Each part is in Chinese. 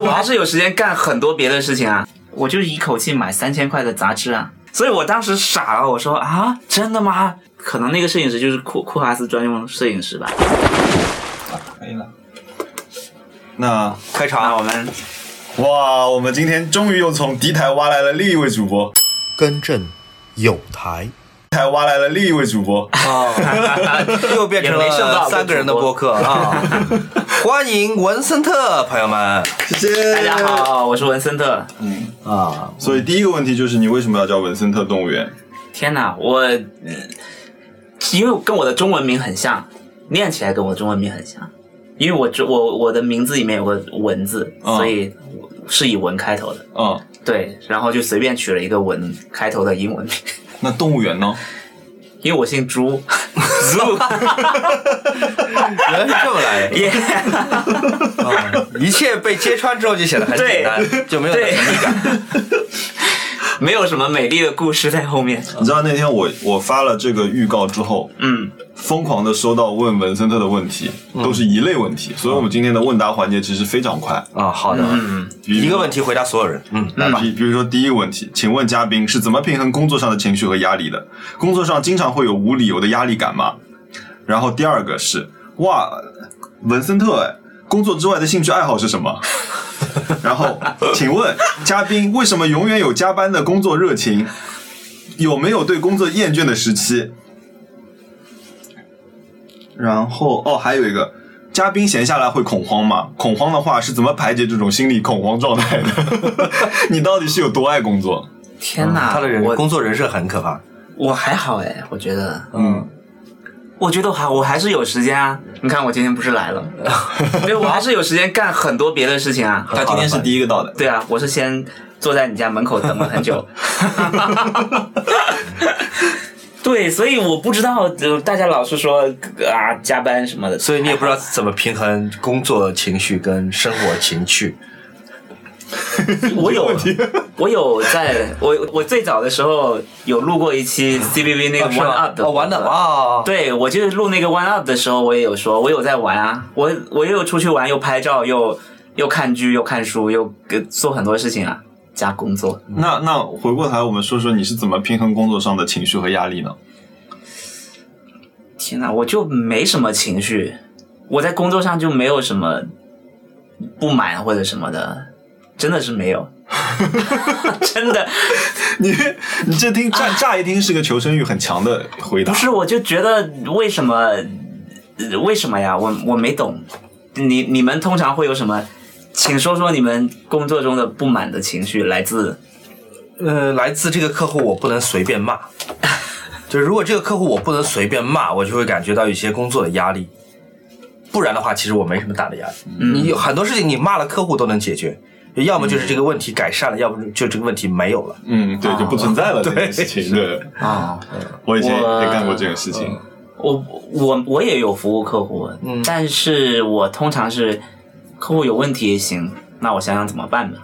我还是有时间干很多别的事情啊。我就一口气买三千块的杂志啊，所以我当时傻了，我说啊，真的吗？可能那个摄影师就是库库哈斯专用摄影师吧。可以了。那开那场我 们哇！我们今天终于又从敌台挖来了另一位主播，更正有台。敌台挖来了另一位主播。哦， 又变成也没剩多少了个三个人的播客啊！ 欢迎文森特朋友们，谢谢大家。好，我是文森特。啊，所以第一个问题就是你为什么要叫文森特动物园？天哪，我嗯因为跟我的中文名很像，念起来跟我中文名很像，因为我中我我的名字里面有个文字，嗯所以我是以文开头的。嗯，对，然后就随便取了一个文开头的英文名，那动物园呢？因为我姓 朱原来是这么来的。 ，yeah，啊一切被揭穿之后就显得很简单，就没有 对难度感。啊没有什么美丽的故事在后面。你知道那天我我发了这个预告之后，嗯，疯狂的收到问文森特的问题，都是一类问题，所以我们今天的问答环节其实非常快。啊，好的，比如一个问题回答所有人。嗯，来吧。比比如说第一个问题，请问嘉宾是怎么平衡工作上的情绪和压力的？工作上经常会有无理由的压力感吗？然后第二个是哇，文森特哎，工作之外的兴趣爱好是什么？然后请问嘉宾为什么永远有加班的工作热情？有没有对工作厌倦的时期？然后哦，还有一个。嘉宾闲下来会恐慌吗？恐慌的话是怎么排解这种心理恐慌状态的？ 你到底是有多爱工作？天哪，嗯他的人我工作人设很可怕。我还好哎，我觉得，嗯，我觉得我还我还是有时间啊。你看我今天不是 来了吗，没有，我还是有时间干很多别的事情啊。他今天是第一个到的，对啊，我是先坐在你家门口等了很 久。对，所以我不知道，呃大家老是说啊加班什么的，所以你也不知道怎么平衡工作情绪跟生活情 绪。 我有，我有在，我我最早的时候有录过一期 CBB 那个啊是 One 吗 Up 的，哦，玩的。啊，对，我就是录那个 One Up 的时候，我也有说，我有在玩啊，我我又出去玩，又拍照，又又看剧，又看书，又呃做很多事情啊，加工作。那那回过头来，我们说说你是怎么平衡工作上的情绪和压力呢？天哪，我就没什么情绪，我在工作上就没有什么不满或者什么的，真的是没 有， 真的。 你你这听乍乍一听是个求生欲很强的回答，不是，我就觉得为什么，呃为什么呀？我我没懂。你你们通常会有什么？请说说你们工作中的不满的情绪来自呃，来自这个客户，我不能随便骂。 就是如果这个客户我不能随便骂，我就会感觉到有些工作的压力。不然的话，其实我没什么大的压力。你有很多事情你骂了客户都能解决，要么就是这个问题改善了，要不就这个问题没有了。嗯，对，就不存在了这件事情。 对，啊、我嗯以前我也干过这种事情。我我我也有服务客户，嗯但是我通常是客户有问题也行，那我想想怎么办吧，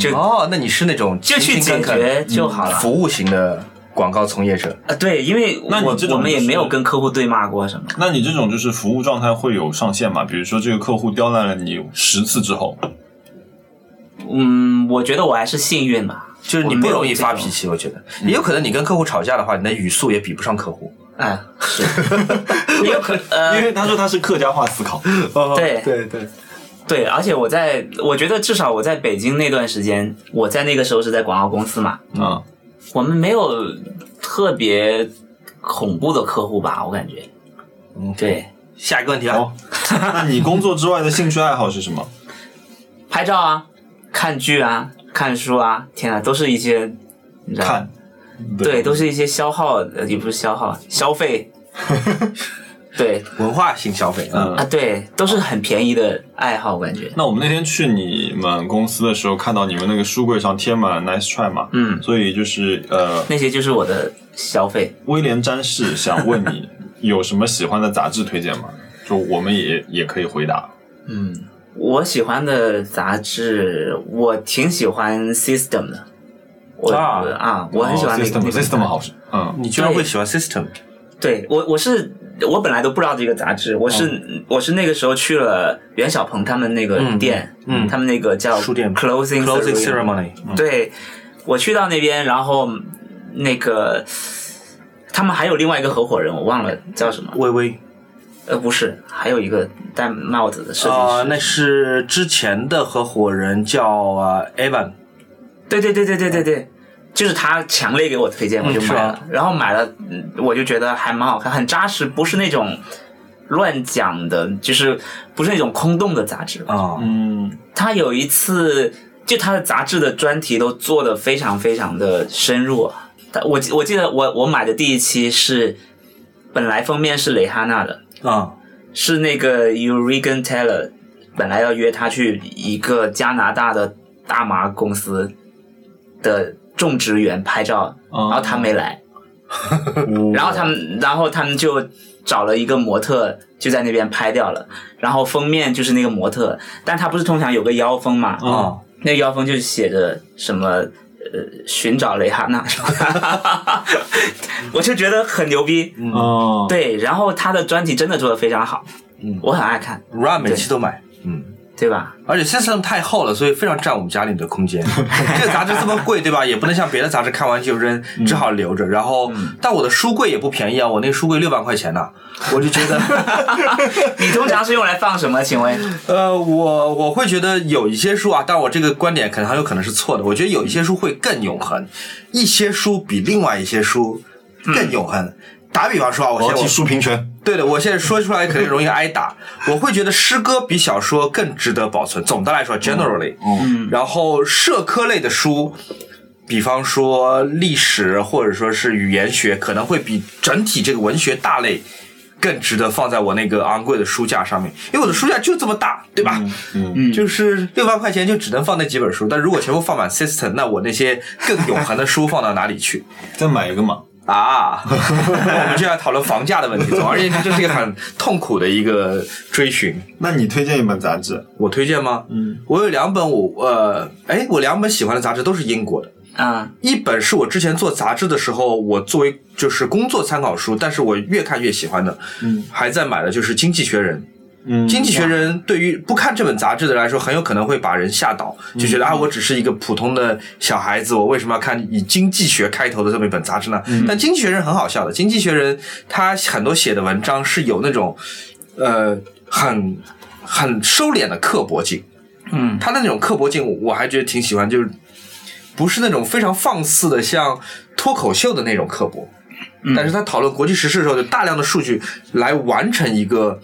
就哦，那你是那种就去勤勤恳恳解决就好了嗯服务型的广告从业者，啊对，因为那你我这种我们也是没有跟客户对骂过什么，那你这种就是服务状态会有上限嘛？比如说这个客户刁难了你十次之后，嗯，我觉得我还是幸运吧，就是你我没不有容易这发种脾，气，我觉得也有可能你跟客户吵架的话，你的语速也比不上客户。哎，是， 也有可呃， 因为他说他是客家话思 考，对哦对对，对，而且我在，我觉得至少我在北京那段时间，我在那个时候是在广告公司嘛，嗯，我们没有特别恐怖的客户吧，我感觉。嗯对，下一个问题啊好，， 那你工作之外的兴趣爱好是 什么？拍照啊，看剧啊，看书啊，天啊，都是一些，你知道吗看，对，都是一些消耗，呃也不是消耗，消费。对文化性消费，嗯。嗯啊，对，都是很便宜的爱好，我感觉。那我们那天去你们公司的时候，看到你们那个书柜上贴满 “nice try” 嘛，嗯所以就是呃，那些就是我的消费。威廉詹士想问 你有什么喜欢的杂志推荐吗？就我们也也可以回答。嗯我喜欢的杂志，我挺喜欢 System 的。我啊啊，我很喜欢那个、哦那 system 个 system 好，嗯，你居然会喜欢 System？对我我是我本来都不知道这个杂志，我是、我是那个时候去了袁小鹏他们那个哦嗯店，嗯他们那个叫书店 Closing closing Ceremony ceremony，嗯对，我去到那边，然后那个他们还有另外一个合伙人，我忘了叫什么，微微呃，不是，还有一个戴帽子的设计师，啊，那是之前的合伙人叫啊 Evan，对对对对对对对，就是他强烈给我推荐，我就买了，然后买了，嗯我就觉得还蛮好看，很扎实，不是那种乱讲的，就是不是那种空洞的杂志。啊，嗯，他有一次就他的杂志的专题都做的非常非常的深入啊。他我记我记得我我买的第一期是本来封面是蕾哈娜的，啊，是那个 Urigan Taylor 本来要约他去一个加拿大的大麻公司的种植园拍照，哦然后他没来，嗯然后他们然后他们就找了一个模特就在那边拍掉了，然后封面就是那个模特，但他不是通常有个腰封嘛，啊，那个腰封就写着什么呃寻找蕾哈娜， 我就觉得很牛逼，哦，对，然后他的专题真的做的非常好，嗯我很爱看， ，Run 每期都买，嗯。对吧？而且现在太厚了，所以非常占我们家里的空间。 这个杂志这么贵，对吧？也不能像别的杂志看完就扔，只好留着。然后，嗯但我的书柜也不便宜啊，我那个书柜六万块钱呢、我就觉得你通常是用来放什么？请问？ 呃，我我会觉得有一些书啊，但我这个观点可能很有可能是错的。我觉得有一些书会更永恒，一些书比另外一些书更永恒。打比方说啊，我我现要在踢我书评拳，对的，我现在说出来可能容易挨打。嗯我会觉得诗歌比小说更值得保存。总的来说，generally，嗯，然后社科类的书，比方说历史或者说是语言学，可能会比整体这个文学大类更值得放在我那个昂贵的书架上面，因为我的书架就这么大，对吧？嗯，就是六万块钱就只能放那几本书，但如果全部放满 system，那我那些更永恒的书放到哪里去？再买一个嘛，啊，我们就要讨论房价的问题。总而言之，这是一个很痛苦的一个追寻。那你推荐一本杂志，我推荐吗？嗯，我有两本我呃，哎，我两本喜欢的杂志都是英国的。啊、一本是我之前做杂志的时候，我作为就是工作参考书，但是我越看越喜欢的，嗯，还在买的就是《经济学人》。嗯经济学人对于不看这本杂志的来说，很有可能会把人吓倒，嗯就觉得啊，我只是一个普通的小孩子，我为什么要看以经济学开头的这么一本杂志呢？嗯但经济学人很好笑的，经济学人他很多写的文章是有那种呃很很收敛的刻薄劲，嗯他的那种刻薄劲我还觉得挺喜欢，就是不是那种非常放肆的像脱口秀的那种刻薄，但是他讨论国际时事的时候，有大量的数据来完成一个，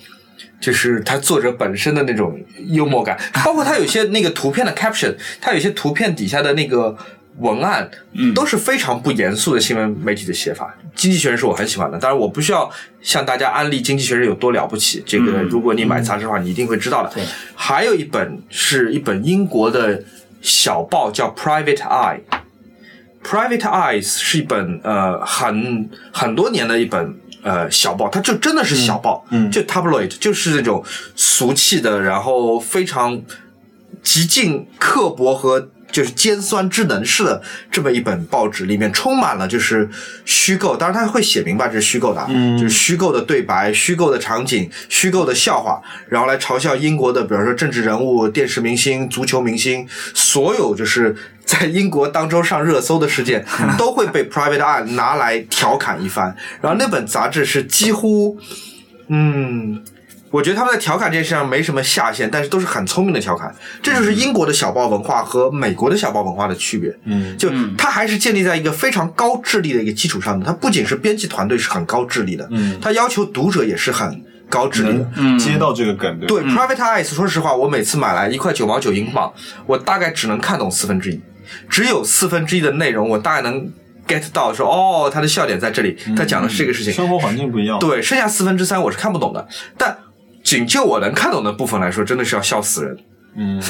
就是他作者本身的那种幽默感，包括他有些那个图片的 caption，他有些图片底下的那个文案，都是非常不严肃的新闻媒体的写法。经济学人是我很喜欢的，当然我不需要向大家安利经济学人有多了不起，这个如果你买杂志的话，你一定会知道的。对还有一本是一本英国的小报，叫 Private Eye。Private Eyes 是一本呃很很多年的一本呃小报，它就真的是小报，嗯嗯就 tabloid，就是那种俗气的，然后非常极尽刻薄和就是尖酸智能式的这么一本报纸，里面充满了就是虚构，当然它会写明白这是虚构的啊，嗯就是虚构的对白、虚构的场景、虚构的笑话，然后来嘲笑英国的，比方说政治人物、电视明星、足球明星，所有就是在英国当中上热搜的事件，嗯都会被 Private Eye 拿来调侃一番。然后那本杂志是几乎，嗯，我觉得他们在调侃这件事上没什么下限，但是都是很聪明的调侃。这就是英国的小报文化和美国的小报文化的区别。嗯，就它还是建立在一个非常高智力的一个基础上的。它不仅是编辑团队是很高智力的，嗯它要求读者也是很高智力的。嗯能接到这个梗，对吧，对、p r i v a t e Eyes，说实话，我每次买来一块九毛九英镑，我大概只能看懂四分之一，只有四分之一的内容，我大概能 get 到说，哦，他的笑点在这里，他讲的是这个事情。生活环境不一样，，对，剩下四分之三我是看不懂的，但仅就我能看懂的部分来说，真的是要笑死人。嗯，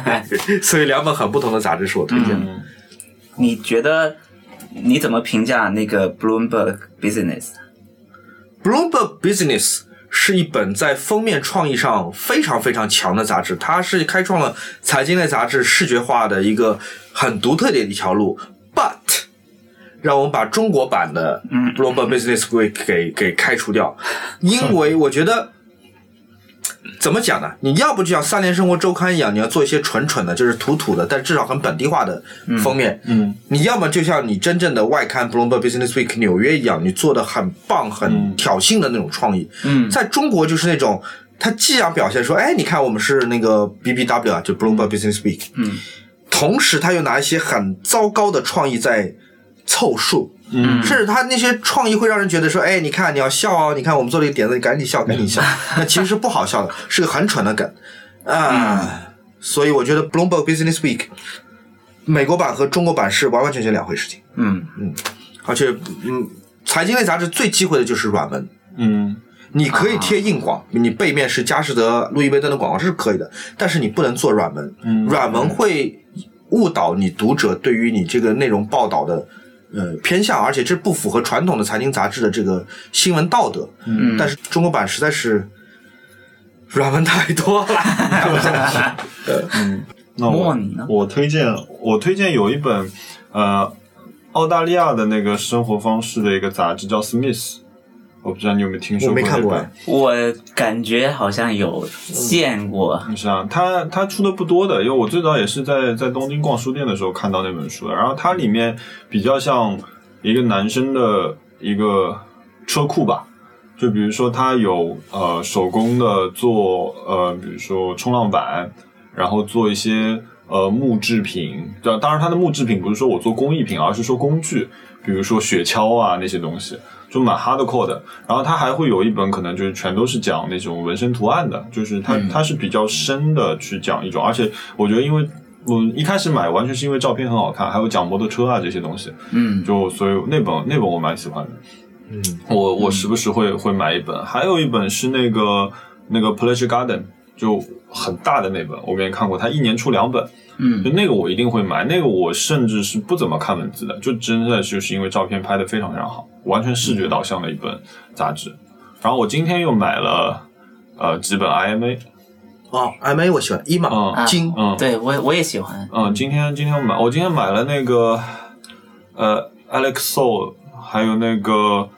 所以两本很不同的杂志是我推荐的。你觉得你怎么评价那个 Bloomberg Business？ Bloomberg Business 是一本在封面创意上非常非常强的杂志，它是开创了财经类杂志视觉化的一个很独特的一条路。But 让我们把中国版的 Global Business Week 给给开除掉，因为我觉得。怎么讲呢？你要不就像《三联生活周刊》一样，你要做一些蠢蠢的，就是土土的，但至少很本地化的封面。嗯，你要么就像你真正的外刊《Bloomberg Business Week》纽约一样，你做的很棒、很挑衅的那种创意。嗯，在中国就是那种，他既想表现说，哎，你看我们是那个 BBW 啊，就 Bloomberg Business Week。嗯，同时他又拿一些很糟糕的创意在凑数。嗯，甚至他那些创意会让人觉得说，哎，你看你要笑哦，你看我们做了一个点子，你赶紧笑，赶 紧笑。那其实是不好笑的，是个很蠢的梗啊。所以我觉得 Bloomberg Business Week 美国版和中国版是完完全全两回事情。嗯嗯，而且嗯，财经类杂志最忌讳的就是软文。嗯，你可以贴硬广，你背面是佳士得、路易威登的广告，这是可以的，但是你不能做软文，软文会误导你读者对于你这个内容报道的呃偏向，而且这不符合传统的财经杂志的这个新闻道德。嗯，但是中国版实在是软文太多了，那我莫你呢我推荐我推荐有一本呃澳大利亚的那个生活方式的一个杂志叫 Smith，我不知道你有没有听说过我没这看本。过哎。我感觉好像有见过，是啊，他他出的不多的，因为我最早也是在在东京逛书店的时候看到那本书的。然后它里面比较像一个男生的一个车库吧，就比如说他有呃手工的做呃，比如说冲浪板，然后做一些呃木制品。当当然，它的木制品不是说我做工艺品，而是说工具，比如说雪橇啊那些东西。就蛮 hardcore 的。然后它还会有一本可能就是全都是讲那种纹身图案的，就是它、它是比较深的去讲一种，而且我觉得因为。我一开始买完全是因为照片很好看，还有讲摩托车啊这些东西，嗯，就所以那本那本我蛮喜欢的，嗯，我我时不时会会买一本，还有一本是那个那个 Pleasure Garden，就很大的那本，我给你看过，它一年出两本，嗯就那个我一定会买，那个我甚至是不怎么看文字的，就真的就是因为照片拍的非常非常好，完全视嗯觉导向的一本杂志。然后我今天又买了呃几本 IMA，哦，MA 我喜欢，一嘛啊嗯金嗯对我我也喜欢。嗯，今天今天我买我今天买了那个呃 Alex Soul，还有那个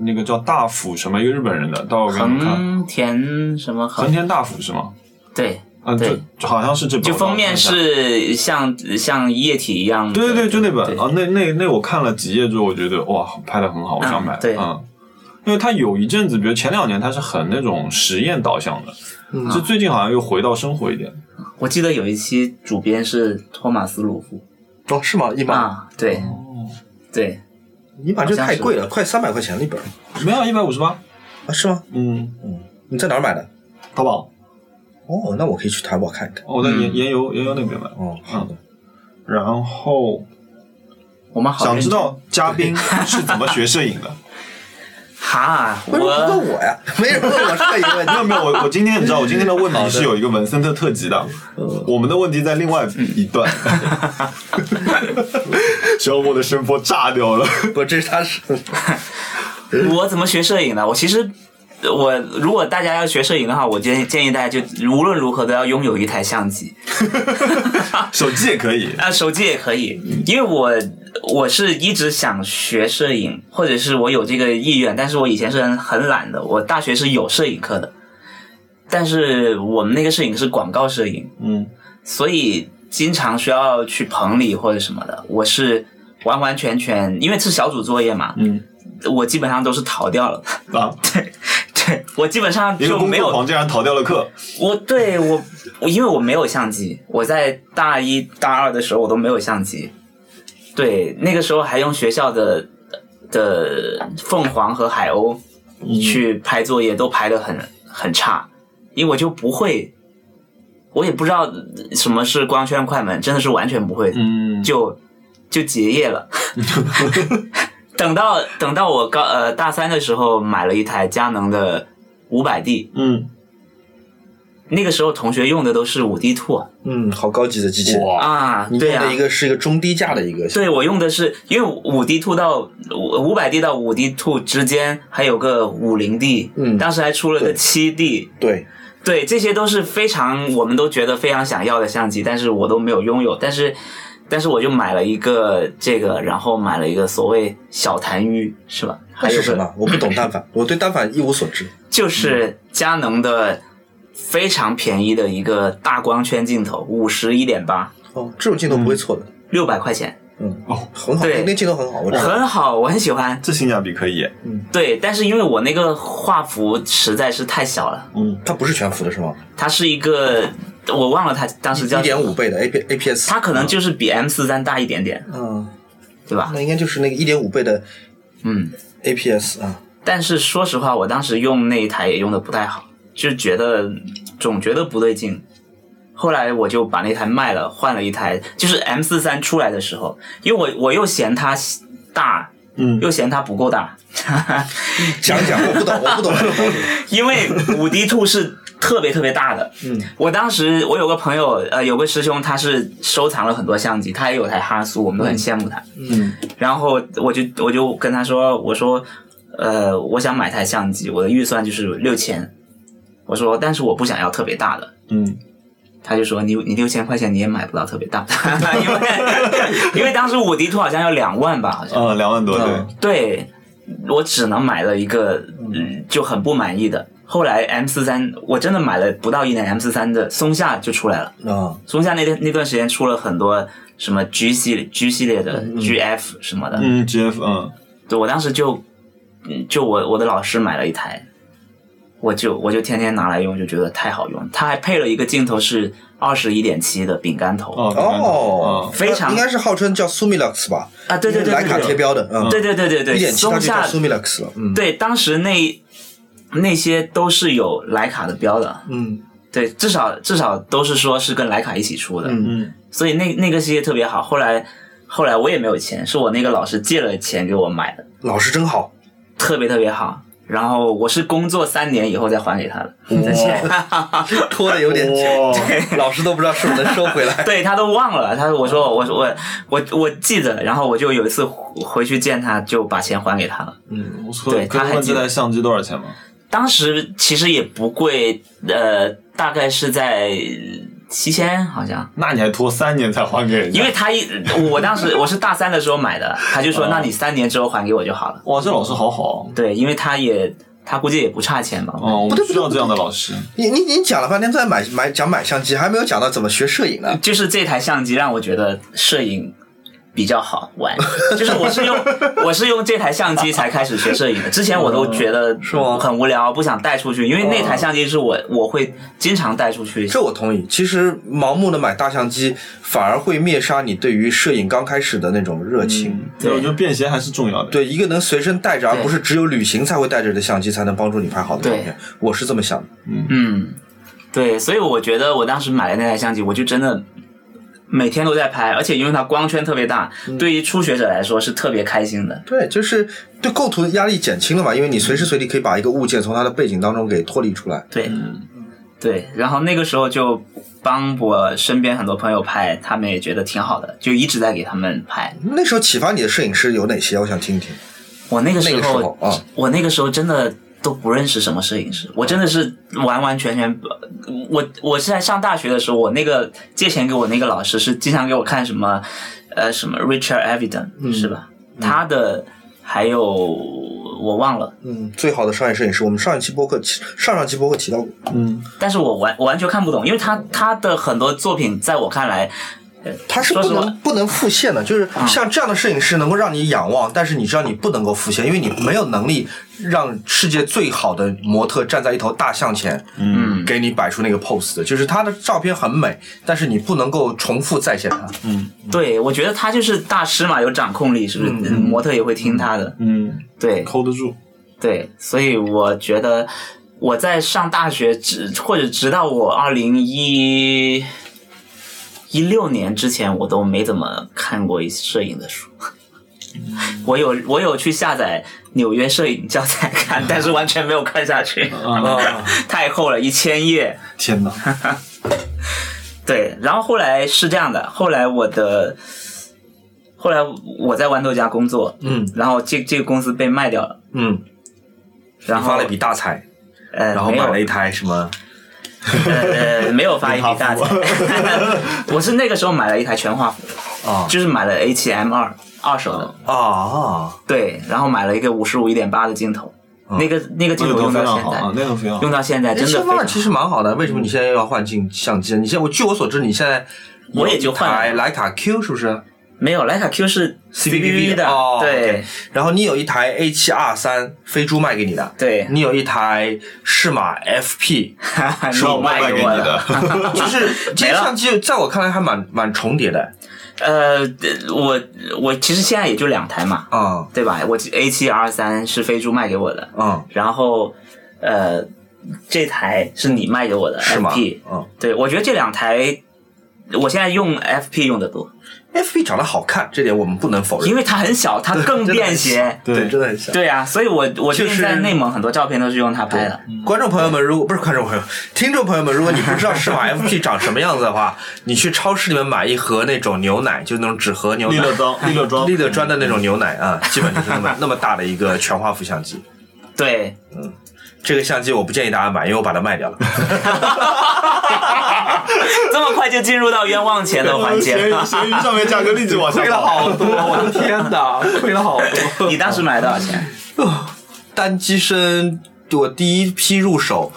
那个叫大辅什么一个日本人的，到我给你们看，横田什么横横田大辅是吗？对，嗯，就对就好像是这本，就封面我到时候看一下是像像液体一样的。对对对，就那本嗯对啊，那那那我看了几页之后，我觉得哇，拍的很好，我想买。嗯对嗯，因为它有一阵子，比如前两年它是很那种实验导向的，嗯就最近好像又回到生活一点。我记得有一期主编是托马斯鲁夫哦是吗？一嘛啊，对，哦对，一嘛这好像太是贵了，快三百块钱了一本没有一百五十八，啊是吗？嗯，你在哪儿买的？淘宝，嗯哦哦，那我可以去淘宝看一看。我在研研油研油那边买。哦，好的。然后我们好想认知真道嘉宾是怎么学摄影的？哈，为什么不我问我呀？没人问我这个问没有题。没有，我我今天你知道，我今天的问题是有一个文森特特辑的，嗯我们的问题在另外一段。嗯 小莫的声波炸掉了。 不，这是他是 我怎么学摄影的？我其实。呃我如果大家要学摄影的话，我建议建议大家就无论如何都要拥有一台相机。 手机也可以。啊，手机也可以，因为我我是一直想学摄影，或者是我有这个意愿，但是我以前是很很懒的。我大学是有摄影课的，但是我们那个摄影是广告摄影，嗯所以经常需要去棚里或者什么的。我是完完全全，因为是小组作业嘛，嗯我基本上都是逃掉了。 啊，对我基本上一个就工没作有狂竟然逃掉了课。我对我我因为我没有相机，我在大一大二的时候我都没有相机，对，那个时候还用学校的的凤凰和海鸥嗯去拍作业，都排的很很差，因为我就不会，我也不知道什么是光圈快门，真的是完全不会，嗯就就结业了。等到等到我高呃大三的时候，买了一台佳能的五百 D，嗯，那个时候同学用的都是五 D Two 嗯，好高级的机器人。哇，啊，你对用呀、的一个是一个中低价的一个，对我用的是因为五 D Two 到五五百 D 到五 D Two 之间还有个五零 D，嗯当时还出了个七 D，对，对，这些都是非常我们都觉得非常想要的相机，但是我都没有拥有，但是。但是我就买了一个这个，然后买了一个所谓小痰盂，是吧？还那有是个什 么？我不懂单反，我对单反一无所知。就是佳能的非常便宜的一个大光圈镜头，五十一点八，哦，这种镜头不会错的，六百块钱，嗯，哦，很好，对那镜头很好，我知道。很好，我很喜欢。这性价比可以耶，对，但是因为我那个画幅实在是太小了，嗯，它不是全幅的是吗？它是一个我忘了它当时叫一点五嗯倍的 A P A P S，它可能就是比 M 四三大一点点，嗯，对吧？那应该就是那个一点五倍的嗯， A P S 啊。但是说实话，我当时用那一台也用的不太好，就觉得总觉得不对劲。后来我就把那台卖了，换了一台，就是 M 四三出来的时候，因为我我又嫌它大，嗯又嫌它不够大，讲讲，我不懂，我不懂。因为五 D Two 是特别特别大的。嗯，我当时我有个朋友，呃，有个师兄，他是收藏了很多相机，他也有台哈苏，我们都很羡慕他。嗯，然后我就我就跟他说，我说，呃，我想买台相机，我的预算就是六千。我说，但是我不想要特别大的。嗯，他就说你你六千块钱你也买不到特别大的， 因为因为当时五 D 图好像要两万吧，好像。呃，两万多，对嗯，对，我只能买了一个，嗯，就很不满意的。后来 M 四三，我真的买了不到一年 M 四三的松下就出来了。 啊，松下那段那段时间出了很多什么 G 系列 G 系列的嗯 GF 什么的，嗯，GF，嗯，对我当时就，嗯就我我的老师买了一台，我就我就天天拿来用，就觉得太好用。它还配了一个镜头是二十一点七的饼干头，哦，哦，非常应该是号称叫 Sumilux 吧？啊对对对对徕卡贴标的，嗯，对对对对一对，点七它松就叫下 Sumilux 了，嗯，对当时那那些都是有徕卡的标的，嗯对，至少至少都是说是跟徕卡一起出的，嗯嗯所以那那个系列特别好。后来后来我也没有钱，是我那个老师借了钱给我买的，老师真好，特别特别好。然后我是工作三年以后再还给他的，这钱，拖的有点哇久， 老师都不知道是不是能收回 来。对他都忘了。他说我说我我我我记着，然后我就有一次回去见他，就把钱还给他了。嗯，我对可他以还问记这得台相机多少钱吗？当时其实也不贵，呃，大概是在七千好像。那你还拖三年才还给人家？因为他一，我当时我是大三的时候买的，他就说，那你三年之后还给我就好了。哇，这老师好好哦对，因为他也他估计也不差钱吧。哦，我们不对需要这样的老师。你你你讲了半天在买买讲买相机，还没有讲到怎么学摄影呢。就是这台相机让我觉得摄影比较好玩，就是我 是用我是用这台相机才开始学摄影的，之前我都觉得哦是吗哦很无聊，不想带出去，因为那台相机是我我会经常带出去。这我同意。其实盲目的买大相机，反而会灭杀你对于摄影刚开始的那种热情。嗯对，我觉得便携还是重要的。对，一个能随身带着，而对不是只有旅行才会带着的相机，才能帮助你拍好的照片。我是这么想的。嗯，对，所以我觉得我当时买的那台相机，我就真的每天都在拍，而且因为它光圈特别大，嗯对于初学者来说是特别开心的。对，就是对构图压力减轻了嘛，因为你随时随地可以把一个物件从它的背景当中给脱离出来。对，嗯对，嗯然后那个时候就帮我身边很多朋友拍，他们也觉得挺好的，就一直在给他们拍。那时候启发你的摄影师有哪些？我想听听。我那个时那候，个时候啊，我那个时候真的都不认识什么摄影师，我真的是完完全全，我我是在上大学的时候，我那个借钱给我那个老师是经常给我看什么，呃，什么 Richard Avedon、是嗯吧？他的还有我忘了，嗯，最好的商业摄影师，我们上一期播客提上上期播客提到过。嗯，但是我完完全看不懂，因为他他的很多作品在我看来，它是说啊不实话能不能复现的，就是像这样的摄影师能够让你仰望，但是你知道你不能够复现，因为你没有能力让世界最好的模特站在一头大象前，嗯，给你摆出那个 pose 的，就是他的照片很美，但是你不能够重复再现它。对我觉得他就是大师嘛，有掌控力，是不是？模特也会听他的，嗯对。 ，hold 得住。对，所以我觉得我在上大学直或者直到我二零一一六年之前，我都没怎么看过摄影的书。 我有我有去下载纽约摄影教材看，但是完全没有看下去，啊， 太厚了，一千页。天哪！对，然后后来是这样的，后来我的，后来我在豌豆荚工作，嗯然后这这个公司被卖掉了，嗯，然你后发了一笔大财，呃，然后没有买了一台什么？ 呃，呃，没有发一笔大财，我是那个时候买了一台全画幅，啊就是买了 A 七 M 二二手的，啊，对，然后买了一个五十五一点八的镜头，那个那个镜那头个头用非到常现好啊，在，那个头非常好用。到现在真的这非方面常嗯其实蛮好的。为什么你现在又要换镜相机？你现在我据我所知，你现在我也就有一换了台徕卡 Q 是不是？没有徕卡 Q 是 CCP 的哦，对 OK 然后你有一台 A 7 R 3飞猪卖给你的，对，你有一台适马 FP， 是我卖给给你我的。就是这没些了相机在我看来还蛮蛮重叠的呃，我我其实现在也就两台嘛，啊对吧？我 A 七 R 三是飞猪卖给我的，啊，然后呃，这台是你卖给我的是吗 FP，？嗯对我觉得这两台我现在用 FP 用的多， ，FP 长得好看，这点我们不能否认因，为它很小，它更真的便很携。对 真的很像。对啊，所以我我最就近是在内蒙很多照片都是用它拍的。观众朋友们，如果不是观众朋友，听众朋友们，如果你不知道 适马 FP 长什么样子的话，你去超市里面买一盒那种牛奶，就那种纸盒牛利 奶，乐装，利乐装，利乐装的那种牛奶啊，基本就是那么那么大的一个全画幅相机。对， 这个相机我不建议大家买，因为我把它卖掉了。这么快就进入到冤枉钱的环 节闲鱼了。闲鱼上面价格立即 往下 亏了跑。好多，我的天 哪，亏了好多。你当时买了多少钱？单机身，我第一批入手，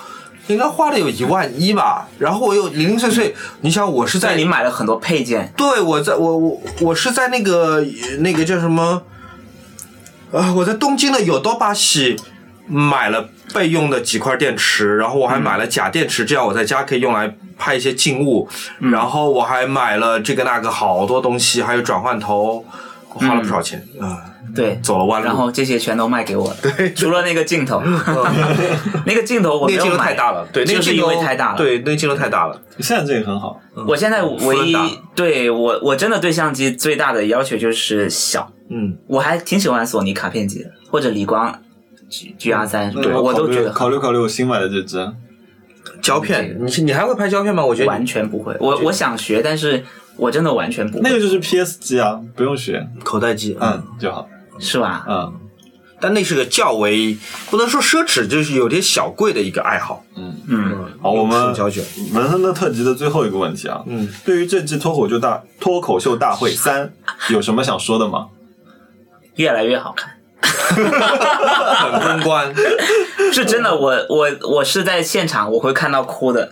应该花了有一万一吧。然后我又零零碎碎，你想我是在对，你买了很多配件，对，我在我我我是在那个那个叫什么，呃，我在东京的有多巴西买了备用的几块电池，然后我还买嗯了假电池，这样我在家可以用来拍一些静物。嗯然后我还买了这个那个好多东西，还有转换头，我花了不少钱啊、对，走了弯路。嗯然后这些全都卖给我了，对，除了那个 镜头， 那个镜头我那没个镜有头买，太大了，对，那个就是镜因头为太大了。，对，那个镜头太大了。现在这个很好，我现在唯夫人一大对我我真的对相机最大的要求就是小，嗯，我还挺喜欢索尼卡片机的，或者理光 G G R 三，那要我都考虑觉得考虑考虑我新买的这只，胶片，你是你还会拍胶片吗？我觉得完全不会。我我想学，但是我真的完全不那会，个就是 PS 机啊，不用学，口袋机，啊嗯就好，是吧？嗯但那是个较为不能说奢侈，就是有点小贵的一个爱好。嗯。嗯，好，我们手胶卷，文森特特辑的最后一个问题啊，嗯，对于这季脱口秀大脱口秀大会三有什么想说的吗？越来越好看。很公 关，是真的，我我我是在现场我会看到哭的，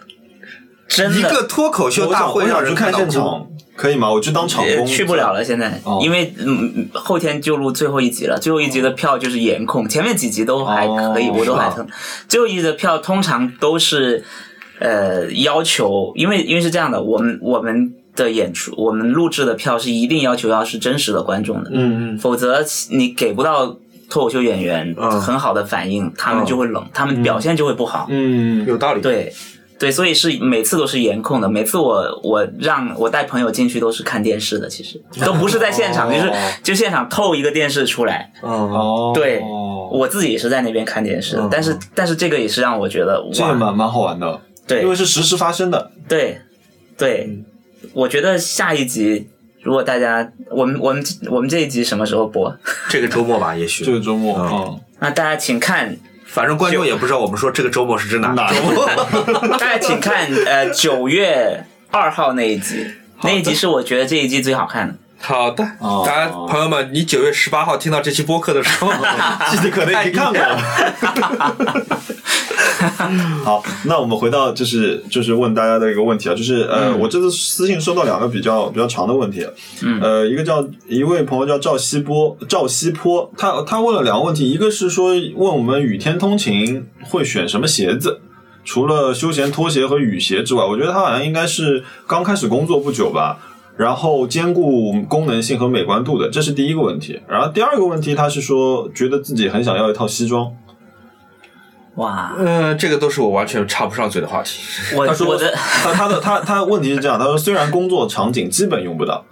真一的个脱口秀我大想会我让想去人看看到现哭。场，可以吗？我去当场也工，去不了了。现在哦，因为嗯后天就录最后一集了，最后一集的票就是颜控，前面几集都还可以，哦我都还是疼。最后一集的票通常都是呃要求，因为因为是这样的，我们我们的演出，我们录制的票是一定要求要是真实的观众的，嗯嗯，否则你给不到脱口秀演员嗯很好的反应，他们就会哦冷，他们表现就会不好。嗯，有道理，，对对，所以是每次都是颜控的。每次我我让我带朋友进去都是看电视的，其 实都不是在现场，哦就是就现场透一个电视出来。嗯，哦，嗯对我自己也是在那边看电视的，但是但是这个也是让我觉得这个哇，蛮蛮好玩的，对因为是嗯实时发生的，对对、我觉得下一集。如果大家，我们我们我们这一集什么时候播？这个周末吧，也这许，个周末，嗯嗯，那大家请 看，反正观众也不知道我们说这个周末是指哪 哪个周末。大家请看，呃，九月二号那一集，那一集是我觉得这一季最好看的。好的，哦大家朋友们，你九月十八号听到这期播客的时 候，哦 记得可能已经看过了。 好，那我们回到就是就是问大家的一个问题啊，就是呃，我这次私信收到两个比较比较长的问题，嗯，呃，一个叫一位朋友叫赵西波，赵西坡，他他问了两个问题，一个是说问我们雨天通勤会选什么鞋子。除了休闲拖鞋和雨鞋之外，我觉得他好像应该是刚开始工作不久吧，然后兼顾功能性和美观度的，这是第一个问题。然后第二个问题，他是说觉得自己很想要一套西装，哇， 嗯，这个都是我完全插不上嘴的话题。我他说我 的他他的他他问题是这样，他说虽然工作场景基本用不到，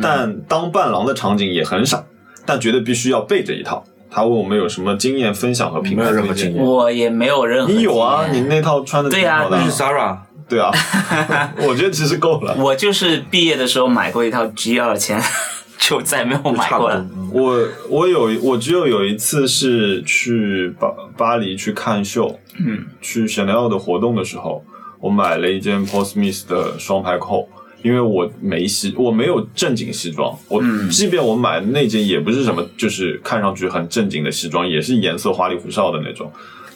但当伴郎的场景也很少，但觉得必须要备着一套。他问我们有什么经验分享和品牌没有任何推荐经验我也没有任何。你有啊？你那套穿的挺好的对啊啊是 Zara，对啊，我觉得其实够了。我就是毕业的时候买过一套 G 二千， 就再没有买差不过多嗯了。。我我有我只有有一次是去巴巴黎去看秀，嗯，去 Chanel 的活动的时候，我买了一件 Paul Smith 的双排扣，因为我没西，我没有正经西装，我、即便我买的那件也不是什么，就是看上去很正经的西装，也是颜色花里胡哨的那种。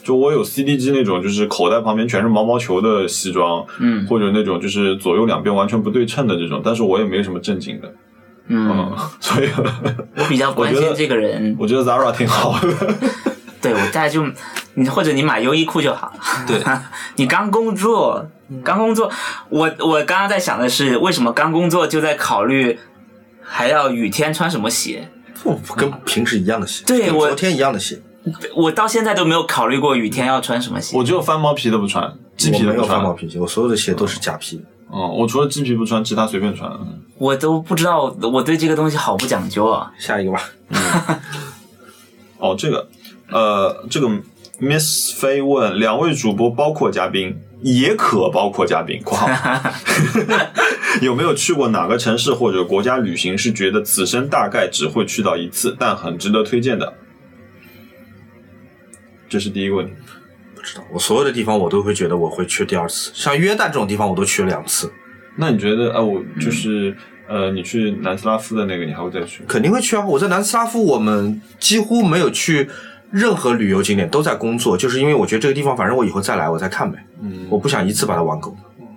就我有 CDG 那种，就是口袋旁边全是毛毛球的西装，嗯，或者那种就是左右两边完全不对称的这种，但是我也没有什么正经的，嗯，所以 我比较关我觉心得这个人，我觉得 Zara 挺好的。对我大家就你或者你买优衣库就好了。对， 你刚工作，刚工作，我我刚刚在想的是，为什么刚工作就在考虑还要雨天穿什么鞋？不跟平时一样的鞋，对跟我昨天一样的鞋，我到现在都没有考虑过雨天要穿什么鞋。我只有翻毛皮的不穿，鸡我皮的没不有穿翻。毛皮鞋，我所有的鞋都是假皮。嗯，我除了鸡皮不穿，其他随便穿。我都不知道我对这个东西好不讲究啊！下一个吧，哦，这个，呃，这个 Miss 飞问两位主播，包括嘉宾，也可包括嘉宾（括号） 有没有去过哪个城市或者国家旅行是觉得此生大概只会去到一次，但很值得推荐的？这是第一个问题。不知道我所有的地方我都会觉得我会去第二次，像约旦这种地方我都去了两次，那你觉得，呃，我就是，呃，你去南斯拉夫的那个，你还会再去吗？肯定会去啊！我在南斯拉夫，我们几乎没有去任何旅游景点，都在工作，就是因为我觉得这个地方，反正我以后再来我再看呗，嗯我不想一次把它玩够。嗯，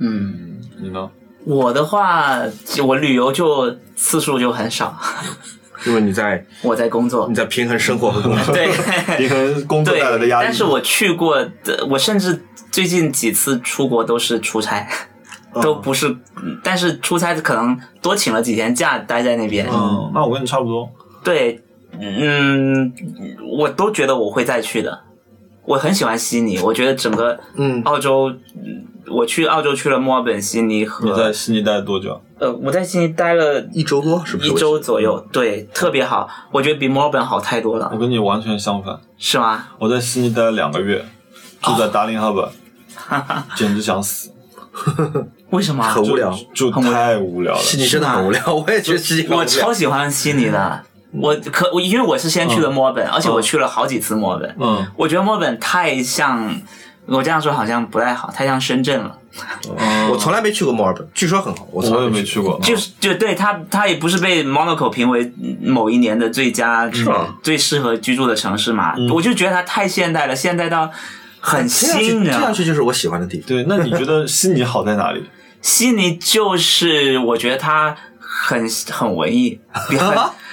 嗯，你呢？我的话，我旅游就次数就很少，因为你在我在工作你。在平衡生活和工作，对，平衡工 作对带来的，压力。但是我去过的，我甚至最近几次出国都是出差，哦都不是，但是出差可能多请了几天假待在那边。嗯，那我跟你差不多。对，嗯，我都觉得我会再去的。我很喜欢悉尼，我觉得整个 嗯澳洲，嗯我去澳洲去了墨尔本、悉尼你和在悉尼待了多久？呃，我在悉尼待了一周多是不是？一嗯周左右，对，特别好，我觉得比墨尔本好太多了我，跟你完全相反，是吗？我在悉尼待了两个月，住啊在达令哈本，简直想死，为什么？啊很无聊。就太无聊了。悉尼真的很无聊，我也觉得悉尼很无聊我超喜欢悉尼的，我可我因为我是先去的墨尔本，而且我去了好几次墨尔本，嗯，我觉得墨尔本太像，我这样说好像不太好，太像深圳了。我从来没去过墨尔本，据说很好，我从我来也没去。去过，就是就对他，他也不是被 Monaco 评为某一年的最佳、吗最适合居住的城市嘛？我就觉得它太现代了，现代到很听上去新听上啊。去就是我喜欢的地方。对，那你觉得悉尼好在哪里？悉尼就是我觉得它很很 文艺， 很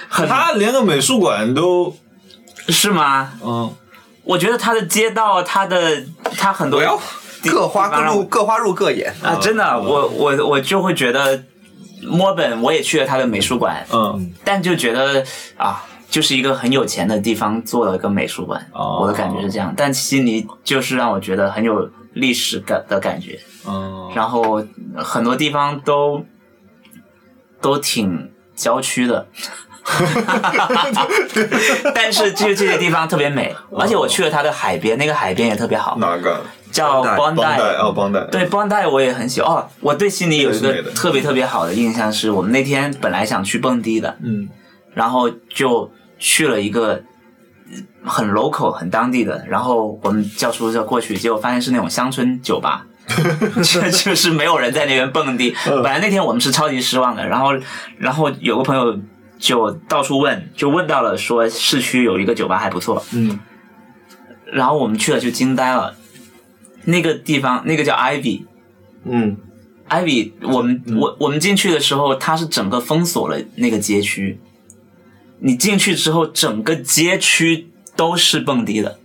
很它连个美术馆都，是吗？嗯，我觉得它的街道，它的它很多我要地各花地方各让入，我各花入各眼。啊，真的，我我我就会觉得墨尔本，我也去了它的美术馆，嗯，但就觉得啊，就是一个很有钱的地方做了个美术馆，哦我的感觉是这样。但悉尼就是让我觉得很有历史感的感觉，嗯，然后很多地方都都挺郊区 的。 但是就这些地方特别美，哦而且我去了它的海边，那个海边也特别好，哪个？叫邦邦邦代代哦，邦代，对，绷带我也很喜欢哦。我对悉尼有一这个是美个的特别特别好的印象是，我们那天本来想去蹦迪的，嗯，然后就去了一个呃很 local、很当地的，然后我们叫出租车过去，结果发现是那种乡村酒吧。这就是没有人在那边蹦迪。本来那天我们是超级失望的，然后，然后有个朋友就到处问，就问到了说市区有一个酒吧还不错，嗯，然后我们去了就惊呆了。那个地方，那个叫 Ivy，嗯，艾比，我们、我我们进去的时候，它是整个封锁了那个街区。你进去之后，整个街区都是蹦迪的。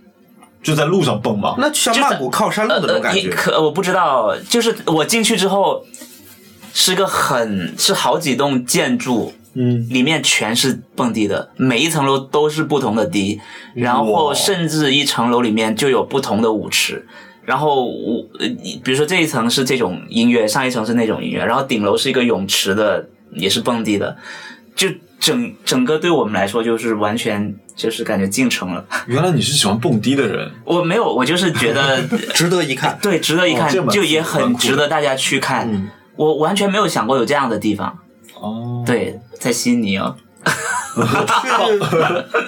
就在路上蹦嘛，那就像就是曼谷靠山路的那种感也觉。呃可我不知道，就是我进去之后，是个很是好几栋建筑，嗯，里面全是蹦迪的，每一层楼都是不同的迪，然后嗯哇甚至一层楼里面就有不同的舞池。然后我，呃比如说这一层是这种音乐，上一层是那种音乐，然后顶楼是一个泳池的，也是蹦迪的，就整整个对我们来说就是完全就是感觉进城了。原来你是喜欢蹦迪的人，我没有，我就是觉 得值得一 看。对值得一哦这看，蛮就也蛮很酷的嗯值得大家去看。我完全没有想过有这样的地方，哦，对，在悉尼哦，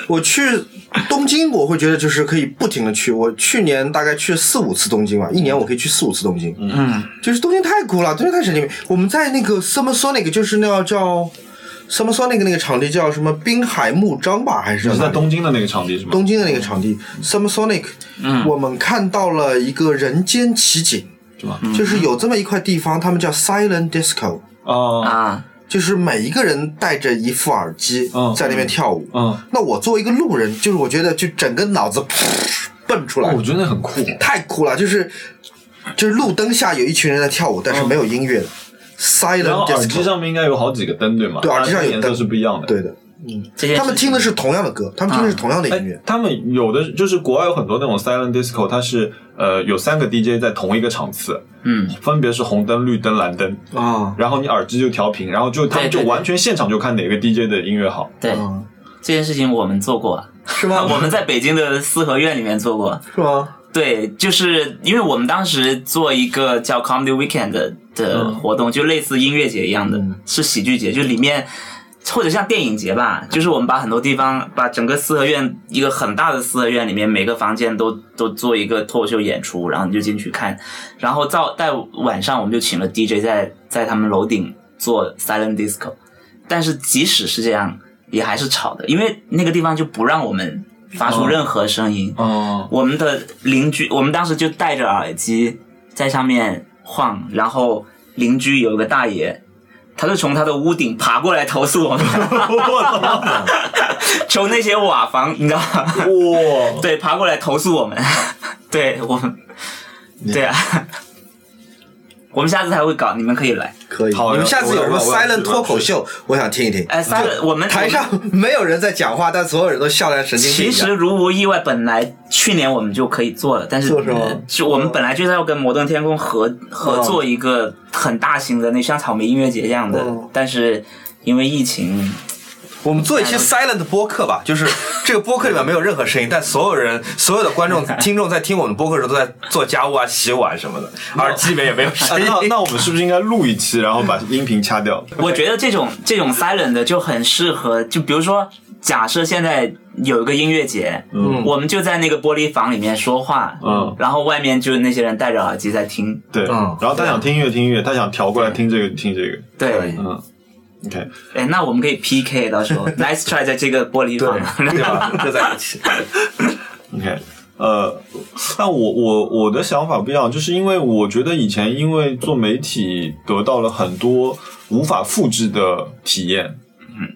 我去东京，我会觉得就是可以不停的去。我去年大概去了四五次东京吧，一年我可以去四五次东京。嗯，就是东京太酷了，东京太神经病。我们在那个 Summer Sonic，就是那叫叫 Summer Sonic 那个场地叫什么滨海木张吧，还是就叫是哪在里东京的那个场地是吗？东京的那个场地 Summer Sonic，我们看到了一个人间奇景，是吗？就是有这么一块地方，他们叫 Silent Disco，哦，啊，就是每一个人戴着一副耳机嗯在那边跳舞。嗯，那我作为一个路人，就是我觉得就整个脑子蹦出来哦我，觉得那很酷。太酷了，就是就是路灯下有一群人在跳舞，但是没有音乐的然后 Silent 耳机 Disco，上面应该有好几个灯，对吗？对耳机上有颜色灯是不一样的。对的，这件他们事情听的是同样的嗯歌，他们听的是同样的音乐哎，，他们有的就是国外有很多那种 silent disco，它是呃有三个 DJ 在同一个场次，嗯，分别是红灯、绿灯、蓝灯，啊，然后你耳机就调频，然后就他们就对对对完全现场就看哪个 DJ 的音乐好。对嗯这件事情我们做过啊，是吗我们在北京的四合院里面做过，是吗？对，就是因为我们当时做一个叫 Comedy Weekend 的的活动，就类似音乐节一样的，是喜剧节，就里面或者像电影节吧，就是我们把很多地方，把整个四合院一个很大的四合院里面，每个房间都都做一个脱口秀演出，然后你就进去看，然后到在晚上我们就请了 DJ 在在他们楼顶做 Silent Disco，但是即使是这样，也还是吵的，因为那个地方就不让我们发出任何声音。哦，我们的邻居，我们当时就戴着耳机在上面晃，然后邻居有一个大爷，他就从他的屋顶爬过来投诉 我们，从那些瓦房，你知道吗？哇，对，爬过来投诉我们，对我们，对啊，我们下次还会搞，你们可以来。可以，好你们下次有什么我我 silent 脱口秀，我想听一听。哎，三个，我们台上没有人在讲话，但所有人都笑得像神经病其一样实。如无意外，本来去年我们就可以做了，但是做什么呃就我们本来就是要跟摩登天空合合作一个很大型的，那像草莓音乐节一样的，嗯但是因为疫情，我们做一些 silent 播客吧，就是这个播客里面没有任何声音，但所有人、所有的观 众、听众在听我们播客的时候都在做家务啊、洗碗什么的， 耳机里面也没有啊声音。那那我们是不是应该录一期，然后把音频掐掉？我觉得这种这种 silent 的就很适合，就比如说，假设现在有一个音乐节，嗯我们就在那个玻璃房里面说话，嗯然后外面就是那些人戴着耳机在听，对，嗯然后啊他想听音乐听音乐，他想调过来听这个听这个。可对以，嗯，OK，哎，那我们可以 PK，到时候 nice try 在这个玻璃房，对吧？就在一 起。 OK，呃，但我我我的想法不一样，就是因为我觉得以前因为做媒体得到了很多无法复制的体验。嗯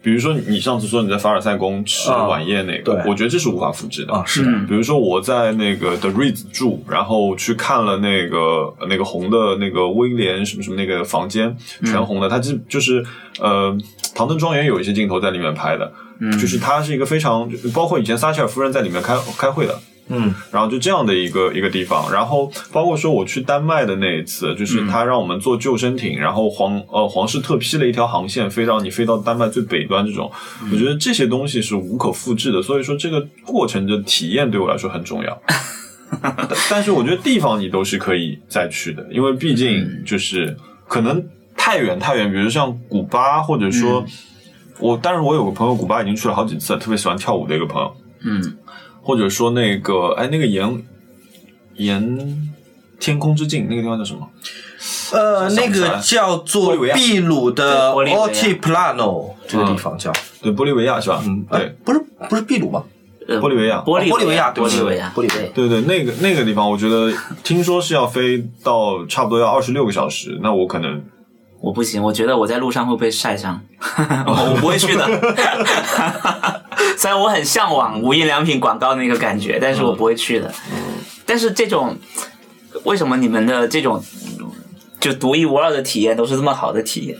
比如说，你上次说你在凡尔赛宫吃啊晚宴那个，对我觉得这是无法复制的啊是的比如说我在那个 The Ritz 住，然后去看了那个那个红的那个威廉什么什么那个房间，全红的，它就就是呃，唐顿庄园有一些镜头在里面拍的，就是它是一个非常，包括以前撒切尔夫人在里面开开会的。嗯，然后就这样的一个一个地方，然后包括说我去丹麦的那一次，就是他让我们坐救生艇，然后皇呃皇室特批了一条航线，飞到你飞到丹麦最北端这种，我觉得这些东西是无可复制的，所以说这个过程的体验对我来说很重要。但但是我觉得地方你都是可以再去的，因为毕竟就是可能太远太远，比如像古巴或者说。我，但是我有个朋友，古巴已经去了好几次了，特别喜欢跳舞的一个朋友， 嗯，或者说那个，哎，那个沿沿天空之境那个地方叫什么？呃，想那不起来个叫玻做利维亚秘鲁的对玻利维亚 Altiplano，这个地方叫对，玻利维亚是吧？嗯，哎对，不是不是秘鲁吗？呃玻利维亚玻利哦玻利维亚对玻不起利维亚，玻利维亚对对对，那个那个地方，我觉得听说是要飞到差不多要二十六个小时，那我可能我不行，我觉得我在路上会被晒伤，哦 我我不会去的。虽然我很向往无印良品广告那个感觉，嗯但是我不会去的。但是这种为什么你们的这种就独一无二的体验都是这么好的体验？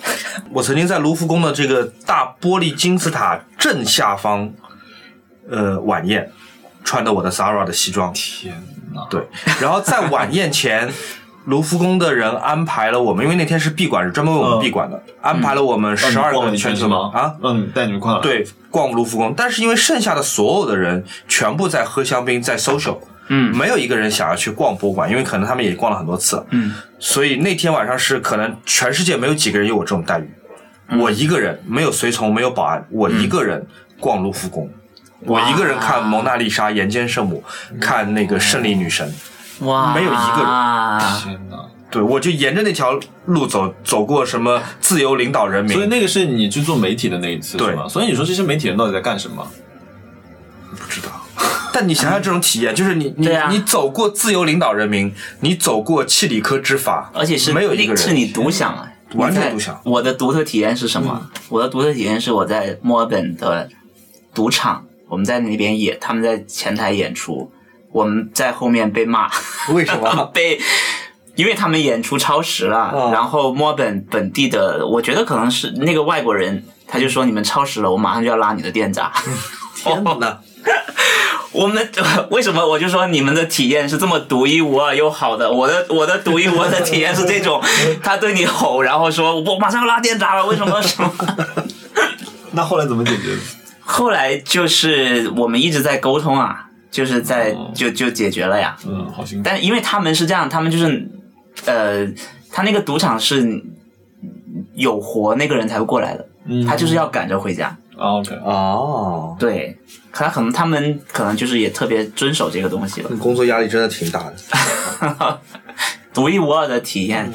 我曾经在卢浮宫的这个大玻璃金字塔正下方，呃，晚宴，穿的我的 Zara 的西装，天哪！对，然后在晚宴前， 卢浮宫的人安排了我们，因为那天是闭馆日，专门为我们闭馆的，安排了我们让你十二逛了个一圈全是球吗？啊，，让你带你们逛了。，对，逛卢浮宫，但是因为剩下的所有的人全部在喝香槟，在 social，嗯没有一个人想要去逛博物馆，因为可能他们也逛了很多次，嗯，所以那天晚上是可能全世界没有几个人有我这种待遇，我一个人没有随从，没有保安，我一个人逛卢浮宫，我一个人看蒙娜丽莎、岩间圣母，看那个胜利女神。哇，没有一个人，天哪！对，我就沿着那条路走，走过什么自由领导人民，所以那个是你去做媒体的那一次，对是吗？所以你说这些媒体人到底在干什么？不知道。但你想想这种体验，就是你你、对啊你走过自由领导人民，你走过契里科之法，而且是没有一个人是你独享啊，完全你在独享嗯我的独特体验是什么？我的独特体验是我在墨尔本的赌场，我们在那边演，他们在前台演出，我们在后面被骂， 为什么？被。因为他们演出超时了，啊嗯然后墨尔本本地的，我觉得可能是那个外国人，他就说你们超时了，我马上就要拉你的店闸。天哪！我们呃为什么我就说你们的体验是这么独一无二又好的？我的我的独一无二的体验是这 种，他对你吼，然后说我马上要拉电闸了，为什么 什么？那后来怎么解决的？后来就是我们一直在沟通啊，就是在哦就就解决了呀。嗯，好辛苦。但因为他们是这样，他们就是呃，他那个赌场是有活那个人才会过来的，嗯他就是要赶着回家。啊 OK，哦，对，可他可能他们可能就是也特别遵守这个东西吧。你工作压力真的挺大的。 独一无二的体验。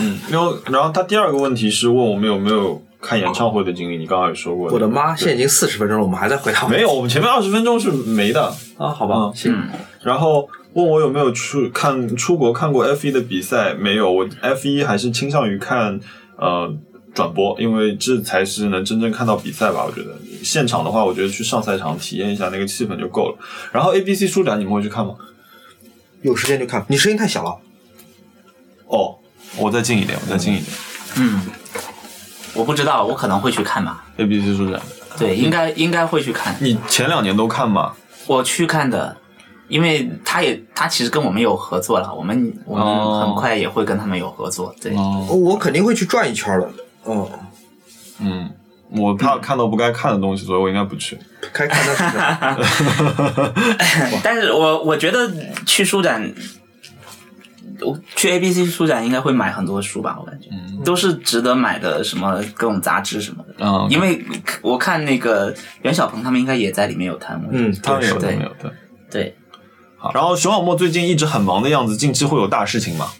嗯，然后然后他第二个问题是问我们有没有看演唱会的经历，你刚刚也说过。我的妈，对现在已经四十分钟了，我们还在回答问题。没有，我们前面二十分钟是没的。啊？好吧嗯，行。然后问我有没有出看出国看过 F 一的比赛，没有，我 F 一还是倾向于看呃转播，因为这才是能真正看到比赛吧。我觉得现场的话，我觉得去上赛场体验一下那个气氛就够了。然后 A B C 书展你们会去看吗？有时间就看。你声音太小了，哦，我再近一点，我再近一点。嗯，我不知道，我可能会去看吧。 A B C 书展，对，应该应该会去看。你前两年都看吗？我去看的，因为他也他其实跟我们有合作了，我们我哦们很快也会跟他们有合作。对，哦，我肯定会去转一圈的。嗯，嗯，我怕看到不该看的东西，所以我应该不 去。该看的是什 么但是我我觉得去书展。我去 A B C 书展应该会买很多书吧，我感觉、都是值得买的，什么各种杂志什么的。嗯因为我看那个袁小鹏他们应该也在里面有摊位。嗯，他对们有，是的他们有，对。对，好，然后熊小莫最近一直很忙的样子，近期会有大事情吗？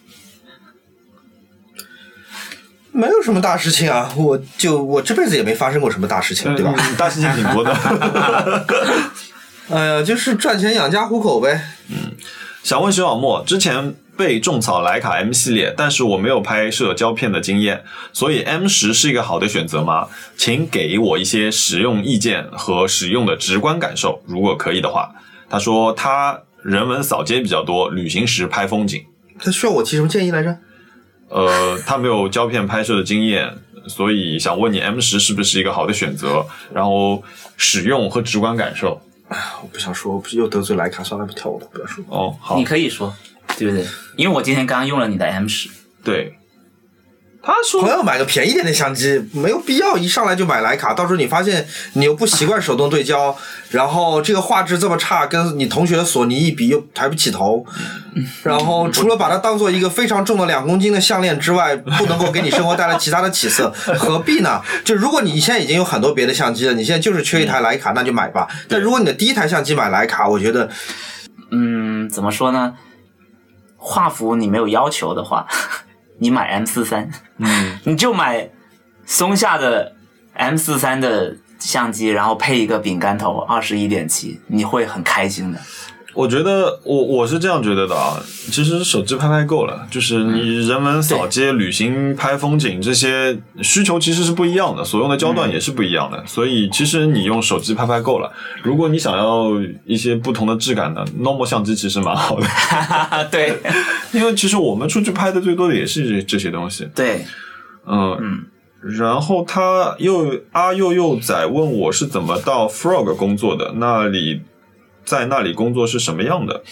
没有什么大事情啊，我就我这辈子也没发生过什么大事情，对吧？嗯大事情挺多的。嗯哎呀，就是赚钱养家糊口呗。 想问熊小莫，之前被种草徕卡 M 系列，但是我没有拍摄胶片的经验，所以 M 十是一个好的选择吗？请给我一些使用意见和使用的直观感受，如果可以的话。他说他人文扫街比较多，旅行时拍风景。他需要我提什么建议来着？啊呃，他没有胶片拍摄的经验，所以想问你 M 十是不是一个好的选择？然后使用和直观感受。我不想说，我不又得罪莱卡，算了，不跳舞了，不要说。哦，好你，可以说，对不对？因为我今天刚刚用了你的 M 十，对。他说朋友买个便宜点的相机，没有必要一上来就买徕卡，到时候你发现你又不习惯手动对焦，然后这个画质这么差，跟你同学的索尼一比又抬不起头，然后除了把它当做一个非常重的两公斤的项链之外，不能够给你生活带来其他的起色，何必呢？就如果你现在已经有很多别的相机了，你现在就是缺一台徕卡，那就买吧。但如果你的第一台相机买徕卡，我觉得嗯，怎么说呢？画幅你没有要求的话， 你买 M 四三，嗯， 你就买松下的 M 四三的相机，然后配一个饼干头，二十一点七，你会很开心的。我觉得我我是这样觉得的啊，其实手机拍拍够了，就是你人文扫街、旅行、拍风景这些需求其实是不一样的，所用的焦段也是不一样的，所以其实你用手机拍拍够了。如果你想要一些不同的质感呢，normal 相机其实蛮好的，对因为其实我们出去拍的最多的也是这些东西。 对，嗯，然后他又阿佑佑仔问我是怎么到 Frog 工作的，那里在那里工作是什么样的？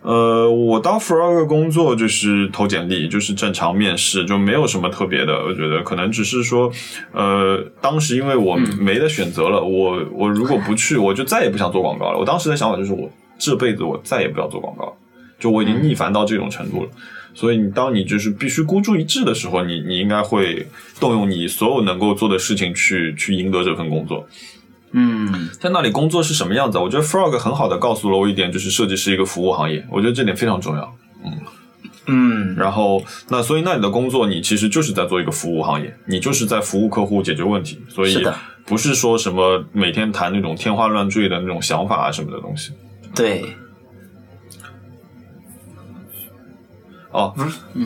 呃，我到 Frog 工作就是投简历，就是正常面试，就没有什么特别的。我觉得可能只是说，呃，当时因为我没得选择了，我我如果不去，我就再也不想做广告了。我当时的想法就是我，这辈子我再也不要做广告了，就我已经逆反到这种程度了。所以你当你就是必须孤注一掷的时候，你你应该会动用你所有能够做的事情去去赢得这份工作。嗯，在那里工作是什么样子啊？我觉得 Frog 很好的告诉了我一点，就是设计是一个服务行业，我觉得这点非常重要。嗯，然后，那所以那里的工作，你其实就是在做一个服务行业，你就是在服务客户解决问题，所是以的不是说什么每天谈那种天花乱坠的那种想法啊什么的东西。对，哦，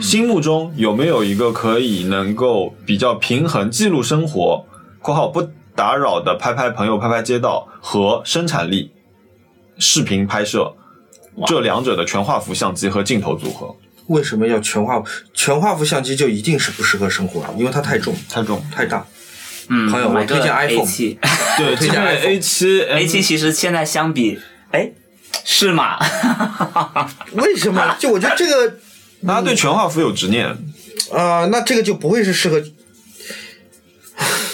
心目中有没有一个可以能够比较平衡记录生活（括号不打扰的拍拍朋友、拍拍街道）和生产力、视频拍摄这两者的全画幅相机和镜头组合？为什么要全画全画幅相机就一定是不适合生活啊？因为它太重、太重。太大。嗯，朋友买个我推荐 A iPhone 七对，推推荐荐 iPhone A 七 A 七其实现在相比，哎，是吗？为什么？就我觉得这个，大家对全画幅有执念，呃，那这个就不会是适合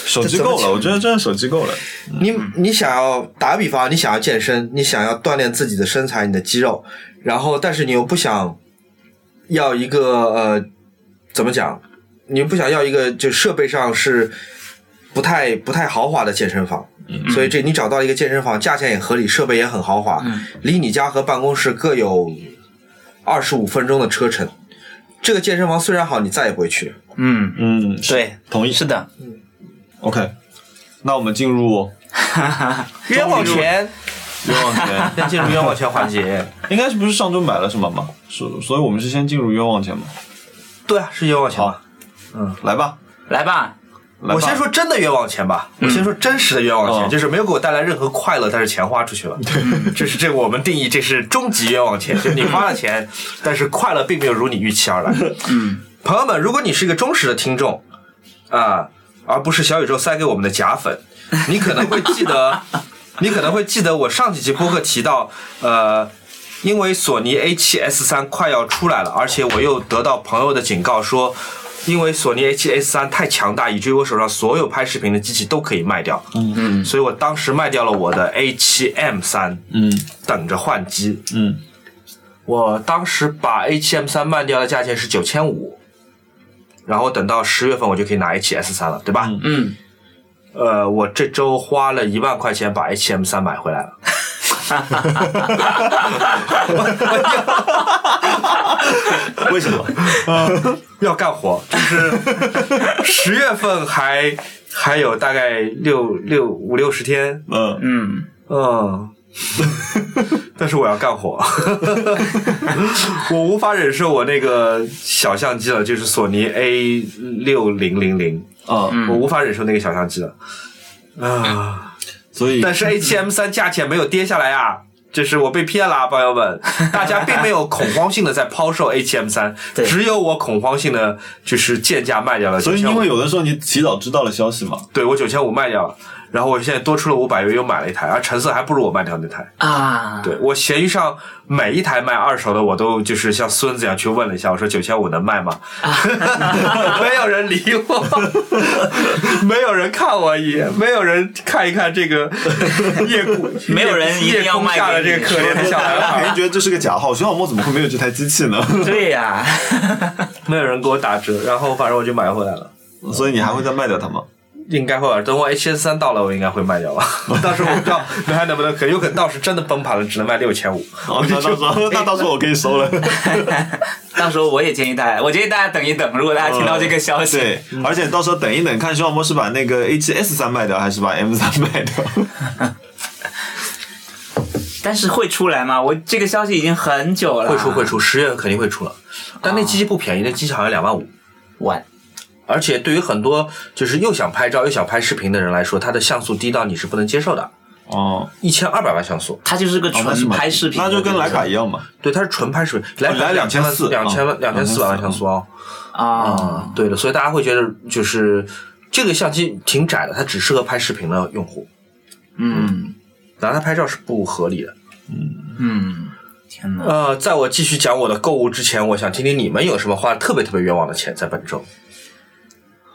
手机够了，我觉得真的手机够了。你嗯你想要打个比方，你想要健身，你想要锻炼自己的身材、你的肌肉，然后但是你又不想要一个呃，怎么讲？你又不想要一个就设备上是不太不太豪华的健身房，嗯所以这你找到一个健身房，价钱也合理，设备也很豪华，嗯离你家和办公室各有二十五分钟的车程。这个健身房虽然好，你再也不会去。嗯，嗯，是对，同意是 的， OK，那我们进入冤枉钱，冤枉 钱，先进入冤枉钱 环节。应该是不是上周买了什么嘛？是，所以我们是先进入冤枉钱嘛？对啊，是冤枉钱吧？来吧，来 吧，来吧我先说真的冤枉钱吧，我先说真实的冤枉钱，嗯就是没有给我带来任何快乐，但是钱花出去了。这是这我们定义这是终极冤枉钱，就是你花了嗯钱，但是快乐并没有如你预期而来。嗯，朋友们，如果你是一个忠实的听众啊、而不是小宇宙塞给我们的假粉，你可能会 记得，你可能会记得我上几期播客提到，呃。因为索尼 A7S 三快要出来了，而且我又得到朋友的警告说，因为索尼 A7S 三太强大，以至于我手上所有拍视频的机器都可以卖掉。嗯嗯，所以我当时卖掉了我的 A7M 三，嗯等着换机。嗯，我当时把 A7M 三卖掉的价钱是九千五，然后等到十月份我就可以拿 A7S 三了，对吧？嗯嗯，呃，我这周花了一万块钱把 H M 三买回来了。为什么？要干活，就是十月份还还有大概六六五六十天，嗯，嗯，嗯，但是我要干活，我无法忍受我那个小相机了，就是索尼 A 六零零零，啊，我无法忍受那个小相机了啊。所以但是 ATM 三价钱没有跌下来啊。这是我被骗啦，朋友们！大家并 没有恐慌性的在抛售 ATM 三，对只有我恐慌性的就是贱价卖掉了所9500。以因为有的时候你提早知道了消息嘛，对我九千五卖掉了，然后我现在多出了五百元，又买了一台，而成色还不如我卖掉那台。啊，对我闲鱼上每一台卖二手的，我都就是像孙子一样去问了一下，我说九千五能卖 吗？没有人理我， 没有人看我一眼，没有人看一看这个夜 空，没有人一定夜要空卖下的给这你个可怜的小男大家肯定 孩，觉得这是个假号，徐小莫怎么会没有这台机器呢？ 对呀， 没有人给我打折，然后反正我就买回来了。所以你还会再卖掉它吗？应该会吧，等我 H S 三到了，我应该会卖掉 吧。到时候我不知道能还能不能，可有可能到时真的崩盘了，只能卖六千五。哦，那到时候那到时候我可以收了。到时候我也建议大家，我建议大家等一等，如果大家听到这个消息，嗯 对，而且到时候等一等，看徐小莫是把那个 A 七 S 三卖掉，还是把 M 三 卖掉？但是会出来吗？我这个消息已经很久了，会出会，出，十月份肯定会出了，但那机器不便宜，那机器好像两万五。晚，而且对于很多就是又想拍照又想拍视频的人来说，它的像素低到你是不能接受的，哦，一千二百万像素，它就是个哦那是纯蛮拍视频的，那就跟徕卡一样嘛。对，它是纯拍视频，来来两2400两千万嗯两千四百万像素啊，啊，啊，对的，所以大家会觉得就是这个相机挺窄的，它只适合拍视频的用户，嗯拿它拍照是不合理的。嗯，天哪，呃，在我继续讲我的购物之前，我想听听你们有什么花特别特别冤枉的钱在本周。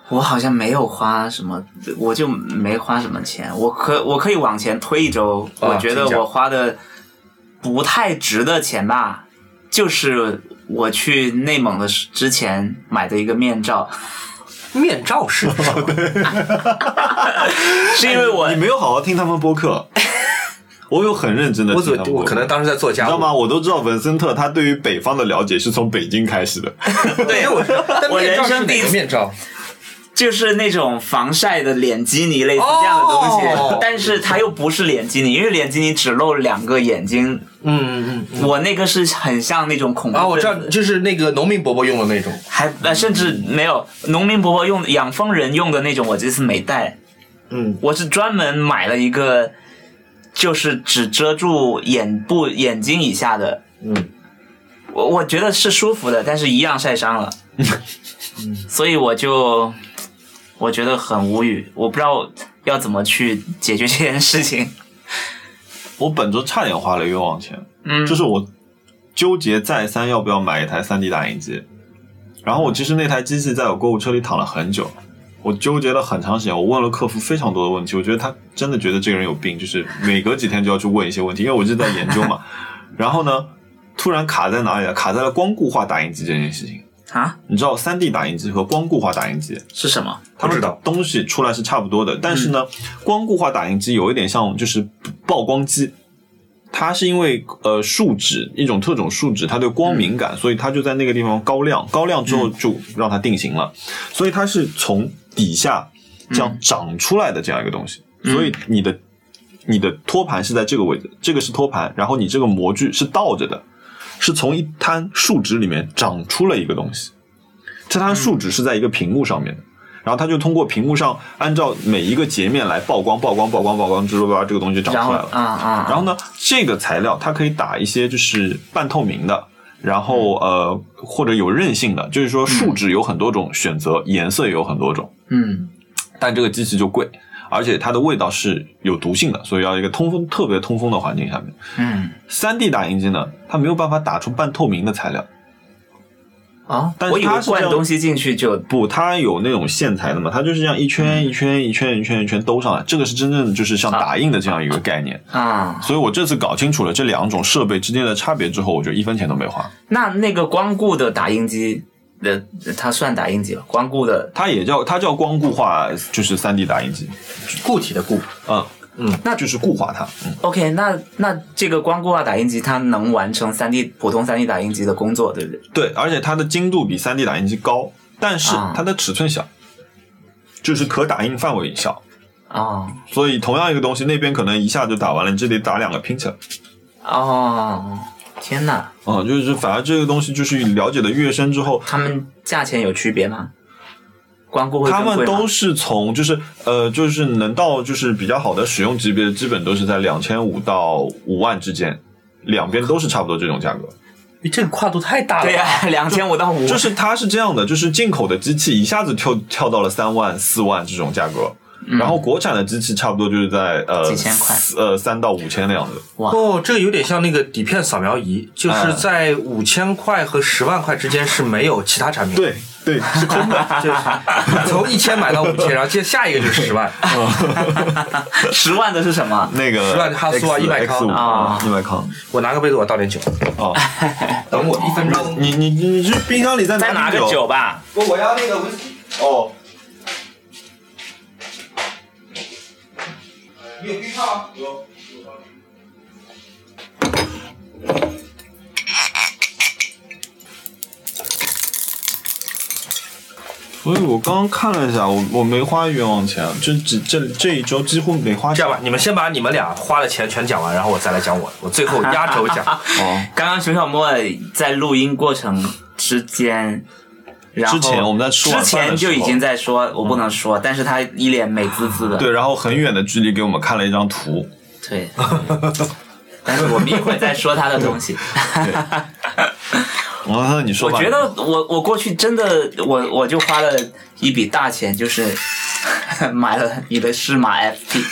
我好像没有花什么，我就没花什么钱，我可我可以往前推一周，啊我觉得请讲我花的不太值的钱吧，就是我去内蒙的时之前买的一个面罩， 面罩是什么？是因为我哎你没有好好听他们播客，我有很认真的我听他怎么们播客我可能当时在做你家知道务，吗？我都知道文森特他对于北方的了解是从北京开始的，对我但我面人罩是生第哪一个次面罩？就是那种防晒的脸基尼类似这样的东西，哦但是它又不是脸基尼，因为脸基尼只露两个眼睛，嗯嗯嗯。我那个是很像那种恐怖啊，我分知子道，就是那个农民伯伯用的那种，还呃甚至没有农民伯伯用的养蜂人用的那种，我这次没带。嗯，我是专门买了一个，就是只遮住眼部眼睛以下的。嗯，我我觉得是舒服的，但是一样晒伤了。所以我就我觉得很无语，我不知道要怎么去解决这件事情。我本周差点花了冤枉钱，嗯，就是我纠结再三要不要买一台 3D 打印机，然后我其实那台机器在我购物车里躺了很久，我纠结了很长时间，我问了客服非常多的问题，我觉得他真的觉得这个人有病，就是每隔几天就要去问一些问题，因为我一直在研究嘛。然后呢，突然卡在哪里了？卡在了光固化打印机这件事情。啊你知道 3D 打印机和光固化打印机是什么？它不知们道嗯东西出来是差不多的，但是呢，光固化打印机有一点像就是曝光机，它是因为呃树脂一种特种树脂，它对光敏嗯感，所以它就在那个地方高亮，高亮之后就让它定型了，所以它是从底下这嗯样长出来的这样一个东西，所以你的你的托盘是在这个位置，这个是托盘，然后你这个模具是倒着的，是从一滩树脂里面长出了一个东西，这滩树脂是在一个屏幕上面的。然后它就通过屏幕上按照每一个截面来曝光、曝光、曝光、曝光，之后把这个东西长然出后来了。啊啊，然后呢，这个材料它可以打一些就是半透明的，然后呃或者有韧性的，就是说树脂有很多种选择，颜色也有很多种，嗯但这个机器就贵，而且它的味道是有毒性的，所以要一个通风特别通风的环境下面。嗯3 D 打印机呢，它没有办法打出半透明的材料，啊，哦但是我以它为是这样灌东西进去就不，它有那种线材的嘛，它就是这样一圈一圈一圈一圈一圈兜上来，这个是真正的就是像打印的这样一个概念。啊，所以我这次搞清楚了这两种设备之间的差别之后，我就一分钱都没花。那那个光顾的打印机。呃，它算打印机吧，光顾的它也叫它叫光固化，就是3 D 打印机，固体的固，嗯嗯，那就是固化它。嗯， OK，那那这个光固化打印机它能完成三 D 普通三 D 打印机的工作，对不对？对，而且它的精度比3 D 打印机高，但是啊它的尺寸小，就是可打印范围小。哦所以同样一个东西，那边可能一下就打完了，你这里打两个拼起来。哦，天哪，嗯，就是反而这个东西就是了解的越深之后，他们价钱有区别吗？光固会他更们贵吗都是从就是呃就是能到就是比较好的使用级别，基本都是在两千五到五万之间，两边都是差不多这种价格。这个跨度太大了。 对呀、两千五到五，就是它是这样的，就是进口的机器一下子跳跳到了三万、四万这种价格，然后国产的机器差不多就是在呃几千块四呃三到五千的样子。哇哦，这个有点像那个底片扫描仪，就是嗯在五千块和十万块之间是没有其他产品的。对对，是空的。就是从一千买到五千，然后接下一个就是十 万，十万的是什么？ 那个十万哈苏啊 X- 一百康 X5 啊一百康我拿个杯子，我倒点酒，哦，等我一分钟。你你你你去冰箱里再再拿拿个酒吧，不，我要那个 whisky。哦。你有啊冰泡吗？有。所以我刚刚看了一下，我我没花冤枉钱，就只这这一周几乎没花这钱样。吧，你们先把你们俩花的钱全讲完，然后我再来讲我的，我最后压轴讲。 哦，刚刚熊小莫在录音过程之间。然后之前我们在吃之晚饭的时候前就已经在说，我不能说，但是他一脸美滋滋的，对，然后很远的距离给我们看了一张图，对，但是我们一会儿再说他的东西。然后他说你 说我吧，觉 得我我过去真的我我就花了一笔大钱，就是 买了你的适马 FT，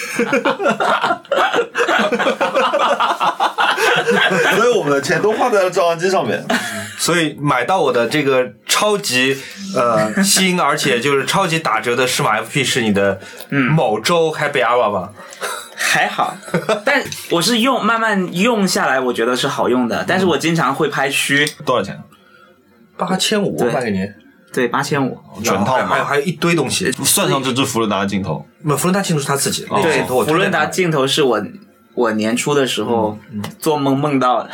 所以我们的钱都花在了照相机上面。所以买到我的这个超级呃新，而且就是超级打折的适 马 FP 是你的某周 Happy Hour 吧？ 还好，但我是用慢慢用下来，我觉得是好用的。但是我经常会拍虚，多少钱？八千五啊啊对卖给您，对，八千五。全套然后还有嘛。还有一堆东西。算上这只福伦达的镜头，那弗伦达镜头是他自己的，那个对，镜头我哦福推伦荐达他。镜头是我我年初的时候嗯做梦梦到 的，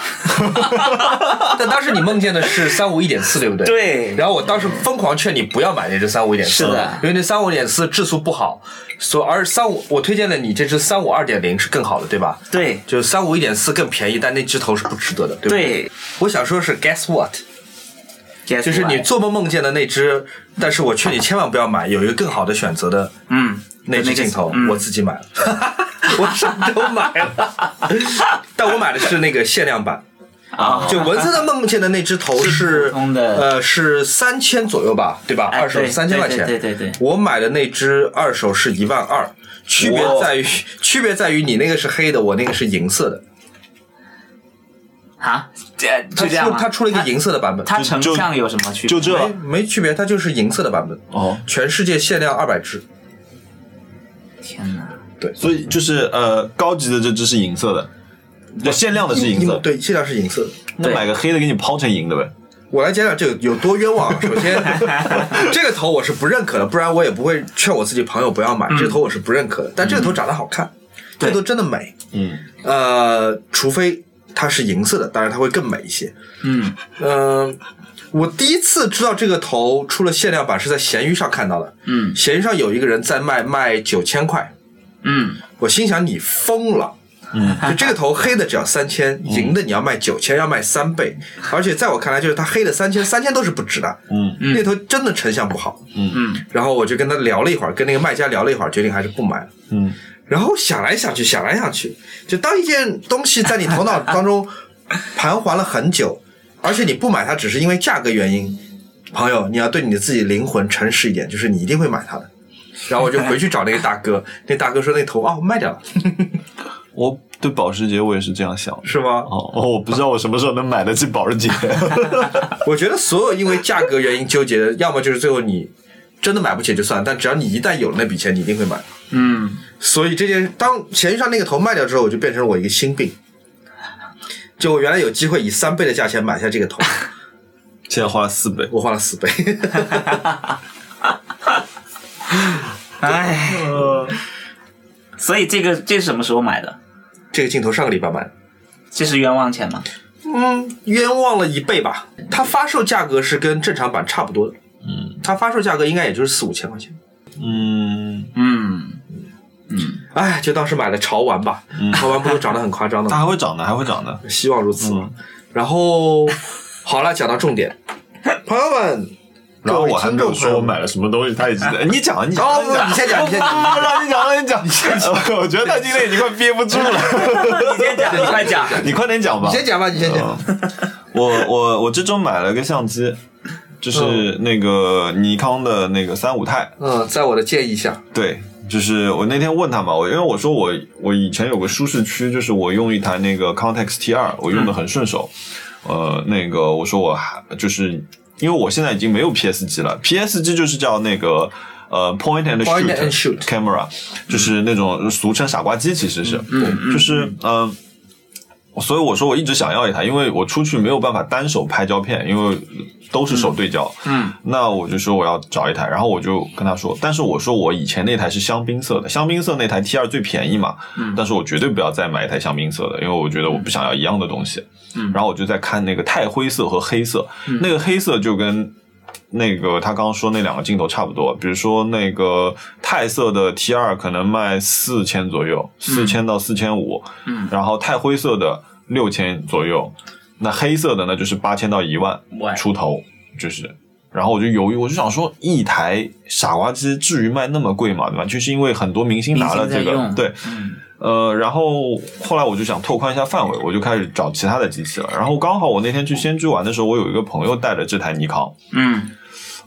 但当时你梦见的是三五一点四，对不对？对然后我当时疯狂劝你不要买那只三五一点四，是的因为那三五点四质素不好，所而三五我推荐了你这只三五二点零是更好的，对吧？对就是三五一点四更便宜，但那只头是不值得的，对不对？对，我想说的是，guess what？就就是你做梦梦见的那只，但是我劝你千万不要买，有一个更好的选择的嗯那只镜头，嗯我自己买了， 我上周买了， 但我买的是那个限量版。啊，就文森特梦见的那只头是是普通的呃是三千左右吧，对吧？哎二手对三千块钱，对对对对对我买的那只二手是一万二，区别在于区别在于你那个是黑的，我那个是银色的。啊，这它就这样出吗？它出了一个银色的版本，它，它成就像有什么区别？哎就这没没区别，它就是银色的版本。哦，全世界限量二百只，天哪！所以就是呃，高级的这只是银色的，就限量的是银色， 对，限量是银色的。那对买个黑的给你抛成银的呗。我来讲讲这个有多冤枉啊。首先，这个头我是不认可的，不然我也不会劝我自己朋友不要买。这个头我是不认可的，但这个头长得好看，这个头真的美。嗯，呃，除非它是银色的，当然它会更美一些。嗯，嗯，我第一次知道这个头出了限量版是在闲鱼上看到的。嗯闲鱼上有一个人在卖，卖九千块。嗯，我心想你疯了。嗯，就这个头黑的只要三千，银的你要卖九千，要卖三倍，而且在我看来，就是它黑的三千，三千都是不值的。嗯，那头真的成像不好。嗯嗯，然后我就跟他聊了一会儿，跟那个卖家聊了一会儿，决定还是不买了。嗯，然后想来想去，想来想去，就当一件东西在你头脑当中盘桓了很久，而且你不买它只是因为价格原因，朋友，你要对你自己灵魂诚实一点，就是你一定会买它的。然后我就回去找那个大哥， 那大哥说那头哦卖掉了，我对保时捷我也是这样想的。是吗？哦哦，我不知道我什么时候能买得起保 时捷。我觉得所有因为价格原因纠结的，要么就是最后你真的买不起就算了，但只要你一旦有了那笔钱，你一定会买。嗯，所以这件当闲鱼上那个头卖掉之后，我就变成了我一个心病。就我原来有机会以三倍的价钱买下这 个头，现在花了四倍，我花了四倍。 哎，所以这个这是什么时候买的？这个镜头上个礼拜买的，这是冤枉钱吗？嗯，冤枉了一倍吧。它发售价格是跟正常版差不多的，嗯，它发售价格应该也就是四五千块钱。嗯，嗯，哎，就当是买了潮玩吧，潮玩不都涨得很夸张的它 吗？还会涨的，还会涨的。希望如此。然后，好了，讲到重 点，朋友们，然后我还没有说我买。买了什么东西，他已经啊在。你讲啊，你讲啊，哦，不，你先讲，你先讲。 不让你讲了，你讲，你先讲。 我觉得他今天已经快憋不住 了，你先讲，你快讲。 你快点讲吧你。先讲吧，你先讲。呃我我我这周买了个相机，就是那个尼康的那个三五钛，嗯，在我的建议下，对，就是我那天问他嘛，我因为我说我我以前有个舒适区，就是我用一台那个 Contax T 二，我用的很顺手。呃，那个我说我还就是因为我现在已经没有 PS 机了，PS 机就是叫那个呃 Point and Point and Shoot shoot camera，就是那种俗称傻瓜机，其实是，就是嗯。呃所以我说我一直想要一台，因为我出去没有办法单手拍胶片，因为都是手对焦。嗯，那我就说我要找一台，然后我就跟他说，但是我说我以前那台是香槟色的，香槟色那台 T 二最便宜嘛，嗯但是我绝对不要再买一台香槟色的，因为我觉得我不想要一样的东西。嗯然后我就在看那个钛灰色和黑色，那个黑色就跟那个他刚刚说那两个镜头差不多，比如说那个钛色的 T 二可能卖四千左右，四千到四千五，嗯然后钛灰色的六千左右，那黑色的呢就是八千到一万喂出头，就是。然后我就犹豫，我就想说，一台傻瓜机至于卖那么贵吗？对吧？就是因为很多明星拿了这明星在个，用对，嗯呃，然后后来我就想拓宽一下范围，我就开始找其他的机器了。然后刚好我那天去仙居玩的时候，我有一个朋友带着这台尼康，嗯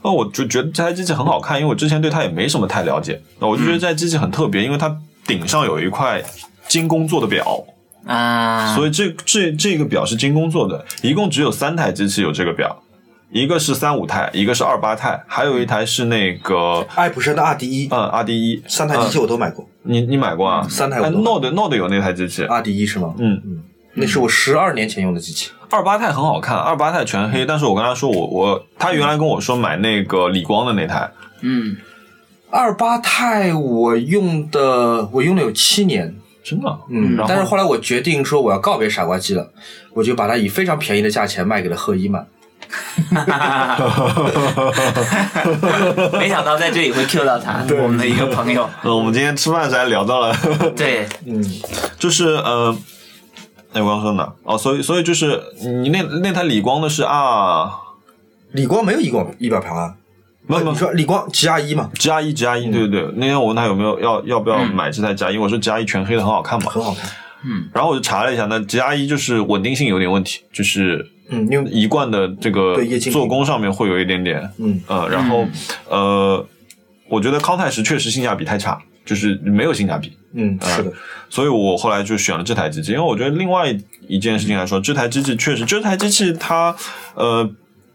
那我就觉得这台机器很好看，因为我之前对它也没什么太了解。那我就觉得这台机器很特别，因为它顶上有一块精工做的表，啊，所以这这这个表是精工做的，一共只有三台机器有这个表，一个是三五钛，一个是二八钛，还有一台是那个爱普生的 R D 一，嗯 R D 一。三台机器我都买过你你买过啊？三台我哎都买啊，Node Node 有那台机器， ，R D 一是吗？嗯，那是我十二年前用的机器，二八钛很好看，二八钛全黑，但是我跟他说我我他原来跟我说买那个理光的那台， 嗯， 二八钛我用的我用了有七年，真的， 嗯，然后但是后来我决定说我要告别傻瓜机了，我就把它以非常便宜的价钱卖给了贺一曼。没想到在这里会 Q 到他，我们的一个朋友。呃，我们今天吃饭时还聊到了， 对，嗯就是呃，哎，我刚说哪儿？哦，所以所以就是你那那台理光的是啊，理光没有仪光仪表盘啊，没有没你有说理光 G R 一嘛，加一加一，对对对。那天我问他有没有要要不要买这台加一，我说加一全黑的很好看嘛。很好看。然后我就查了一下，那加一就是稳定性有点问题，就是嗯，因为一贯的这个对液晶屏做工上面会有一点点，嗯呃，然后呃，我觉得康泰时确实性价比太差，就是没有性价比。嗯是的，所以我后来就选了这台机器，因为我觉得另外一件事情来说，这台机器确实，这台机器它呃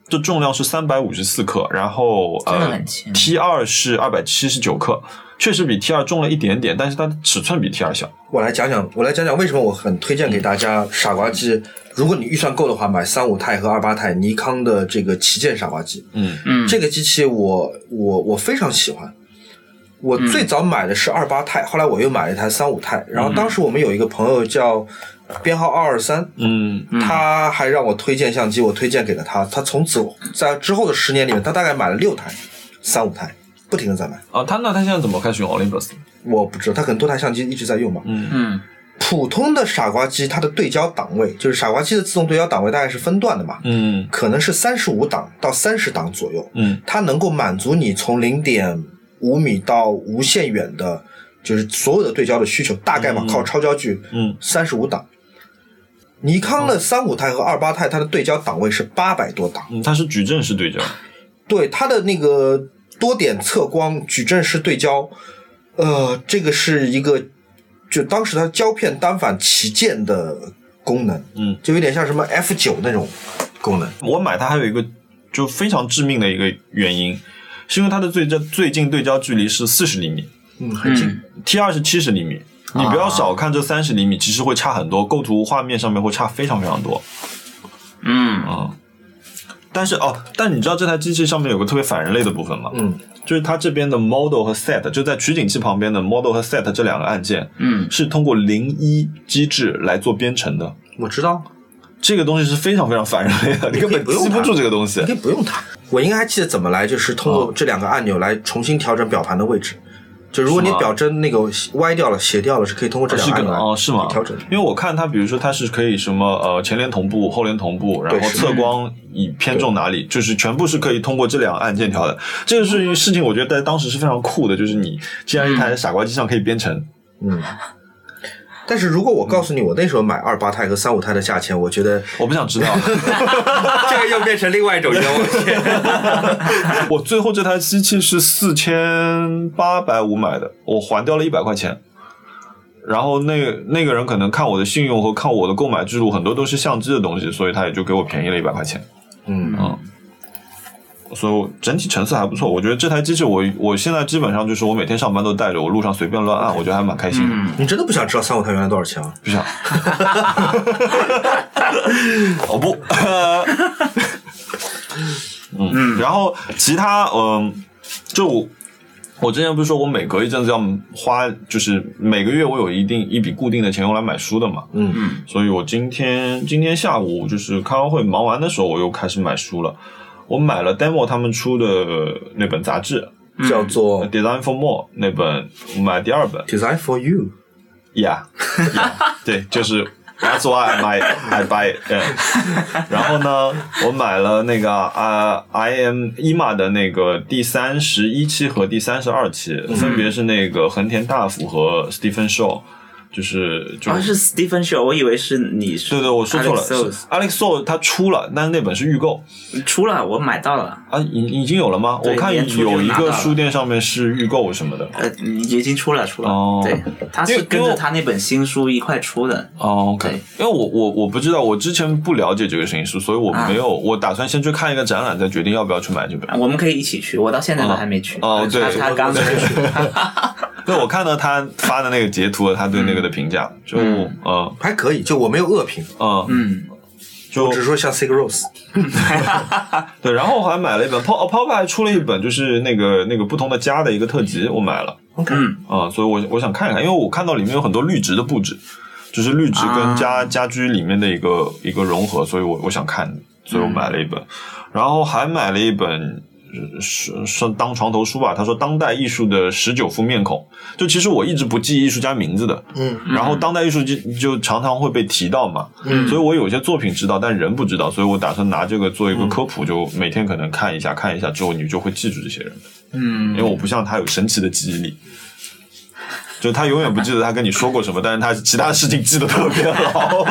的重量是三百五十四克，然后真的呃很轻 T 二是二百七十九克，确实比 T 二重了一点点，但是它的尺寸比 T 二小。我来讲讲，我来讲讲为什么我很推荐给大家傻瓜机。如果你预算够的话，买三五钛和二八钛尼康的这个旗舰傻瓜机。嗯嗯，这个机器我我我非常喜欢。我嗯最早买的是二八钛，后来我又买了一台三五钛。然后嗯当时我们有一个朋友叫编号二二三，嗯他还让我推荐相机，我推荐给了他。他从此在之后的十年里面，他大概买了六台三五钛，不停的在买。啊，它那它现在怎么开始用 Olympus？我不知道，他可能多台相机一直在用吧。嗯普通的傻瓜机，它的对焦档位就是傻瓜机的自动对焦档位大概是分段的嘛，嗯可能是三十五档到三十档左右。嗯它能够满足你从零点五米到无限远的，就是所有的对焦的需求，大概嘛，靠超焦距，嗯，哦三十五档。尼康的三五钛和二八钛，它的对焦档位是八百多档，嗯，它是矩阵式对焦。对它的那个多点测光矩阵式对焦，呃，这个是一个就当时它胶片单反旗舰的功能，嗯，就有点像什么 F 九那种功能，我买它还有一个就非常致命的一个原因，是因为它的最焦最近对焦距离是四十厘米。嗯，很近，嗯 T 二是七十厘米，你不要小看这三十厘米，其实会差很多，构图画面上面会差非常非常多。嗯嗯，但是哦，但你知道这台机器上面有个特别反人类的部分吗？嗯，就是它这边的 model 和 set 就在取景器旁边的 model 和 set 这两个按键嗯，是通过零一机制来做编程的。我知道，这个东西是非常非常反人类的，你根本不用记不啊看住这个东西你可。以不用它。我应该还记得怎么来，就是通过这两个按钮来重新调整表盘的位置。就如果你是吗表针那个歪掉了、斜掉了，是可以通过这两是个按个钮来哦，是吗？调整的。因为我看它，比如说它是可以什么呃前联同步、后联同步，然后对是测光以偏重哪里，就是全部是可以通过这两个按键调的。这个是事情，我觉得在当时是非常酷的，就是你既然一台傻瓜机上可以编程，嗯。但是如果我告诉你我那时候买二八钛和三五钛的价钱，我觉得 我不想知道。这个又变成另外一种冤枉 钱。我最后这台机器是四千八百五买的，我还掉了一百块钱。然后那个那个人可能看我的信用和看我的购买记录，很多都是相机的东西，所以他也就给我便宜了一百块钱。嗯嗯，所以我整体成色还不错。我觉得这台机器我，我现在基本上就是我每天上班都带着，我路上随便乱按，我觉得还蛮开心的。你真的不想知道三五钛原来多少钱啊吗？不想，哦不，嗯，然后其他嗯，就我我之前不是说我每隔一阵子要花，就是每个月我有一定一笔固定的钱用来买书的嘛，嗯嗯，所以我今天今天下午就是开完会忙完的时候，我又开始买书了。我买了 Demo 他们出的那本杂志叫《做 Design for More》那本，我买第二本 Design for You。 ，Yeah，, yeah 对，就是 That's why I buy I buy it、然后呢，我买了那个啊、I am IMA 的那个第三十一期和第三十二期，嗯分别是那个横田大辅和 Stephen Shaw，就是就哦，是 Stephen Shaw，我以为是你是。对对，我说错了 Alex Sales 是，Alex s o 他出了，但是那本是预购出了，我买到了，啊，已已经有了吗？对我看年初就有一拿到个了书店上面是预购什么的。呃，已经出了，出了。哦对，他因是为跟因着为他那本新书一块出的。哦、o k 对因为我我我不知道，我之前不了解这个摄影师，所以我没有，我打算先去看一个展览，再决定要不要去买这本啊。我们可以一起去，我到现在都还没去。哦对他他刚出去。 对，我看到他发的那个截图，他对那个的评价，就嗯嗯嗯还可以，就我没有恶评，嗯嗯，就只说像 Sig Rose，对，然后我还买了一本 Pop Pop 还出了一本，就是那个那个不同的家的一个特辑，我买了。 OK 啊、所以我我想看一看，因为我看到里面有很多绿植的布置，就是绿植跟家、家居里面的一个一个融合，所以我我想看，所以我买了一本，然后还买了一本。呃是是当床头书吧，他说当代艺术的十九副面孔，就其实我一直不记艺术家名字的，嗯，然后当代艺术就就常常会被提到嘛，嗯所以我有些作品知道，但人不知道，所以我打算拿这个做嗯一个科普，就每天可能看一下，看一下之后你就会记住这些人，因嗯，为我不像他有神奇的记忆力，就他永远不记得他跟你说过什么，但是他其他事情记得特别牢。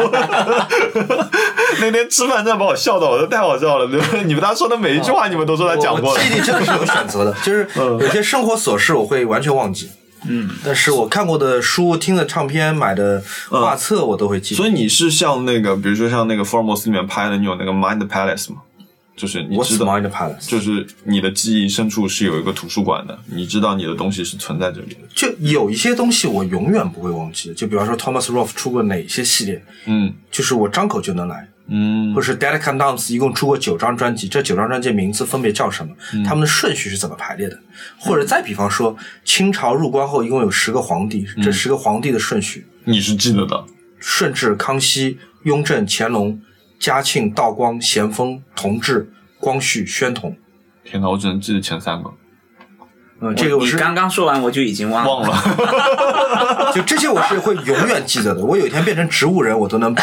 那天吃饭真的把我笑到，我说太好笑了！ 你们他说的每一句话，你们都说他讲我过了嗯记。忆力真的是有选择的， 就是有些生活琐事我会完全忘记，嗯，但是我看过的书、听的唱片、买的画册我都会记。嗯所以你是像那个，比如说像那个《福尔摩斯》里面拍的，你有那个 Mind Palace 吗？就是你我知死道忙，着拍了，就是你的记忆深处是有一个图书馆的，你知道你的东西是存在这里的。就有一些东西我永远不会忘记的，就比方说 Thomas Rolfe 出过哪些系列，嗯就是我张口就能来，嗯或者是 d e l i c a n d a n c e 一共出过九张专辑，这九张专辑名字分别叫什么？嗯他们的顺序是怎么排列的？或者再比方说，清朝入关后一共有十个皇帝，这嗯十个皇帝的顺序，你是记得的。顺治、康熙、雍正、乾隆、嘉庆、道光、咸丰、同治、光绪、宣统。天哪，我只能记得前三个，嗯，这个我你是刚刚说完我就已经忘了，忘了。就这些我是会永远记得的。我有一天变成植物人，我都 能把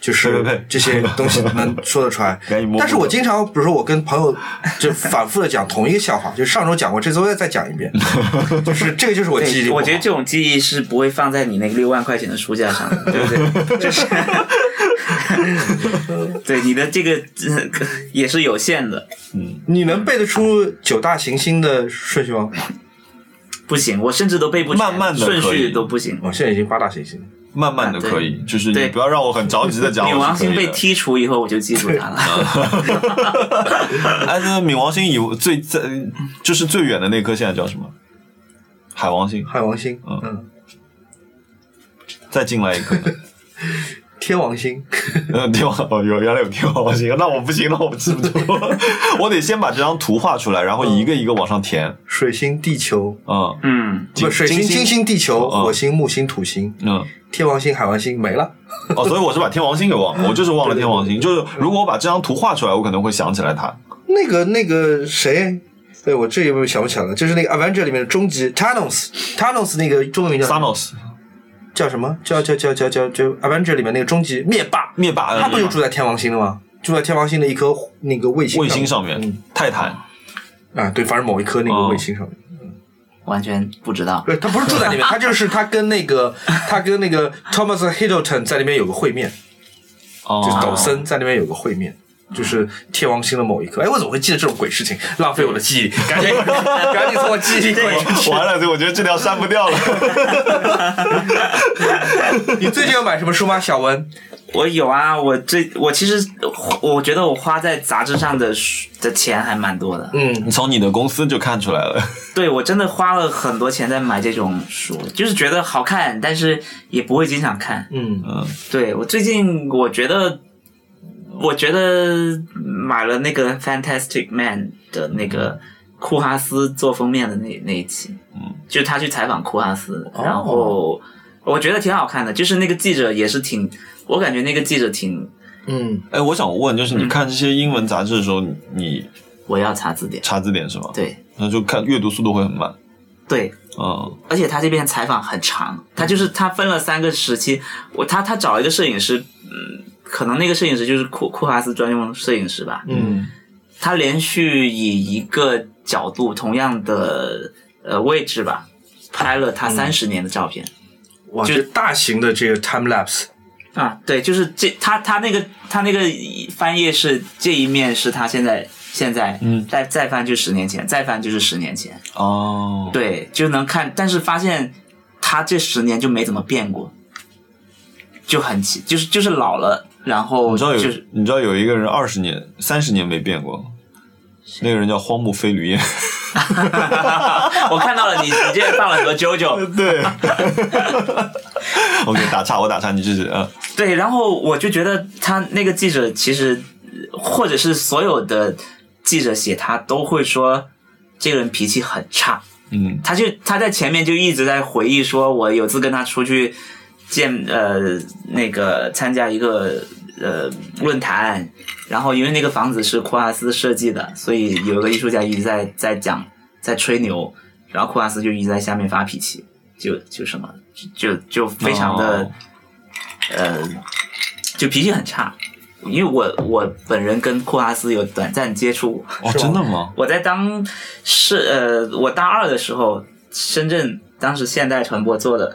就是呸呸呸这些东西能说得出来赶紧摸。摸但是我经常，比如说我跟朋友就反复的讲同一个笑话，就上周讲过，这周再再讲一 遍，就是这个就是我记忆力对，不好。我觉得这种记忆是不会放在你那个六万块钱的书架上的，对不 对？就是， 对你的这个呃也是有限的，你能背得出九大行星的顺序吗？不行，我甚至都背不全，慢慢地可以哦顺序都不行。我哦现在已经八大行星了。 慢慢的啊对可以，就是你对不要让我很着急的讲。冥我王是可以星被的。剔除以后，我就记住它了。 哎，那冥王星以最在就是最远的那颗现在叫什么？海王星，海王星，嗯嗯，再进来一颗呢。天王星， 嗯，天王哦，有原来有天王星，那我不行，那我记不住， 我得先把这张图画出来，然后一个一个往上填。水星、地球，嗯， 嗯，金不，水星、金星金星、地球、嗯火星、木星、土星、嗯，天王星、海王星没了。哦，所以我是把天王星给忘嗯了，我就是忘了天王星。就是如果我把这张图画出来，我可能会想起来它。那个那个谁，对我这有没有想不起来了？就是那个《Avenger》里面的终极 Thanos，Thanos 那个中文名叫 Thanos 叫什么？叫叫叫叫叫叫《Avenger》里面那个终极灭霸，灭霸，嗯他不就住在天王星的吗？住在天王星的一颗那个卫星卫星上上面嗯，泰坦啊，对，反正某一颗那个哦卫星上面。完全不知道 不。是，他不是住在里面，他就是他跟那个他跟那个 Thomas Hiddleston 在里面有个会面，哦就是抖森在那边有个会面，就是天王星的某一刻。哎，我怎么会记得这种鬼事情？浪费我的记忆力，赶 紧赶紧从我记忆力滚出去。 完了，这我觉得这条删不掉了。 你最近有买什么书吗，小文？我有啊，我这我其实我觉得我花在杂志上的书的钱还蛮多的。嗯，你从你的公司就看出来了，对我真的花了很多钱在买这种书，就是觉得好看，但是也不会经常看。嗯，对我最近我觉得，我觉得买了那个《Fantastic Man》的那个库哈斯做封面的那那一期，嗯，就是他去采访库哈斯，然后我觉得挺好看的，就是那个记者也是挺，我感觉那个记者挺，嗯，哎，我想问，就是你看这些英文杂志的时候，你你我要查字典，查字典是吗？，对那就看阅读速度会很慢。对，嗯而且他这边采访很长，他就是他分了三个时期，我他他找了一个摄影师，嗯，可能那个摄影师就是库库哈斯专用摄影师吧，嗯他连续以一个角度、同样的呃位置吧，拍了他三十年的照片、哇，这大型的这个 time lapse，啊，对，就是这他他那个他那个翻页是这一面是他现在现在，嗯再再翻就十年前，再翻就是十年前，哦，对，就能看，但是发现他这十年就没怎么变过，就很奇，就是就是老了，然后你知道有、就是 你知道有一个人二十年、三十年没变过，那个人叫荒木飞吕彦。 我看到了你，你这放了很多 JoJo，对， OK，打岔，我打岔，你继续。嗯，对，然后我就觉得他那个记者其实，呃或者是所有的记者写他都会说，这个人脾气很差。嗯，他就他在前面就一直在回忆说，我有次跟他出去见呃那个参加一个呃论坛，然后因为那个房子是库阿斯设计的，所以有一个艺术家一直在在讲在吹牛，然后库阿斯就一直在下面发脾气，就就什么就就非常的、哦呃就脾气很差。因为我我本人跟库阿斯有短暂接触，哦，真的吗？我在当是呃，我大二的时候，深圳当时现代传播做 的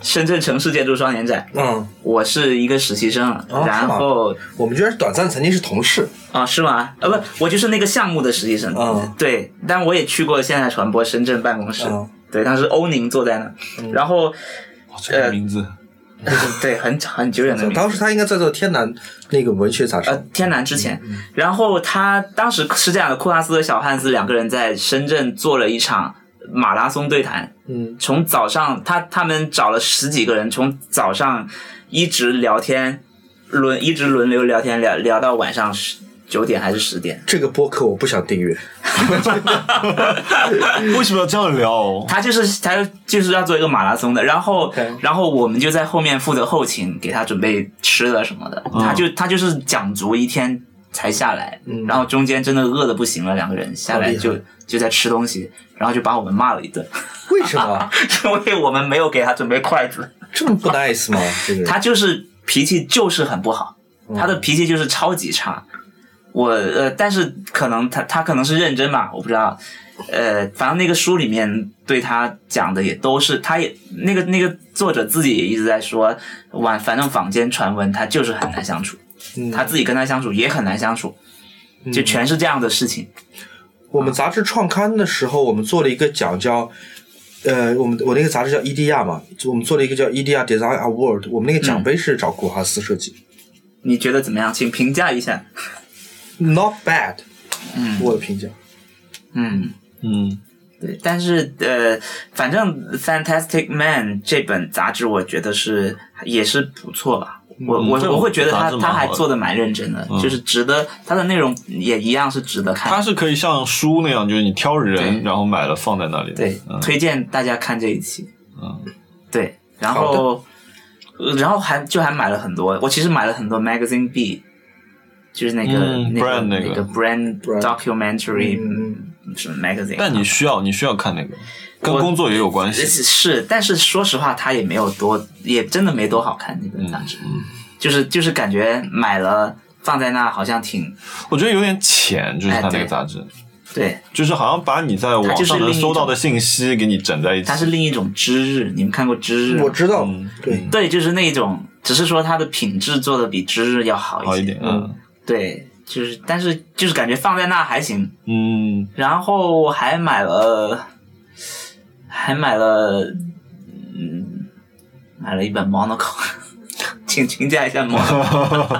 深圳城市建筑双年展，嗯，我是一个实习生，哦然是吗后我们居然短暂曾经是同事，啊是吗？啊不，我就是那个项目的实习生，嗯对，但我也去过现代传播深圳办公室，嗯对，当时欧宁坐在那，然后 哦这呃个名字，对很很久远的名字当时他应该在做天南那个文学杂志呃，天南之前，然后他当时是这样的，库拉斯和小汉斯两个人在深圳做了一场马拉松对谈，嗯，从早上他他们找了十几个人，从早上一直聊天，轮一直轮流聊天聊聊到晚上十九点还是十 点，这个播客我不想订阅。为什么要这样聊？哦？他就是他就是要做一个马拉松的，然后 OK 然后我们就在后面负责后勤，给他准备吃的什么的，嗯他就他就是讲足一天才下来，然后中间真的饿的不行了，两个人下嗯好来厉害就就在吃东西，然后就把我们骂了一顿， 为什 么因为我们没有给他准备筷子，这么不 nice 吗？这个人他就是脾气就是很不好，他的脾气就是超级差。我呃，但是可能他他可能是认真吧，我不知道。呃，反正那个书里面对他讲的也都是，他也那个那个作者自己也一直在说，晚反正坊间传闻他就是很难相处，他自己跟他相处也很难相处，就全是这样的事情。我们杂志创刊的时候，我们做了一个奖叫，呃，我们我那个杂志叫伊迪亚嘛，就我们做了一个叫伊迪亚 Design Award，我们那个奖杯是找古哈斯设计、你觉得怎么样？请评价一下。 n o t bad，嗯，我的评价，嗯，嗯，对，但是呃，反正《Fantastic Man》这本杂志，我觉得是也是不错吧。我我嗯这是个我会觉得杂他志蛮他好还的嗯做的蛮认真的，就是值得他的内容也一样是值得看它的。是可以像书那样，就是你挑人，啊对然后买了放在那里。对，嗯推荐大家看这一期。嗯，对，然后呃然后还就还买了很多，我其实买了很多 Magazine B，就是那个、嗯那个 brand 那个个 brand brand documentary 嗯什么 magazine，啊但你需要，你需要看那个，跟我工作也有关系。是，但是说实话，它也没有多，也真的没多好看那本杂嗯志，就是就是感觉买了放在那好像挺我觉得有点浅，就是它哎那个对杂志，对，就是好像把你在它网就是上能另一搜到种的信息给你整在一起它。是另一种知日，你们看过知日吗？嗯我知道，对，对，就是那种，只是说它的品质做的比知日要好好些，一点，嗯对，就是但是就是感觉放在那还行， 嗯，然后还买了，还买了，嗯，买了一本 Monaco，请评价一下 Monaco，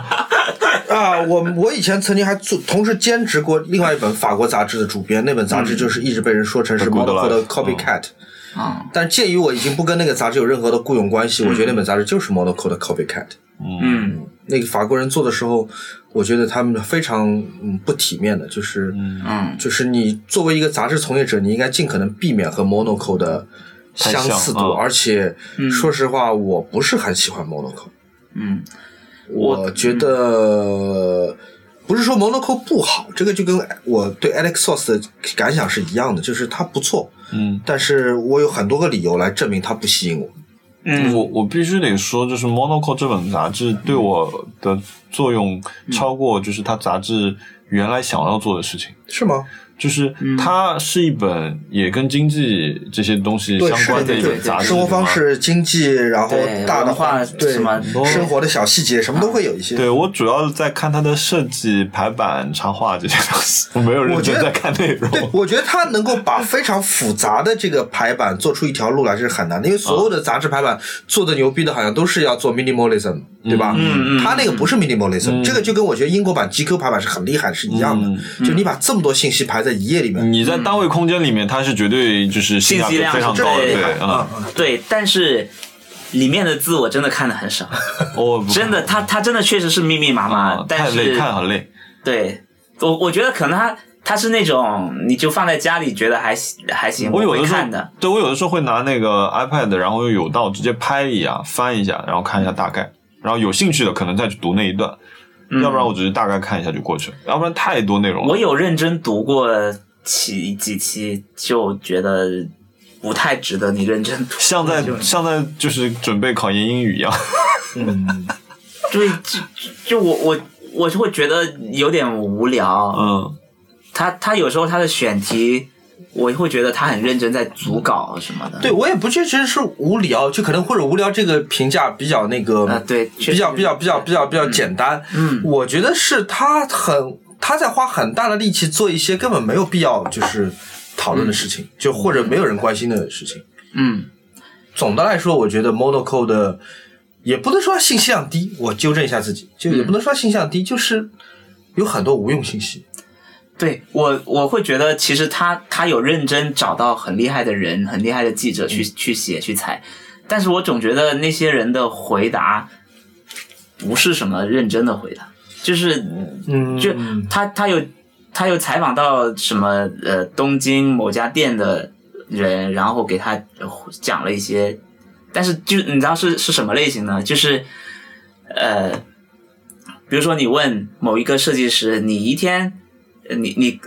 啊，我我以前曾经还做，同时兼职过另外一本法国杂志的主编，那本杂志就是一直嗯被人说成是 The Good Life，猫头的 copycat。嗯但鉴于我已经不跟那个杂志有任何的雇佣关系，我觉得那本杂志就是 Monaco 的 copycat。嗯。那个法国人做的时候，我觉得他们非常嗯不体面的，就是嗯就是你作为一个杂志从业者，你应该尽可能避免和 Monaco 的相似太度，像嗯而且说实话，我不是很喜欢 Monaco。嗯，我觉得不是说 Monaco 不好，这个就跟我对 Alex Sauce 的感想是一样的，就是它不错，嗯，但是我有很多个理由来证明它不吸引我。嗯我我必须得说，就是《Monaco》这本杂志对嗯我的作用超过就是它杂志原来想要做的事情，是吗？就是嗯它是一本也跟经济这些东西相对，是关的，的一对本对杂志，生活方对吧式、经济，然后对大的文化对什么生活的小细节，什么都会有一些。对我主要在看它的设计、排版、插画这些东西，我没有认我觉真得在看内容。对，我觉得他能够把非常复杂的这个排版做出一条路来是很难的，因为所有的杂志排版做的牛逼的，好像都是要做 minimalism，对吧？嗯他那个不是嗯 minimalism，这个就跟我觉得英国版 GQ 排版是很厉害是一样的，就你把这么多信息排在一页里面，你在单位空间里面，它是绝对就是性价信息比量非常是高的，最对大，嗯，对，但是里面的字我真的看的很 少，我不嗯真的，他他真的确实是密密麻麻，啊但太是累，看好累。对我我觉得可能他他是那种你就放在家里觉得还行还行，我有会的时候看的，，对我有的时候会拿那个 iPad，然后用有道直接拍一下，翻一下，然后看一下大概，然后有兴趣的可能再去读那一段，要不然我只是大概看一下就过去了，要不然太多内容嗯我了。有认真读过几几期，就觉得不太值得你认真读，像在像在就是准备考研英语一样，嗯 对，就就我我我就会觉得有点无聊，嗯，他他有时候他的选题。我会觉得他很认真在组稿什么的，对我也不确实是无聊，就可能或者无聊这个评价比较那个，啊对确实比较比较比较比较比较简单。嗯，我觉得是他很他在花很大的力气做一些根本没有必要就是讨论的事情，就或者没有人关心的事情。嗯，总的来说，我觉得 Monaco 的也不能说信息量低，我纠正一下自己，就也不能说信息量嗯低，就是有很多无用信息。对我，我会觉得其实他他有认真找到很厉害的人、很厉害的记者去、去写去采，但是我总觉得那些人的回答不是什么认真的回答，就是嗯就他他有他有采访到什么呃东京某家店的人，然后给他呃讲了一些，但是就你知道是是什么类型呢？就是呃，比如说你问某一个设计师，你一天呃你你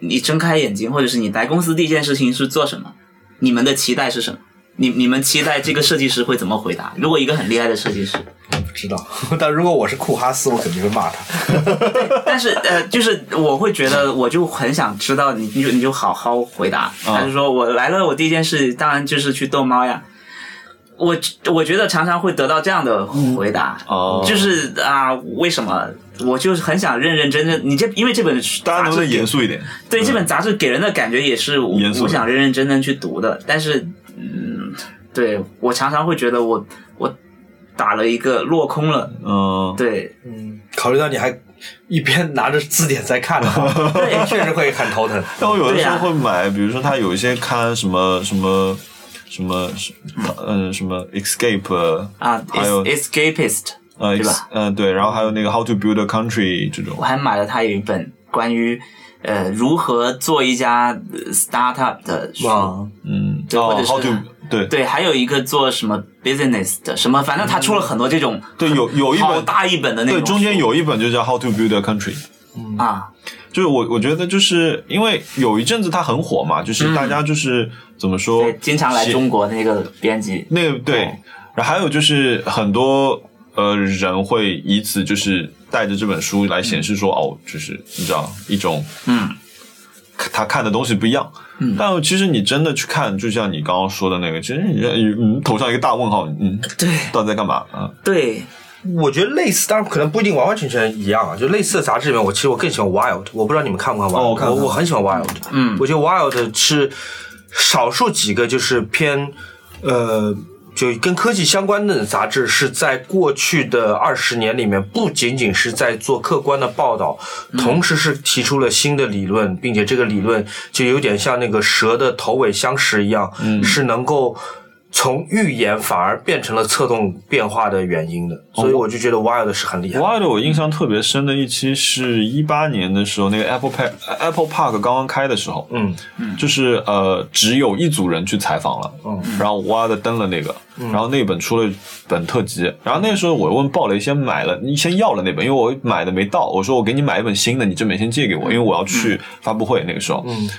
你睁开眼睛，或者是你来公司第一件事情是做什么？你们的期待是什么？你你们期待这个设计师会怎么回答？如果一个很厉害的设计师，不知道， 但如果我是库哈斯，我肯定会骂他。但是呃，就是我会觉得，我就很想知道你，你就你就好好回答。他就说我来了，我第一件事当然就是去逗猫呀。我我觉得常常会得到这样的回答，哦就是啊，为什么？我就是很想认认真真，你这因为这本书大家杂能志不能给严肃一点？对这本杂志给人的感觉也是我严肃的我想认认真真去读的，但是嗯，对我常常会觉得我我打了一个落空了，嗯，对，考虑到你还一边拿着字典在看的话， 对确实会很头疼。 但我有的对时呀候会买，比如说他有一些刊什么什么什么，嗯，什么 Escape 啊还有，escapist。呃，对吧 ex- 嗯，对，然后还有那个 How to Build a Country 这种我，还买了他有一本关于呃如何做一家呃 startup 的书，哇，嗯，对或哦者是，How to 对对，还有一个做什么 business 的什么，反正他出了很多这种嗯对，有有一好本大一本的那种对，书，中间有一本就叫 How to Build a Country，啊，就是我我觉得就是因为有一阵子它很火嘛，就是大家就是、怎么说嗯对，，经常来写中哦国那个编辑，那个对，然后还有就是很多呃人会以此就是带着这本书来显示说、哦，就是你知道一种嗯他看的东西不一样。嗯，但其实你真的去看，就像你刚刚说的那个，其实你嗯头上一个大问号，嗯，对到底在干嘛啊？对，我觉得类似，但可能不一定完完全全一样啊。就类似的杂志里面，我其实我更喜欢 Wild，我不知道你们看不看 Wild，、哦我看我很喜欢 Wild，嗯我觉得 Wild 是少数几个就是偏呃。就跟科技相关的杂志是在过去的二十年里面，不仅仅是在做客观的报道，同时是提出了新的理论，并且这个理论就有点像那个蛇的头尾相识一样，是能够从预言反而变成了策动变化的原因的。所以我就觉得 Wild 是很厉害。国外的我印象特别深的一期是一八年的时候，那个 Apple Park Apple Park 刚刚开的时候，嗯，就是呃只有一组人去采访了，嗯，然后哇的登了那个，然后那本出了本特辑，然后那时候我问鲍雷先买了，你先要了那本，因为我买的没到，我说我给你买一本新的，你这本先借给我，因为我要去发布会那个时候，嗯。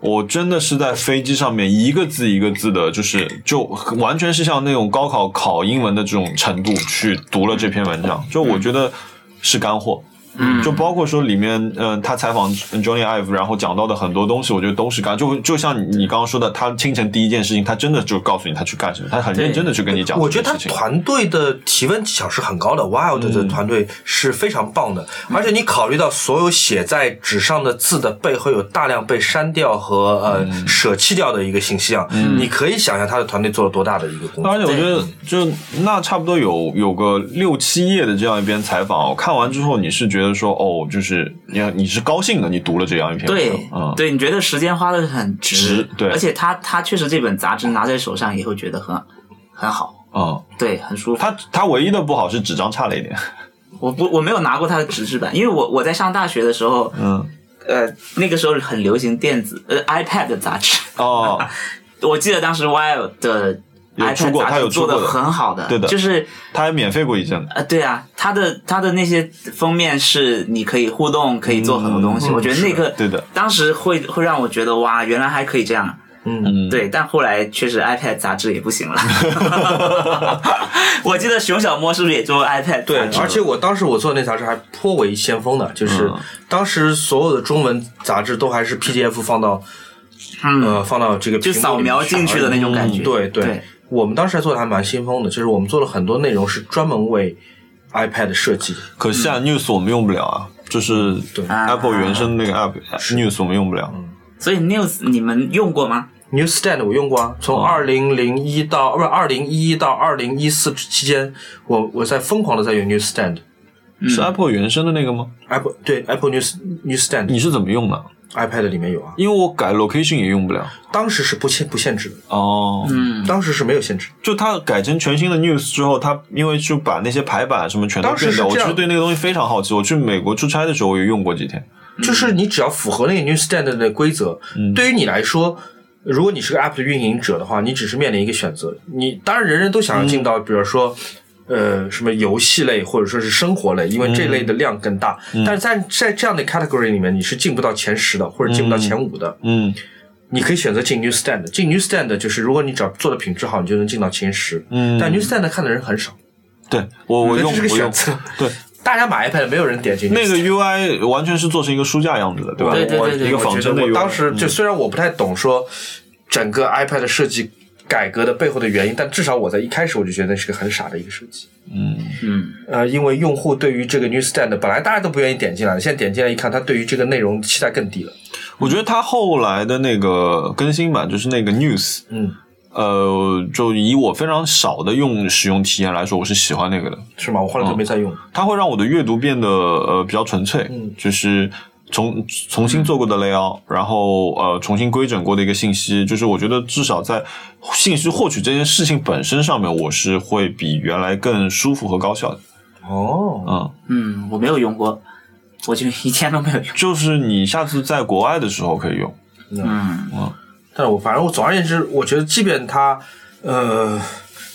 我真的是在飞机上面一个字一个字的，就是就完全是像那种高考考英文的这种程度去读了这篇文章，就我觉得是干货。嗯，就包括说里面，嗯、他采访 Johnny Ive，然后讲到的很多东西，我觉得都是干，就就像你刚刚说的，他清晨第一件事情，他真的就告诉你他去干什么，他很认真的去跟你讲我这件觉得他事情。团队的提问技巧是很高的，Wild 嗯的团队是非常棒的。而且你考虑到所有写在纸上的字的背后有大量被删掉和呃、嗯舍弃掉的一个信息量，你可以想象他的团队做了多大的一个工作而。且我觉得，就那差不多有有个六七页的这样一篇采访，我看完之后你是觉得说，哦，就是你你是高兴的，你读了这样一篇文章，对、嗯，对，你觉得时间花的很值值对而且他他确实这本杂志拿在手上也会觉得很很好，嗯，对，很舒服。它它唯一的不好是纸张差了一点。我不我没有拿过它的纸质版，因为我我在上大学的时候，嗯，呃，那个时候很流行电子呃 iPad 的杂志，哦，我记得当时 Wild 的有出 iPad 过它杂有志出做过的的很好的，对的就是它还免费过一阵。啊，对啊，它的它的那些封面是你可以互动，可以做很多东西。我觉得那个嗯对的当时会会让我觉得哇，原来还可以这样。嗯，对，但后来确实 iPad 杂志也不行了。我记得熊小莫是不是也做 iPad 对杂，志而且我当时我做的那杂志还颇为先锋的，就是嗯当时所有的中文杂志都还是 PDF 放到嗯，呃放到这个就屏幕扫里面嗯描进去的那种感觉。对对，对我们当时还做的还蛮先锋的，就是我们做了很多内容是专门为 iPad 设计的。可惜嗯啊，News 我们用不了啊，就是啊 Apple 原生那个 App 呃 News 我们用不了。所以 News 你们用过吗？ Newsstand 我用过啊，从二零零一到哦不是二零一一到二零一四期间，我我在疯狂的在用 Newsstand。是嗯 Apple 原生的那个吗？ Apple 对 Apple News 你 Newsstand 是怎么用的？ iPad 里面有啊，因为我改 location 也用不了。当时是不限不限制的，哦，嗯当时是没有限制的。就它改成全新的 news 之后，它因为就把那些排版什么全都当时变是掉。我这其样实对那个东西非常好奇。我去美国出差的时候，我也用过几天。就是嗯你只要符合那个 Newsstand 的规则，对于你来说，如果你是个 App 的运营者的话，你只是面临一个选择。你当然人人都想嗯要进到，比如说。呃，什么游戏类或者说是生活类，因为这类嗯的量更大，但是在在这样的 category 里面，你是进不到前十的，或者进不到前五的。嗯，你可以选择进 Newsstand，进 Newsstand 就是如果你只要做的品质好，你就能进到前十。嗯，但 Newsstand 看的人很少，对我我觉得用这是个我用选择。对，大家买 iPad 没有人点进那个 UI 完全是做成一个书架样子的，对吧？对对对对一个我仿我觉真得的嗯 UI。我当时就虽然我不太懂说整个 iPad 的设计改革的背后的原因，但至少我在一开始我就觉得那是个很傻的一个设计。嗯，呃，因为用户对于这个 Newsstand 本来大家都不愿意点进来，现在点进来一看，他对于这个内容期待更低了。我觉得它后来的那个更新版，就是那个 news，嗯，呃，就以我非常少的用使用体验来说，我是喜欢那个的。是吗？我后来就没再用。它会让我的阅读变得呃比较纯粹，就是重重新做过的 layout，、然后呃重新规整过的一个信息，就是我觉得至少在信息获取这件事情本身上面，我是会比原来更舒服和高效的。哦，嗯，嗯，我没有用过，我就一天都没有用。就是你下次在国外的时候可以用。嗯，但是我反正我总而言之，我觉得即便它呃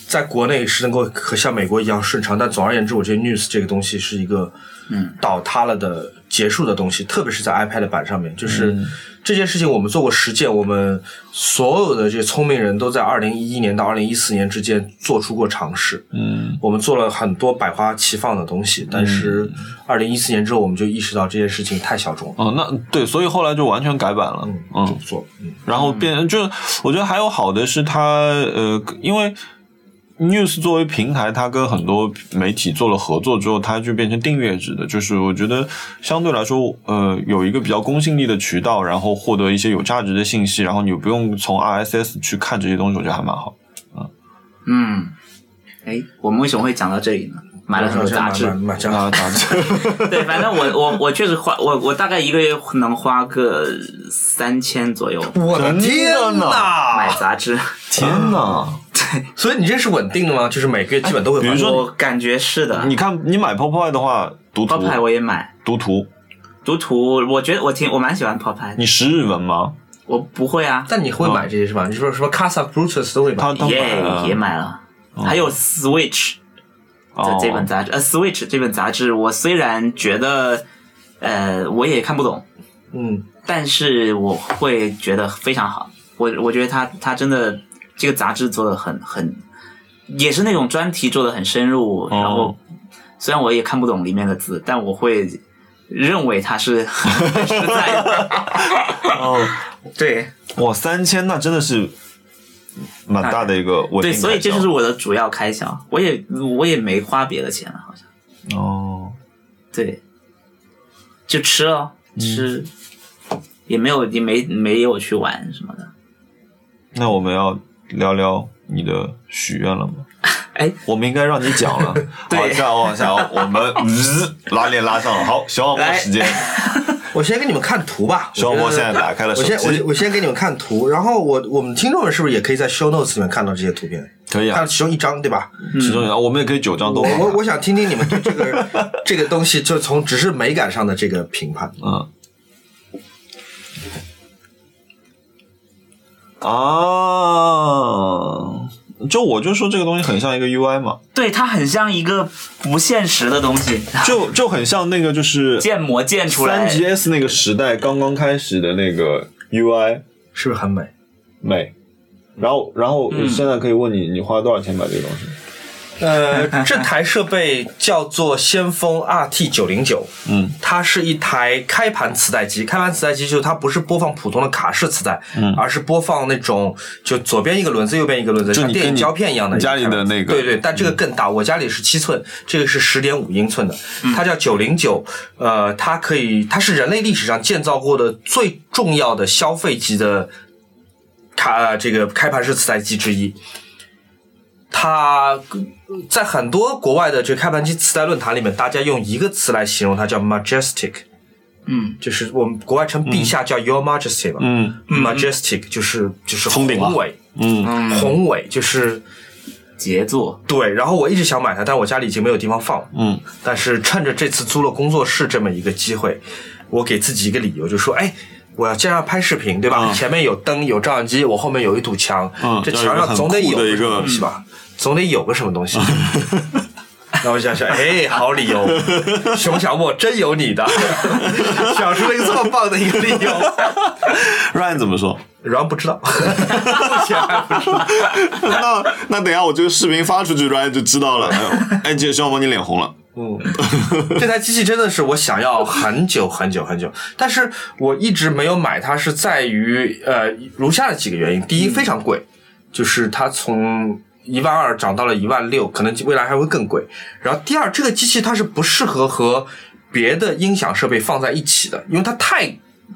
在国内是能够和像美国一样顺畅，但总而言之，我觉得 News 这个东西是一个嗯倒塌了的结束的东西，特别是在 iPad 版上面，就是。嗯这件事情我们做过实践，我们所有的这些聪明人都在二零一一年到二零一四年之间做出过尝试。嗯我们做了很多百花齐放的东西，但是嗯二零一四年之后，我们就意识到这件事情太小众了，哦、那对，所以后来就完全改版了。嗯就不做了。嗯，然后变，就是我觉得还有好的是它，呃，因为 News 作为平台，它跟很多媒体做了合作之后，它就变成订阅制的，就是我觉得相对来说，呃，有一个比较公信力的渠道，然后获得一些有价值的信息，然后你不用从 RSS 去看这些东西，我觉得还蛮好。嗯，哎，我们为什么会讲到这里呢？买了很多杂志啊买，买买这那样杂志， 对，反正我我我确实花我我大概一个月能花个三千左右 我的天真的买呐！杂志，天哪！所以你这是稳定的吗？就是每个月基本都哎会比换。如说我感觉是的。嗯你看，你买 Popeye 的话，读图 Popeye 我也买，读图，读图我觉得我挺我蛮喜欢 Popeye，的你识日文吗？我不会啊，但你会买嗯这些是吧？你说什么 Casa Brutus 都会买他他买耶了也买了，还有 Switch 的这本哦杂志，呃 Switch 这本杂志，我虽然觉得呃我也看不懂，嗯，但是我会觉得非常好。我我觉得他他真的这个杂志做的很很，也是那种专题做的很深入。然后虽然我也看不懂里面的字，但我会认为它是 很实在的。哦。 对哇，三千那真的是蛮大的一个稳定哎对，所以开这销就是我的主要开销。我也我也没花别的钱了，啊好像哦，对，就吃了吃，也没有也没没有去玩什么的。那我们要聊聊你的许愿了吗？哎，我们应该让你 讲了。对呃哎往下哦，往下哦，我们拉链拉上了。好，小网络时间，我先给你们看图吧。小我莫觉得现在打开了手我先我机先，我先给你们看图，然后我我们听众们是不是也可以在 show notes 里面看到这些图片？可以看啊到，其中一张对吧？其中有我们也可以九张都嗯我放我我想听听你们对这个这个东西，就从只是美感上的这个评判。嗯。啊，就我就说这个东西很像一个 UI 嘛，对，它很像一个不现实的东 西，就就很像那个就是建模建出来三。GS 那个时代刚刚开始的那个 UI 是不是很美？美。然后，然后嗯现在可以问你，你花了多少钱买这个东西？ 呃，这台设备叫做先锋 RT 九零九，嗯，它是一台开盘磁带机。开盘磁带机就是它不是播放普通的卡式磁带，嗯，而是播放那种就左边一个轮子，右边一个轮子，就像你电影跟你胶片一样的一个家里的那个嗯对对，但这个更大，我家里是七寸，这个是十点五英寸的，嗯它叫九零九，呃，它可以，它是人类历史上建造过的最重要的消费级的卡、呃这个开盘式磁带机之一。它在很多国外的这个开盘机磁带论坛里面，大家用一个词来形容它，叫 majestic，嗯，就是我们国外称陛下叫 Your Majesty 嘛，嗯 m a j e s t i c 就是就是封顶了宏伟，嗯，宏伟就是杰哦作，对。然后我一直想买它，但我家里已经没有地方放了。嗯，但是趁着这次租了工作室这么一个机会，我给自己一个理由，就说哎。我要这样拍视频，对吧？嗯前面有灯，有照相机，我后面有一堵墙，嗯这墙要有一个上很总得酷有的一什么个嗯东西吧， 总得有个什么东西。 那我想想，哎，好理由，熊小莫真有你的， 想出了一个这么棒的一个理由。 Ryan 怎么说？然后不知道， 目前还不知道。那那等一下我这个视频发出去，Ryan 就知道了。哎，姐，小王你脸红了。嗯 这台机器真的是我想要很久很久很久，但是我一直没有买它，是在于呃如下的几个原因：嗯第一，非常贵，就是它从一万二涨到了一万六，可能未来还会更贵。然后第二，这个机器它是不适合和别的音响设备放在一起的，因为它太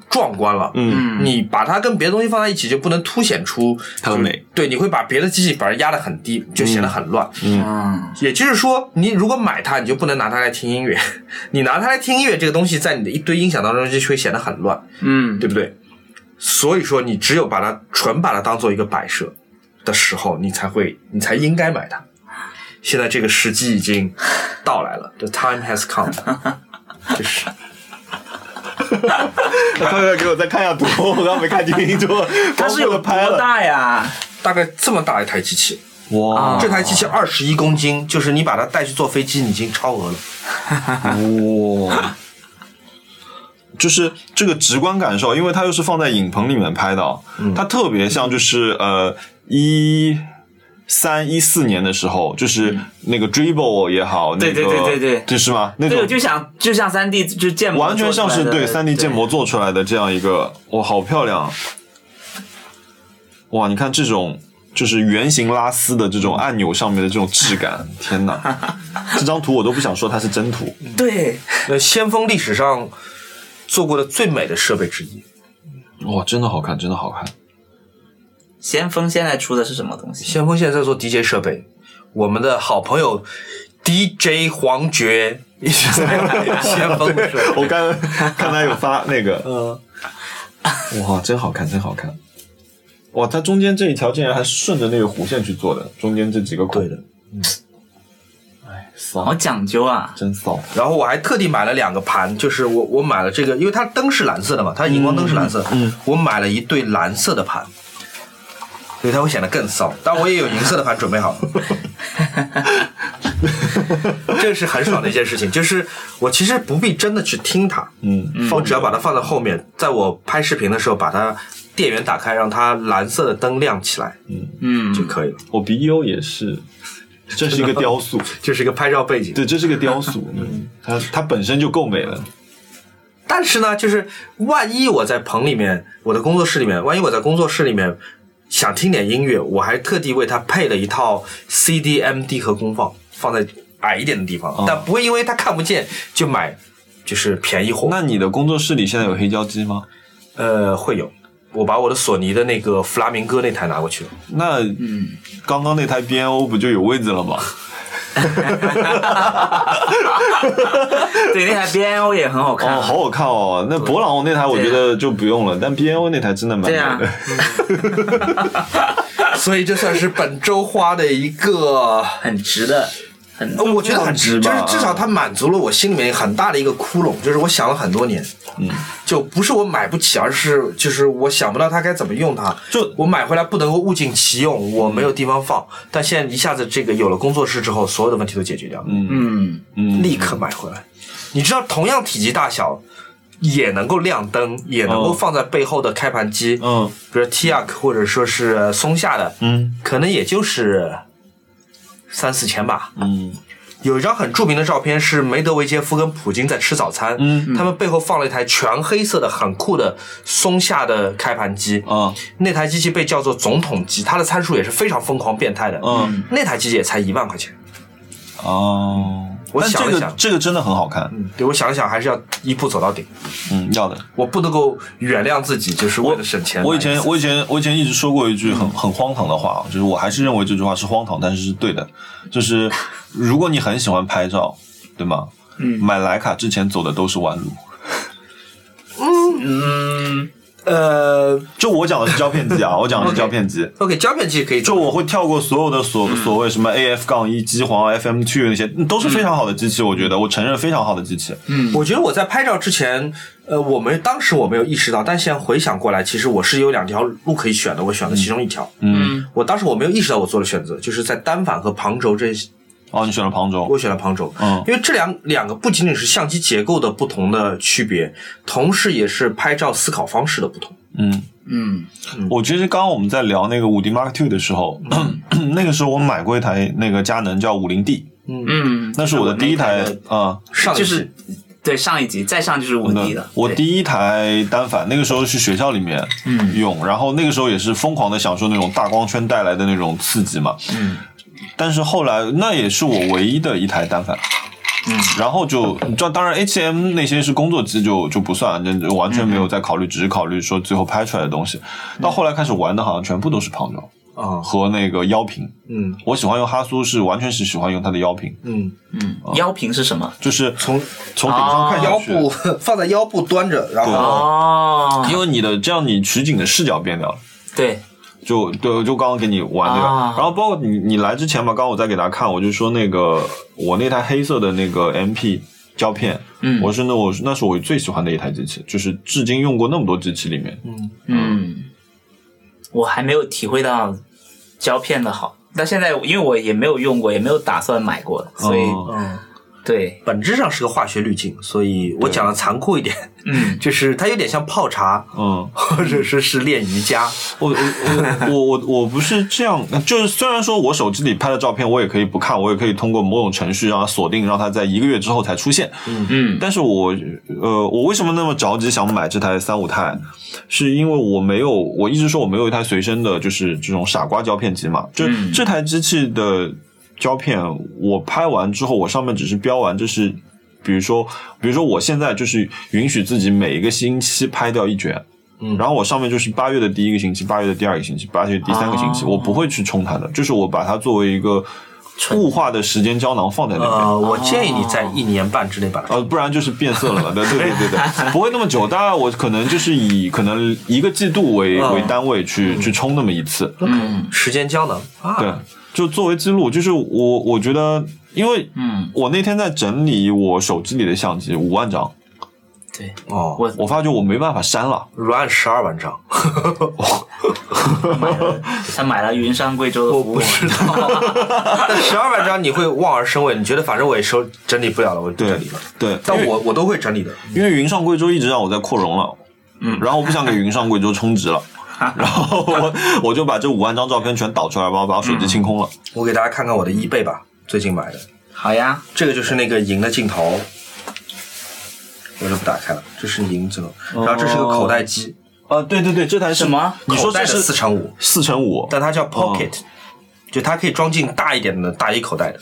壮观了。嗯你把它跟别的东西放在一起，就不能凸显出它的就美。对，你会把别的机器反而压得很低，就显得很乱。嗯，也就是说，你如果买它，你就不能拿它来听音乐。 你拿它来听音乐，这个东西在你的一堆音响当中就会显得很乱，嗯，对不对？所以说，你只有把它纯把它当做一个摆设的时候，你才会，你才应该买它。现在这个时机已经到来了，the time has come，就是快快给我再看一下图，我刚没看清楚。 它是有光顾着拍多了。大呀？大概这么大一台机器，哇啊这台机器二十一公斤，就是你把它带去坐飞机，你已经超额了。哇！就是这个直观感受，因为它又是放在影棚里面拍的啊，它特别像就是呃一三一四年的时候，就是那个 Dribble 也好，对那个对对对对就是吗？那对，我种就想就像三 D 就建模完全像是做出来对的三 D 建模做出来的这样一个，哇，好漂亮！哇，你看这种就是圆形拉丝的这种按钮上面的这种质感，天哪！这张图我都不想说它是真图，对，那先锋历史上做过的最美的设备之一，哇，真的好看，真的好看。先锋现在出的是什么东西？先锋现在在做 DJ 设备，我们的好朋友 DJ 黄觉一直在买先锋的设 备。我刚刚才有发那个，嗯，哇，真好看，真好看。哇，它中间这一条竟然还顺着那个弧线去做的，中间这几个孔。对的，哎，好骚，讲究啊！真骚。 然后我还特地买了两个盘，就是我我买了这个，因为它灯是蓝色的嘛，它荧光灯是蓝色的，我买了一对蓝色的盘，所以它会显得更骚。但我也有银色的盘准备好了，这是很爽的一件事情，就是我其实不必真的去听它，嗯，我只要把它放在后面，在我拍视频的时候把它电源打开，让它蓝色的灯亮起来嗯， 就可以了。我鼻优也是，这是一个雕塑，这是一个拍照背景。对，这是个雕塑，嗯，它它本身就够美了。但是呢，就是万一我在棚里面，我的工作室里面，万一我在工作室里面想听点音乐，我还特地为它配了一套 CD、MD 和功放，放在矮一点的地方，但不会因为它看不见就买就是便宜货。那你的工作室里现在有黑胶机吗？呃，会有。我把我的索尼的那个弗拉明戈那台拿过去了，那刚刚那台 B N O 不就有位置了吗？对，那台 BNO 也很好看啊，哦，好好看哦！那博朗那台我觉得就不用了，但 B N O 那台真的蛮对美啊的。 所以这算是本周花的一个，很值的，很哦呃我觉得很值值，就是吧至少它满足了我心里面很大的一个窟窿，就是我想了很多年，嗯，就不是我买不起，而是就是我想不到它该怎么用它，就我买回来不能够物尽其用，我没有地方放，但现在一下子这个有了工作室之后，所有的问题都解决掉了，嗯，嗯立刻买回来。你知道，同样体积大小。也能够亮灯，也能够哦放在背后的开盘机， 嗯比如 Tiac 或者说是松下的，嗯可能也就是三四千吧。嗯有一张很著名的照片是梅德韦杰夫跟普京在吃早餐，嗯他们背后放了一台全黑色的很酷的松下的开盘机，啊那台机器被叫做总统机，它的参数也是非常疯狂变态的，嗯那台机器也才一万块钱。哦，我但想这了个想这个真的很好看，嗯，对我想了想，还是要一步走到顶，嗯，要的。我不能够原谅自己，就是为了省钱买。我以前我以前我以前一直说过一句很很荒唐的话，就是我还是认为这句话是荒唐，但是是对的。就是如果你很喜欢拍照，对吗？嗯，买徕卡之前走的都是弯路。呃就我讲的是胶片机 啊，我讲的是胶片机。 ，OK，胶片机可以就做，我会跳过所有的所所谓什么 AF 杠一机皇 FM two 那些，嗯都是非常好的机器，我觉得我承认非常好的机器。嗯，我觉得我在拍照之前，呃，我没当时我没有意识到，但现在回想过来，其实我是有两条路可以选的，我选了其中一条。嗯，我当时我没有意识到我做了选择，就是在单反和旁轴这，哦，你选了旁轴我，选了旁轴，嗯因为这两两个不仅仅是相机结构的不同的区别，同时也是拍照思考方式的不同。嗯，嗯我其实刚刚我们在聊那个五 D Mark two 的时候， 那个时候我买过一台那个佳能叫五零 D，嗯，那是我的第一台那个啊，上一就是期对上一集，再上就是五 D 的，我对第一台单反，那个时候去学校里面用，然后那个时候也是疯狂的享受那种大光圈带来的那种刺激嘛。嗯。但是后来，那也是我唯一的一台单反。嗯，然后就你知道，当然 H M 那些是工作机就就不算，那就完全没有在考虑，只是考虑说最后拍出来的东西。到后来开始玩的，好像全部都是旁轴啊，和那个腰屏。嗯我喜欢用哈苏，是完全是喜欢用它的腰屏，嗯，嗯，哦腰屏是什么？就是从从顶啊上看腰下去，部 放在腰部端着，然后哦，因为你的这样你取景的视角变掉了。对，就对，就刚刚给你玩那个，啊然后包括你你来之前嘛，刚刚我在给大家看，我就说那个我那台黑色的那个 MP 胶片，嗯我是那我是那是我最喜欢的一台机器，就是至今用过那么多机器里面，嗯，我还没有体会到胶片的好，但现在因为我也没有用过，也没有打算买过，所以、嗯对，本质上是个化学滤镜，所以我讲的残酷一点，嗯，就是它有点像泡茶，嗯， 或者说是练瑜伽。我我我我我我不是这样，就是虽然说我手机里拍的照片我也可以不看，我也可以通过某种程序让它锁定，让它在一个月之后才出现，嗯但是我呃，我为什么那么着急想买这台三五钛？是因为我没有，我一直说我没有一台随身的，就是这种傻瓜胶片机嘛。就、嗯这台机器的胶片，我拍完之后，我上面只是标完，就是比如说，比如说我现在就是允许自己每一个星期拍掉一卷。嗯然后我上面就是八月的第一个星期，八月的第二个星期，八月的第三个星期，哦我不会去冲它的，就是我把它作为一个固化的时间胶囊放在那边。呃，我建议你在一年半之内把它呃，不然就是变色了嘛。对对对对对，不会那么久。当然，我可能就是以可能一个季度为、嗯为单位去去冲那么一次。嗯时间胶囊啊，对，就作为记录，就是我我觉得，因为嗯，我那天在整理我手机里的相机五万张，对，哦，我我发觉我没办法删了。软按十二万张，买了，他买了云山贵州的服务，但十二万张你会望而生畏，你觉得反正我也收整理不了了，我就对整理了。对，因但为我我都会整理的，因为云上贵州一直让我在扩容了，嗯，然后我不想给云上贵州充值了。然后我我就把这五万张照片全导出来，然后把我手机清空了。我给大家看看我的 eBay 吧，最近买的好呀，这个就是那个银的镜头，我就不打开了，这是银镜头，然后这是个口袋机，啊，对对对，这台是什么哦你说口袋这的是四乘五，四乘五，但它叫 pocket，、就它可以装进大一点的大衣口袋的。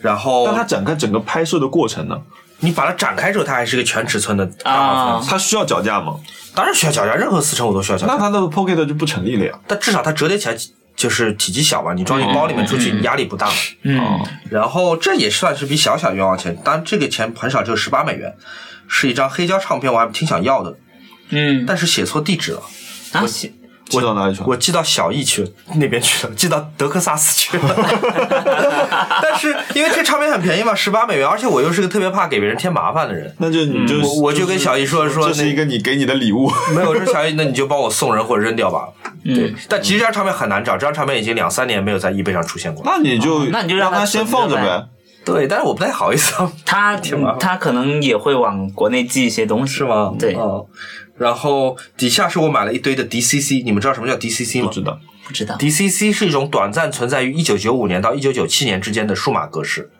然哦后但它展开整个拍摄的过程呢，你把它展开之后，它还是个全尺寸的大码啊相机，它需要脚架吗？嗯当然需要脚架，任何四乘五都需要脚架那。它的 Pocket 就不成立了呀。但至少它折叠起来就是体积小吧，你装进包里面出去，你压力不大嘛。嗯，然后这也算是笔小小冤枉钱，当然这个钱很少，只有十八美元，是一张黑胶唱片，我还挺想要的，嗯，但是写错地址了，啊，写寄到哪里去了？我寄到小易去了那边去了，寄到德克萨斯去了。 但是因为这唱片很便宜嘛，十八美元，而且我又是个特别怕给别人添麻烦的人，那就你就我我就跟小易说嗯说这是那一个你给你的礼物，没有，我说小易，那你就帮我送人或者扔掉吧。对，但其实这张唱片很难找，这张唱片已经两三年没有在易 E 贝上出现过了。 那你就哦那你就让让他他先放着存着呗。对，但是我不太好意思，啊他他可能也会往国内寄一些东西，是吗？对，嗯。然后底下是我买了一堆的 DCC，你们知道什么叫 DCC 不吗知道，不知道， ？DCC 是一种短暂存在于1995年到1997年之间的数码格式，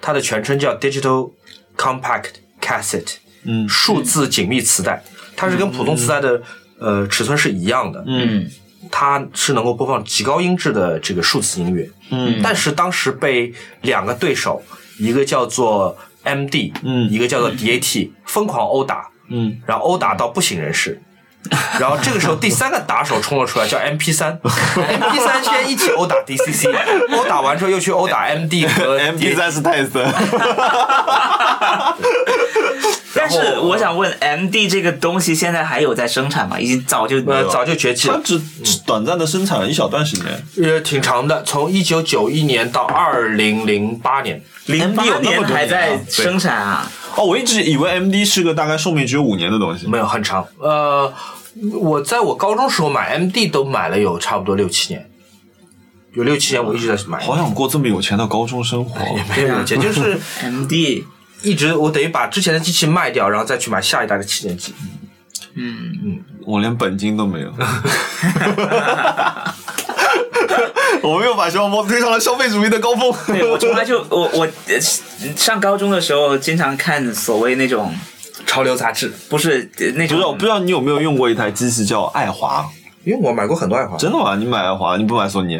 它的全称叫 Digital Compact Cassette，嗯数字紧密磁带，它是跟普通磁带的呃尺寸是一样的，嗯它是能够播放极高音质的这个数字音乐，嗯，但是当时被两个对手，一个叫做 MD，嗯一个叫做 DAT，疯狂殴打，嗯，然后殴打到不省人事。然后这个时候，第三个打手冲了出来，叫 MP 三，MP 三先一起殴打 DCC，殴打完之后又去殴打 MD 呃和 M P 三是泰森， 但然是后我想问，M D 这个东西现在还有在生产吗？已经早就呃早就绝迹他了， 只只短暂的生产了一小段时间。呃挺长的，从一九九一年到二零零八年，零八有那么年多还年在啊对生产啊，哦，我一直以为 M D 是个大概寿命只有五年的东西。没有很长。呃，我在我高中时候买 MD 都买了有差不多六七年，有六七年我一直在买。好想过这么有钱的高中生活，哎没啊有钱，就是 M D， 一直我等于把之前的机器卖掉，然后再去买下一代的旗舰机。我连本金都没有。 我们又把熊猫推上了消费主义的高峰。对我从来就我我呃上高中的时候经常看所谓那种潮流杂志，不是呃那 不种知道，不知道你有没有用过一台机器叫爱华？因为我买过很多爱华，真的吗？你买爱华，你不买索尼？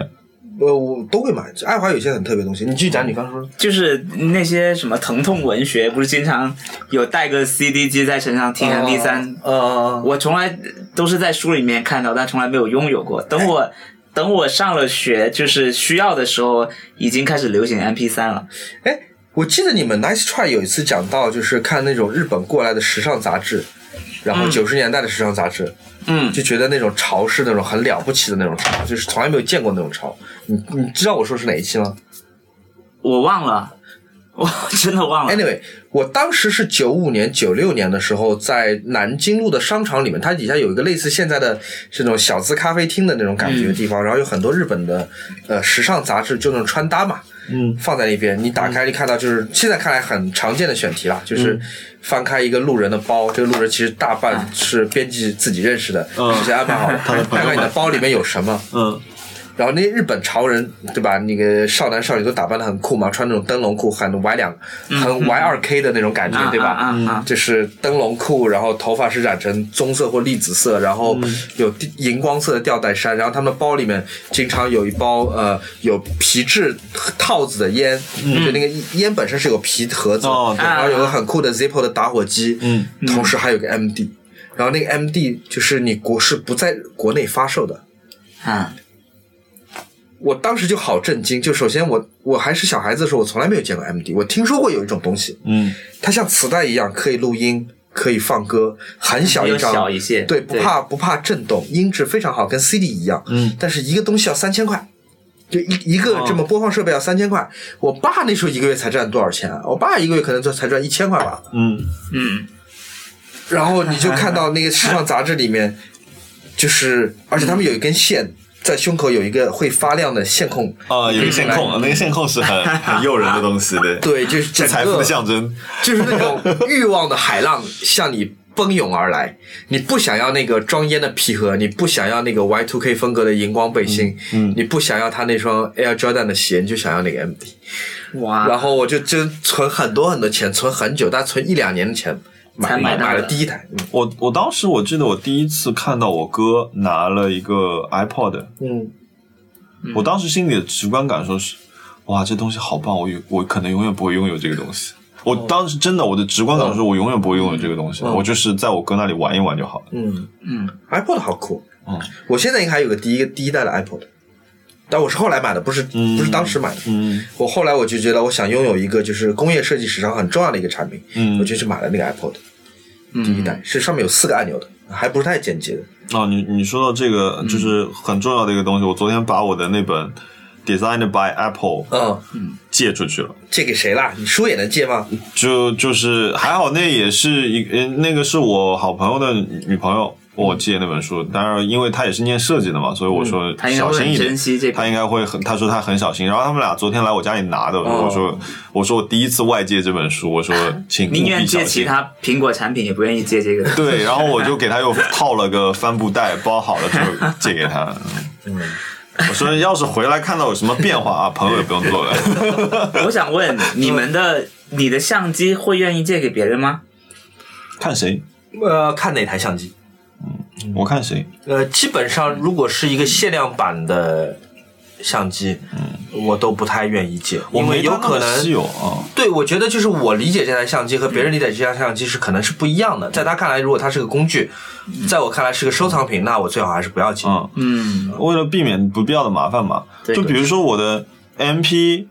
我呃我都会买。爱华有些很特别的东西，你继续讲你刚说的。就是那些什么疼痛文学，不是经常有带个 CD 机在身上听 MP 三、呃，我从来都是在书里面看到，但从来没有拥有过。等我等我上了学，就是需要的时候，已经开始流行 MP 三了。哎，我记得你们 Nice Try 有一次讲到，就是看那种日本过来的时尚杂志，然后九十年代的时尚杂志，嗯，就觉得那种潮是那种很了不起的那种潮，就是从来没有见过那种潮。你你知道我说是哪一期吗我忘了， 我真的忘了。 ？Anyway，我当时是九五年、九六年的时候，在南京路的商场里面，它底下有一个类似现在的这种小资咖啡厅的那种感觉的地方，然后有很多日本的呃时尚杂志，就那种穿搭嘛，嗯，放在那边，你打开就看到就是现在看来很常见的选题啦，就是翻开一个路人的包，这个路人其实大半是编辑自己认识的，嗯提前安排好的，朋友看看你的包里面有什么。嗯，然后那些日本潮人，对吧？那个少男少女都打扮的很酷嘛，穿那种灯笼裤，很 Y 两，嗯很 Y 二 K 的那种感觉，啊对吧？啊啊啊就是灯笼裤，然后头发是染成棕色或栗紫色，然后嗯有地荧光色的吊带衫，然后他们的包里面经常有一包呃有皮质套子的烟，就那个烟本身是有皮盒子，嗯哦对然后有个很酷的 Zippo 的打火机，嗯，同时还有个 MD，然后那个 MD 就是你国是不在国内发售的，啊，我当时就好震惊，就首先我我还是小孩子的时候，我从来没有见过 MD，我听说过有一种东西，嗯，它像磁带一样可以录音，可以放歌，很小一又张，小一些，对，不怕不怕震动，音质非常好，跟 CD 一样，嗯，但是一个东西要三千块。就一一个这么播放设备要三千块，我爸那时候一个月才赚多少钱啊？我爸一个月可能就才赚一千块吧。嗯，嗯，然后你就看到那个时尚杂志里面，就是而且他们有一根线在胸口有一个会发亮的线控啊，有个线控，那个线控是很很诱人的东西对， 对，就是整是个财富的象征。就是那种欲望的海浪向你奔涌而来。你不想要那个装烟的皮盒，你不想要那个 Y two K 风格的荧光背心，嗯你不想要他那双 Air Jordan 的鞋，你就想要那个 MD。哇，然后我就就存很多很多钱，存很久，但存一两年的钱买才买到买了的第一台。嗯我我当时我记得我第一次看到我哥拿了一个 iPod，嗯，我当时心里的直观感受是，哇，这东西好棒，我有我可能永远不会拥有这个东西。我当时真的我的直观感受是，我永远不会拥有这个东西，我就是在我哥那里玩一玩就好了。嗯嗯哦，iPod 好酷。嗯，我现在应该还有个第一个第一代的 iPod。但我是后来买的，不是不是当时买的。嗯我后来我就觉得，我想拥有一个就是工业设计史上很重要的一个产品，嗯我就去买了那个 iPod 嗯第一代，是上面有四个按钮的，还不是太简洁的。哦，你你说到这个就是很重要的一个东西，我昨天把我的那本 Designed by Apple 嗯，借出去了。借给谁啦？你书也能借吗？就就是还好，那也是一呃那个是我好朋友的女朋友。我借那本书，当然，因为她也是念设计的嘛，所以我说嗯她应该小会心一很点珍惜这。本她应该会很，她说她很小心。然后他们俩昨天来我家里拿的，哦我说我说我第一次外借这本书，我说请务宁愿必借小其心。他苹果产品，也不愿意借这个。对，然后我就给 他又套了个帆布袋，包好了之后借给他。嗯我说要是回来看到有什么变化啊，朋友也不用做了。 我想问你们的，你的相机会愿意借给别人吗？看谁？呃，看哪台相机？我看谁？呃，基本上如果是一个限量版的相机，嗯我都不太愿意借，我因为没他有那么可能稀有啊。对，我觉得就是我理解这台相机和别人理解这台相机是可能是不一样的。在他看来，如果它是个工具，嗯在我看来是个收藏品，那我最好还是不要哦进。嗯，嗯，为了避免不必要的麻烦嘛。对就比如说我的 MP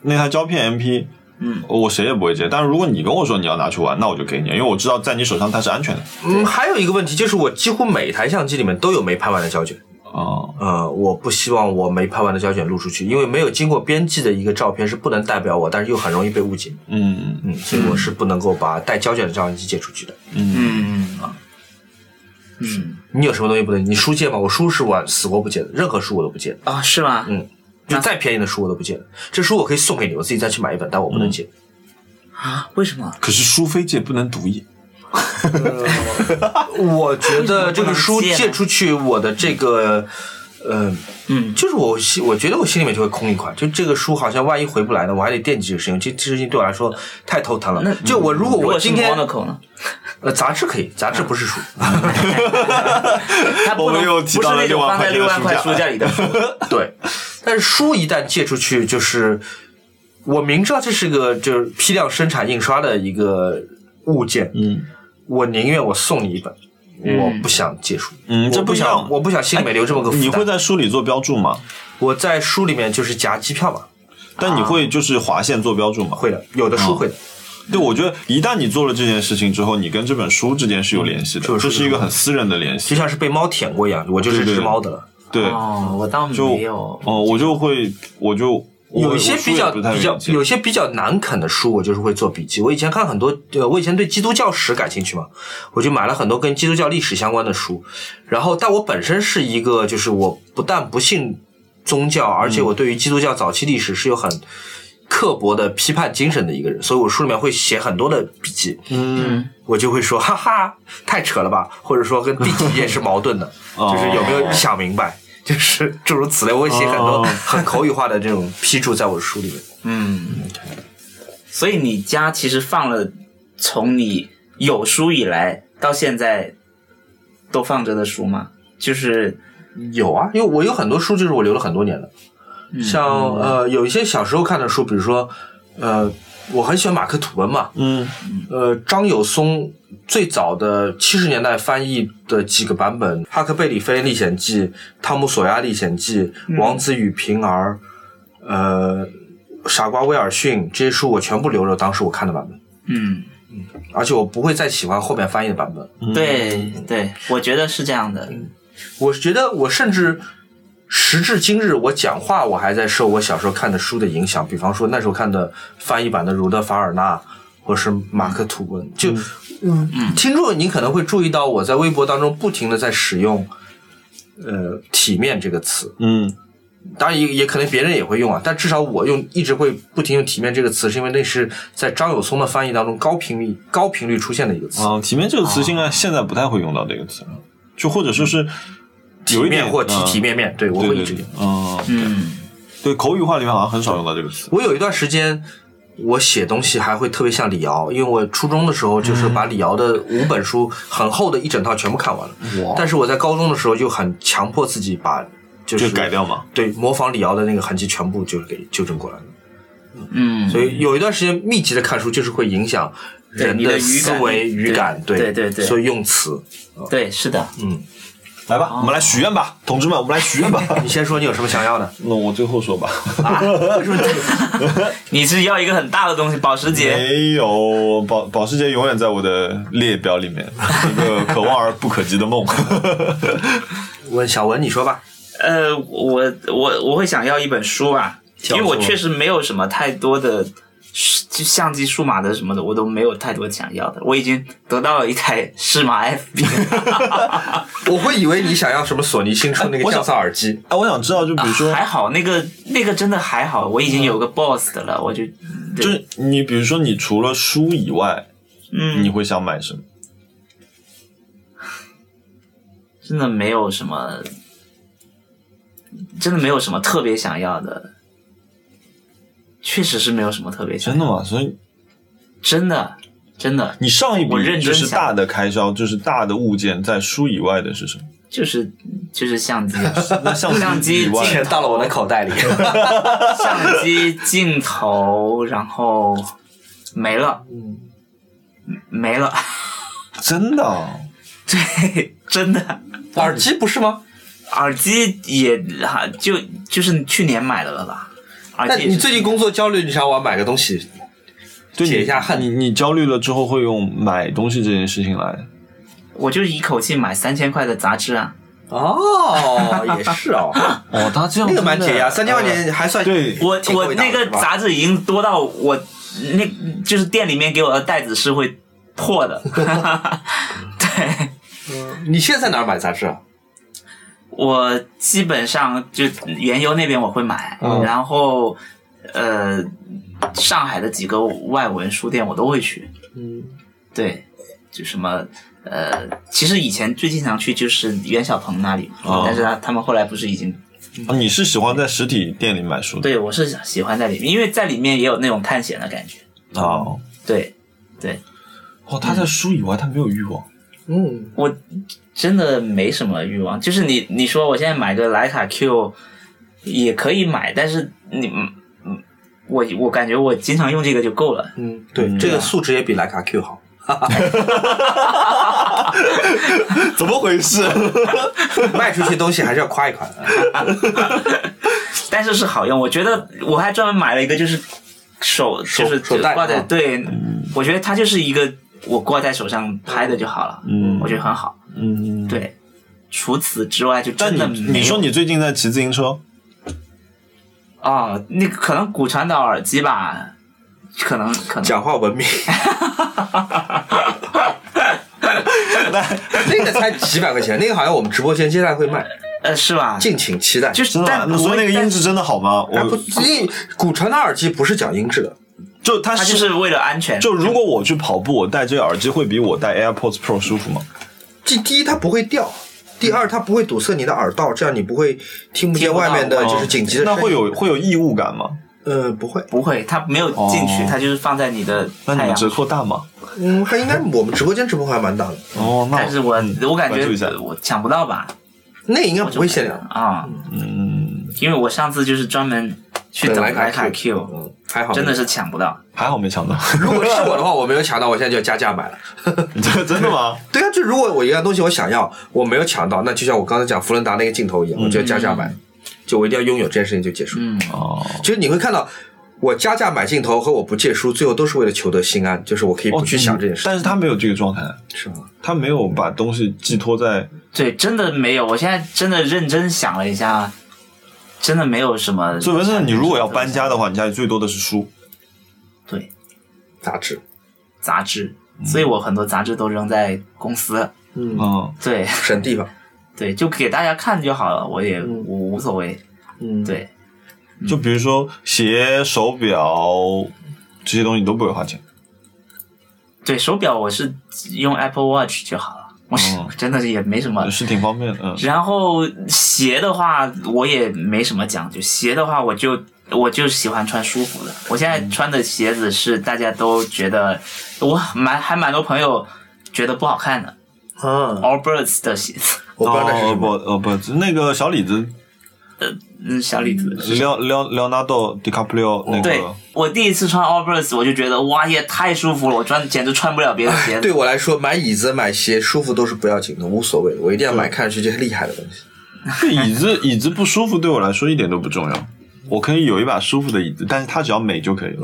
那台胶片 MP，嗯，我谁也不会接。但是如果你跟我说你要拿去玩，那我就给你，因为我知道在你手上它是安全的。嗯，还有一个问题就是，我几乎每一台相机里面都有没拍完的胶卷。哦，呃，我不希望我没拍完的胶卷录出去，因为没有经过编辑的一个照片是不能代表我，但是又很容易被误解。嗯，嗯，所以我是不能够把带胶卷的照相机借出去的。嗯嗯你有什么东西不能？你书借吗？我书是我死活不借的，任何书我都不借的。啊、是吗？嗯，就再便宜的书我都不借的。这书我可以送给你，我自己再去买一本，但我不能借。啊，为什么？可是书非借不能读也。我觉得这个书借出去，我的这个，呃，嗯，就是我心，我觉得我心里面就会空一块。就这个书好像万一回不来呢，我还得惦记这个事情。这这事情对我来说太头疼了。就我如果如我果今是天 Monaco 呢？呃杂志可以，杂志不是书， 它不 我能们又不提是到了那种放在六6万万块块钱的书架里的书。 对。但是书一旦借出去，就是我明知道这是个就是批量生产印刷的一个物件，嗯我宁愿我送你一本，嗯我不想借书。嗯，这我不一样哎想，。我不想心里面留这么个负担。你会在书里做标注吗？啊我在书里面就是夹机票嘛，但你会就是划线做标注吗？会的，有的书哦会的。对，我觉得一旦你做了这件事情之后，你跟这本书之间是有联系的，嗯就是这是一个很私人的联就系。像是被猫舔过一样，我就是哦对对只猫的了。对，哦、哦，我倒就没有。哦我就会，我就我有一些我书比也较不太比较愿意借有些比较难啃的书，我就是会做笔记。我以前看很多，呃，我以前对基督教史感兴趣嘛，我就买了很多跟基督教历史相关的书。然后，但我本身是一个，就是我不但不信宗教，而且我对于基督教早期历史是有很刻薄的批判精神的一个人，所以我书里面会写很多的笔记。嗯，我就会说哈哈，太扯了吧，或者说跟第几页是矛盾 的，就是有没有想明白，就是诸如此类，我会写很多哦很口语化的这种批注在我的书里面。嗯，所以你家其实放了从你有书以来到现在都放着的书吗？就是有啊，因为我有很多书，就是我留了很多年的，像呃有一些小时候看的书，比如说呃我很喜欢马克吐温嘛，嗯呃，张友松最早的七十年代翻译的几个版本，《哈克贝里飞人历险记》《汤姆索亚历险记》王子与平儿》呃，《傻瓜威尔逊》这些书我全部留着当时我看的版本，嗯，而且我不会再喜欢后面翻译的版本。对对，我觉得是这样的。我觉得我甚至时至今日，我讲话我还在受我小时候看的书的影响，比方说那时候看的翻译版的儒勒·凡尔纳，或是马克·吐温。就，嗯，听众你可能会注意到我在微博当中不停的在使用。呃，体面这个词，嗯当然也也可能别人也会用啊，但至少我用一直会不停用“体面”这个词，是因为那是在张友松的翻译当中高频率高频率出现的一个词。啊，体面这个词现在现在不太会用到这个词了，就或者说是有一点体面或体体，面面，对我嗯会一对直对用对。，嗯，嗯，对，口语化里面好像很少用到这个词。我有一段时间，我写东西还会特别像李敖，因为我初中的时候就是把李敖的五本书很厚的一整套全部看完了。但是我在高中的时候就很强迫自己把就是就改掉嘛，对，模仿李敖的那个痕迹全部就是给纠正过来了。嗯，所以有一段时间密集的看书就是会影响对人你的语思感维对语感，对对对所以用词对，是的，嗯，来吧，我们来许愿吧，同志们，我们来许愿 吧。你先说你有什么想要的？那我最后说吧，你是要一个很大的东西，保时捷。没有保保时捷永远在我的列表里面，一个可望而不可及的 梦。 问小文，你说吧。呃，我我我会想要一本书吧，因为我确实没有什么太多的数就相机、数码的什么的，我都没有太多想要的。我已经得到了一台 适马 FB，我会以为你想要什么索尼新出那个降噪耳机，哎，我想知道，就比如啊说，还好那个那个真的还好，我已经有个 Boss 的了，我就就对是你，比如说你除了书以外，嗯你会想买什么？真的没有什么，真的没有什么特别想要的，确实是没有什么特别想真要的吗？所以真的真的你上一笔我认真就是想大的开销，就是大的物件，在书以外的是什么？ 就是就是相机， 那相相机以外，镜到了我的口袋 里。相机镜头，然后没了，嗯嗯没了， 真的哦、对，真的。耳机不是吗？耳机也哈，就就是去年买的了吧？耳那机也你是最近工作焦虑，你想我要买个东西，对解你一下恨你你焦虑了之后会用买东西这件事情来，我就一口气买三千块的杂志啊！ 哦，也是哦，嗯哦，他这样那个蛮解压，三千块钱还算对我挺我会打那个是吧杂志已经多到我那就是店里面给我的袋子是会破 的，对。你现在在哪儿买杂志啊？我基本上就原油那边我会买，然后呃，上海的几个外文书店我都会去。嗯，对，就什么呃，其实以前最经常去就是袁小鹏那里嘛，哦但是他他们后来不是已经啊你是喜欢在实体店里买书的对我是喜欢在里面，因为在里面也有那种探险的感觉。哦，对哦，他在书以外他没有欲 望，嗯，我真的没什么欲望，就是你你说我现在买个徕卡 Q 也可以买，但是你嗯嗯，我我感觉我经常用这个就够了。嗯，对，这个素质也比徕卡 Q 好。怎么回事？卖出去东西还是要夸一夸的。 但是是好用。我觉得我还专门买了一个，就是手就是手就带挂在嗯啊对，我觉得它就是一个我挂在手上拍的就好了，嗯我觉得很好。嗯，对，除此之外就但真你的没你有说你最近在骑自行车，啊、那个可能骨传导耳机吧，可能可能讲话文明， 那个才几百块钱，那个好像我们直播间接下来会卖， 呃是吧？敬请期待。就是真的吗但？那所以那个音但质真的好吗？哎不我，因为骨传导耳机不是讲音质的，就它它就是为了安全，就如果我去跑步，我戴这个耳机会比我戴 AirPods Pro 舒服吗？第第一它不会掉，第二它不会堵塞你的耳道，这样你不会听不见外面的听不到哦就是紧急的声那音。会有会有异物感吗？呃不会，不会，它没有进去，哦它就是放在你的那你太们阳折扣大吗？嗯，还应该我们直播间直播还蛮大的，哦，那但是我嗯我感关觉注一下我抢不到吧，那应该不会限量。啊，嗯，因为我上次就是专门去等莱徕卡卡 Q， Q，嗯，还好，真的。是抢不到。还好没抢 到，如果是我的话，我没有抢到，我现在就要加价买了。真真的吗？对啊，就如果我一样东西我想要，我没有抢到，那就像我刚才讲福伦达那个镜头一样，我就要加价买，就我一定要拥有这件事情就结束。嗯，哦，其实你会看到，我加价买镜头和我不借书，最后都是为了求得心安，就是我可以哦不去想这件事，但是他没有这个状态，是吗？他没有把东西寄托在嗯对，真的没有。我现在真的认真想了一下，真的没有什么。所以文森，你如果要搬家的嗯话，你家里最多的是书。对杂志。杂志，所以我很多杂志都扔在公司。嗯，嗯，对省地方。对，就给大家看就好了，我也我嗯无所谓。嗯，对，就比如说鞋、手表这些东西，你都不会花钱。对，手表我是用 Apple Watch 就好了，我是嗯真的是也没什啊么。是挺方便的，嗯，然后鞋的话，我也没什么讲究。鞋的话，我就我就喜欢穿舒服的。我现在穿的鞋子是大家都觉得，我蛮还蛮多朋友觉得不好看的嗯， Allbirds 的鞋子。 我不知道那是什哦么。不呃不，那个小李子呃嗯小李子。廖廖廖纳多·迪卡普里嗯奥那对个，我第一次穿 All Birds，我就觉得哇也太舒服了，我穿简直穿不了别的鞋子。对我来说，买椅子、买鞋舒服都是不要紧的，无所谓的。我一定要买看上去这些厉害的东西。这椅子椅子不舒服对我来说一点都不重要，我可以有一把舒服的椅子，但是它只要美就可以了。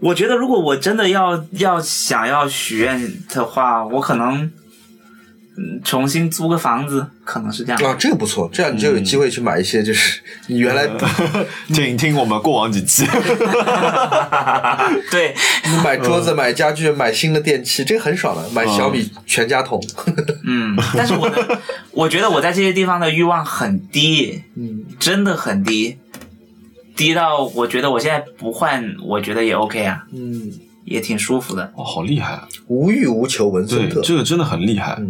我觉得如果我真的要要想要许愿的话，我可能嗯重新租个房子，可能是这样。 啊，这个不错，这样你就嗯有机会去买一些，就是你原来请听我们过往几期，对，你 买桌嗯子、买家具、买新的电器，这个很爽的。买小米全家桶， 嗯，但是我的，我觉得我在这些地方的欲望很低，嗯，真的很低，低到我觉得我现在不换，我觉得也 OK 啊，嗯，也挺舒服的。哦，好厉害啊！无欲无求，文对森，特，这个真的很厉害。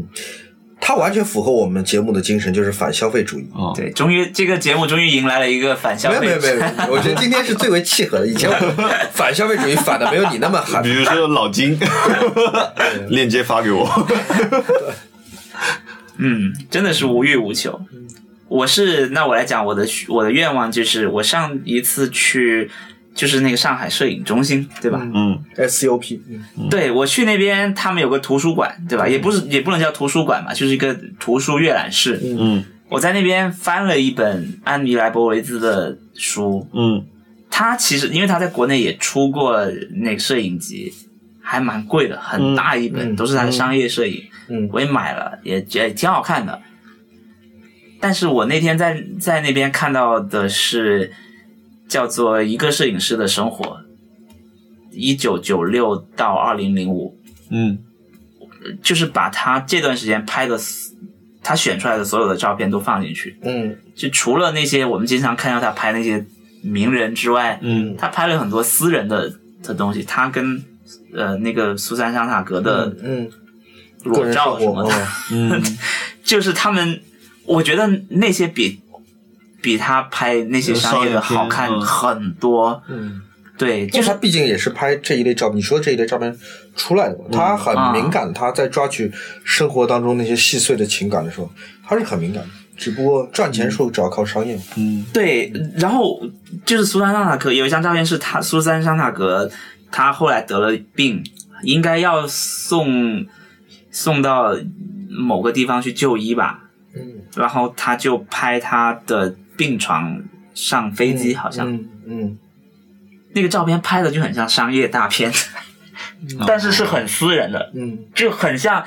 它完全符合我们节目的精神，就是反消费主义。嗯，对，终于这个节目终于迎来了一个反消哦没费有没有没有，我觉得今天是最为契合的。以前我反消费主义反的没有你那么狠 比。如说老金，链接发给我。 嗯，真的是无欲无求。嗯我是那我来讲我的许我的愿望就是我上一次去就是那个上海摄影中心对吧？嗯， SCOP，嗯对我去那边他们有个图书馆对吧？也不是也不能叫图书馆嘛，就是一个图书阅览室。嗯我在那边翻了一本安妮莱博维兹的书，嗯他其实因为他在国内也出过那个摄影集，还蛮贵的，很大一本，嗯都是他的商业摄影，嗯我也买了，也也挺好看的。但是我那天在在那边看到的是叫做《一个摄影师的生活》，一九九六到二零零五，嗯就是把他这段时间拍的所，他选出来的所有的照片都放进去。嗯就除了那些我们经常看到他拍那些名人之外，嗯他拍了很多私人的的东西，他跟呃那个苏珊·桑塔格的嗯，个裸人照生什么活的，，嗯，就是他们，我觉得那些比比他拍那些商业的商业好片看嗯很多。嗯，对，就就是他是毕竟也是拍这一类照片，你说这一类照片出来的嘛，他很敏感，他在抓取生活当中那些细碎的情感的时候，他是很敏感的。只不过赚钱时候主要靠商业嘛，对，然后就是苏珊·桑塔格有一张照片是他苏珊·桑塔格，他后来得了病，应该要送送到某个地方去就医吧。嗯，然后他就拍他的病床上飞机，好像、嗯嗯，那个照片拍的就很像商业大片，但是是很私人的，哦嗯，就很像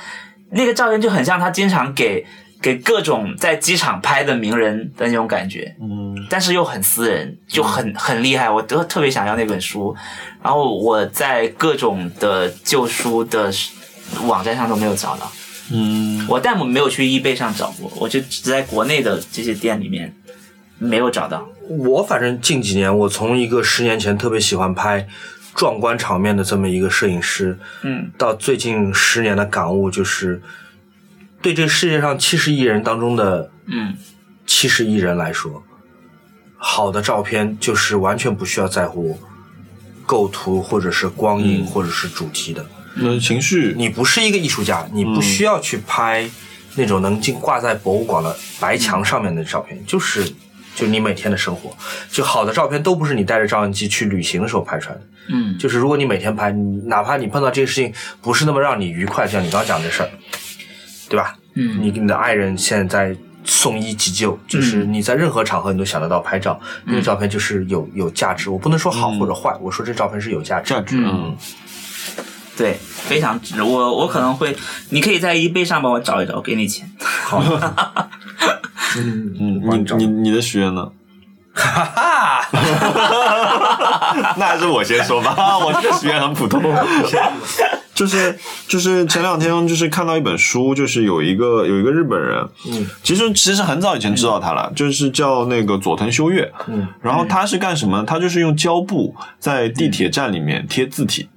那个照片就很像他经常给给各种在机场拍的名人的那种感觉，嗯，但是又很私人，就嗯很很厉害。我特特别想要那本书，然后我在各种的旧书的网站上都没有找到。嗯，我但我没有去易贝上找过，我就只在国内的这些店里面没有找到。嗯我反正近几年，我从一个十年前特别喜欢拍壮观场面的这么一个摄影师，嗯，到最近十年的感悟就是，对这世界上七十亿人当中的嗯七十亿人来说，好的照片就是完全不需要在乎构图或者是光影或者是主题的。那情绪，你不是一个艺术家，你不需要去拍那种能进挂在博物馆的白墙上面的照片，就是就你每天的生活，就好的照片都不是你带着照相机去旅行的时候拍出来的。嗯，就是如果你每天拍，你哪怕你碰到这个事情不是那么让你愉快，就像你刚刚讲的事儿，对吧？嗯你跟你的爱人现在在送医急救，就是你在任何场合你都想得到拍照，那个照片就是有有价值。我不能说好或者坏，我嗯说这照片是有价值的。价值，嗯对，非常值。我我可能会，你可以在易贝上帮我找一找，我给你钱。好， 嗯，你你你的许愿呢？哈哈， 那还是我先说 吧，我这个许愿很普通。 就是就是前两天就是看到一本书，就是有一个有一个日本人，嗯，其实其实很早以前知道他了，就是叫那个佐藤修月，嗯，然后他是干什么呢？他就是用胶布在地铁站里面贴字体，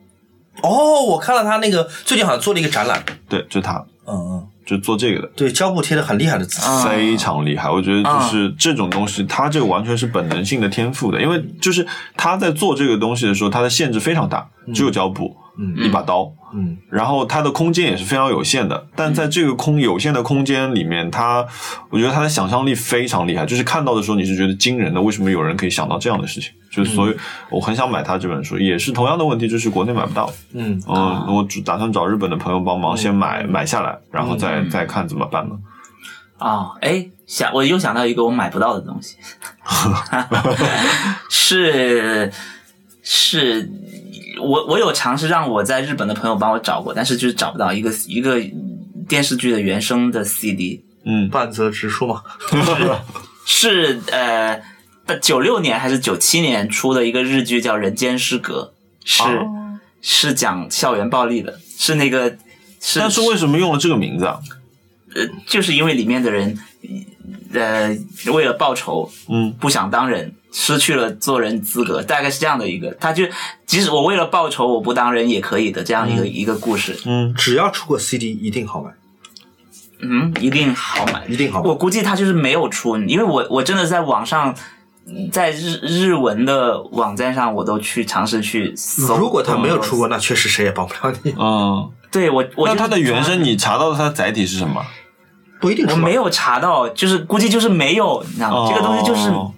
哦，我看了他那个最近好像做了一个展览，对，就他嗯嗯，啊就做这个的。对，胶布贴的很厉害的字，非常厉害，我觉得就是这种东西，他这个完全是本能性的天赋的，因为就是他在做这个东西的时候，他的限制非常大，只有胶布，一把刀，嗯，然后它的空间也是非常有限的，但在这个空有限的空间里面，它，我觉得它的想象力非常厉害，就是看到的时候你是觉得惊人的，为什么有人可以想到这样的事情？就是所以我很想买它这本书，也是同样的问题，就是国内买不到，嗯嗯，我只打算找日本的朋友帮忙先买买下来，然后再再看怎么办呢？啊，哎，想我又想到一个我买不到的东西， 是是，我我有尝试让我在日本的朋友帮我找过，但是就是找不到一个一个电视剧的原声的 CD，嗯，半泽直树嘛，是呃九六年还是九七年出的一个日剧叫《人间失格》，是、是讲校园暴力的，是那个是但是为什么用了这个名字啊？呃，就是因为里面的人，呃，为了报仇，嗯，不想当人，失去了做人资格，大概是这样的一个。他就即使我为了报仇，我不当人也可以的这样一个、一个故事，嗯，只要出个 CD 一定好买，嗯，一定好买，一定好买我估计他就是没有出，因为我我真的在网上。在日日文的网站上，我都去尝试去搜。如果他没有出过，那确实谁也帮不了你，嗯，对我，我就那是它的原声你查到的它的载体是什么？ 不一定我出吧。没有查到，就是估计就是没有，你知道吗？这个东西就是哦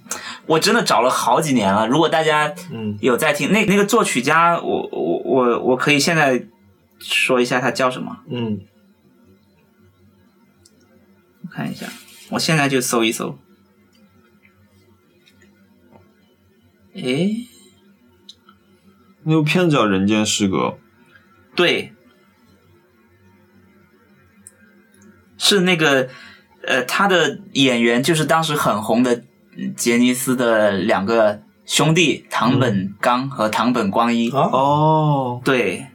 我真的找了好几年了。如果大家嗯有在听，那那个作曲家，我我我我可以现在说一下他叫什么？嗯，我看一下，我现在就搜一搜。诶，那部片子叫《人间失格》，对，是那个呃，他的演员就是当时很红的嗯杰尼斯的两个兄弟唐本刚和唐本光一。啊哦，对，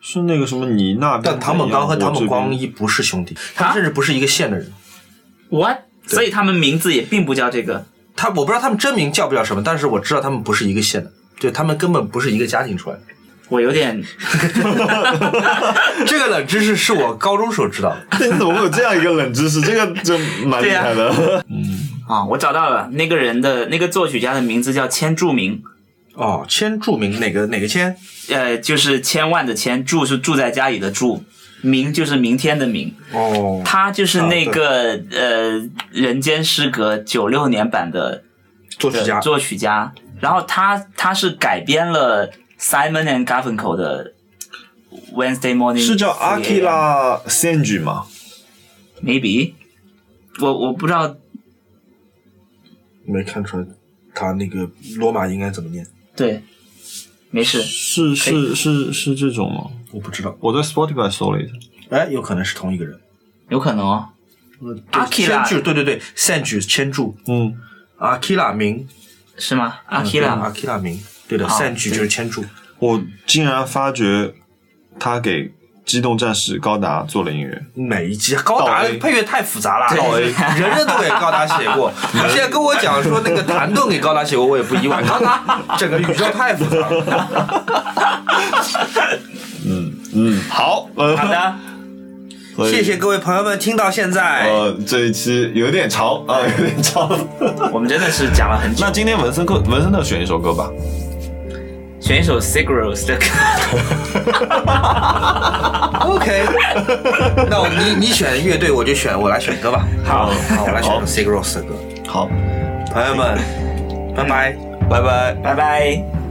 是那个什么妮娜，但唐本刚和唐本光 一样，一不是兄弟，他们甚至不是一个县的人。 what？所以他们名字也并不叫这个。他我不知道他们真名叫不叫什么，但是我知道他们不是一个县的，对他们根本不是一个家庭出来的。我有点，这个冷知识是我高中时候知道的。我这边你怎么会有这样一个冷 知识？这个就蛮厉害的。啊、我找到了那个人的那个作曲家的名字叫千住明，哦，签注明哪个哪个签？呃，就是千万的千，住是住在家里的住，明就是明天的明。哦，他就是那个、呃《人间失格》九六年版的作曲家。作曲家，然后他他是改编了 Simon and Garfunkel 的 Wednesday Morning，是叫3 AM Akira Senju 吗？ Maybe，我我不知道没看出来他那个罗马应该怎么念，对，没事。是是是是这种吗？我不知道。我在 Spotify 搜了一下，哎，有可能是同一个人。呃有可能哦。对 Akira 千住，对对对，善举千住嗯， ，Akira 明是吗嗯？Akira，对，Akira 明，对的，好善举就是千住。我竟然发觉他给《机动战士高达》做了音乐。每一集高达倒 A 配乐太复杂了，倒 A 人人都给高达写过。你现在跟我讲说那个谭盾给高达写过，我也不意外。高达整个宇宙太复杂了。嗯，好，呃，好的， 所以谢谢。各位朋友们，听到现在，呃，这一期有点长啊，有点长。我们真的是讲了很久那。今天文森克文森特选一首歌吧。选一首 Sigros 的歌， OK，那我你你选乐队，我就选我来选歌吧。好，好，我来选 Sig Rose 的歌。好。朋友们，拜拜。拜拜。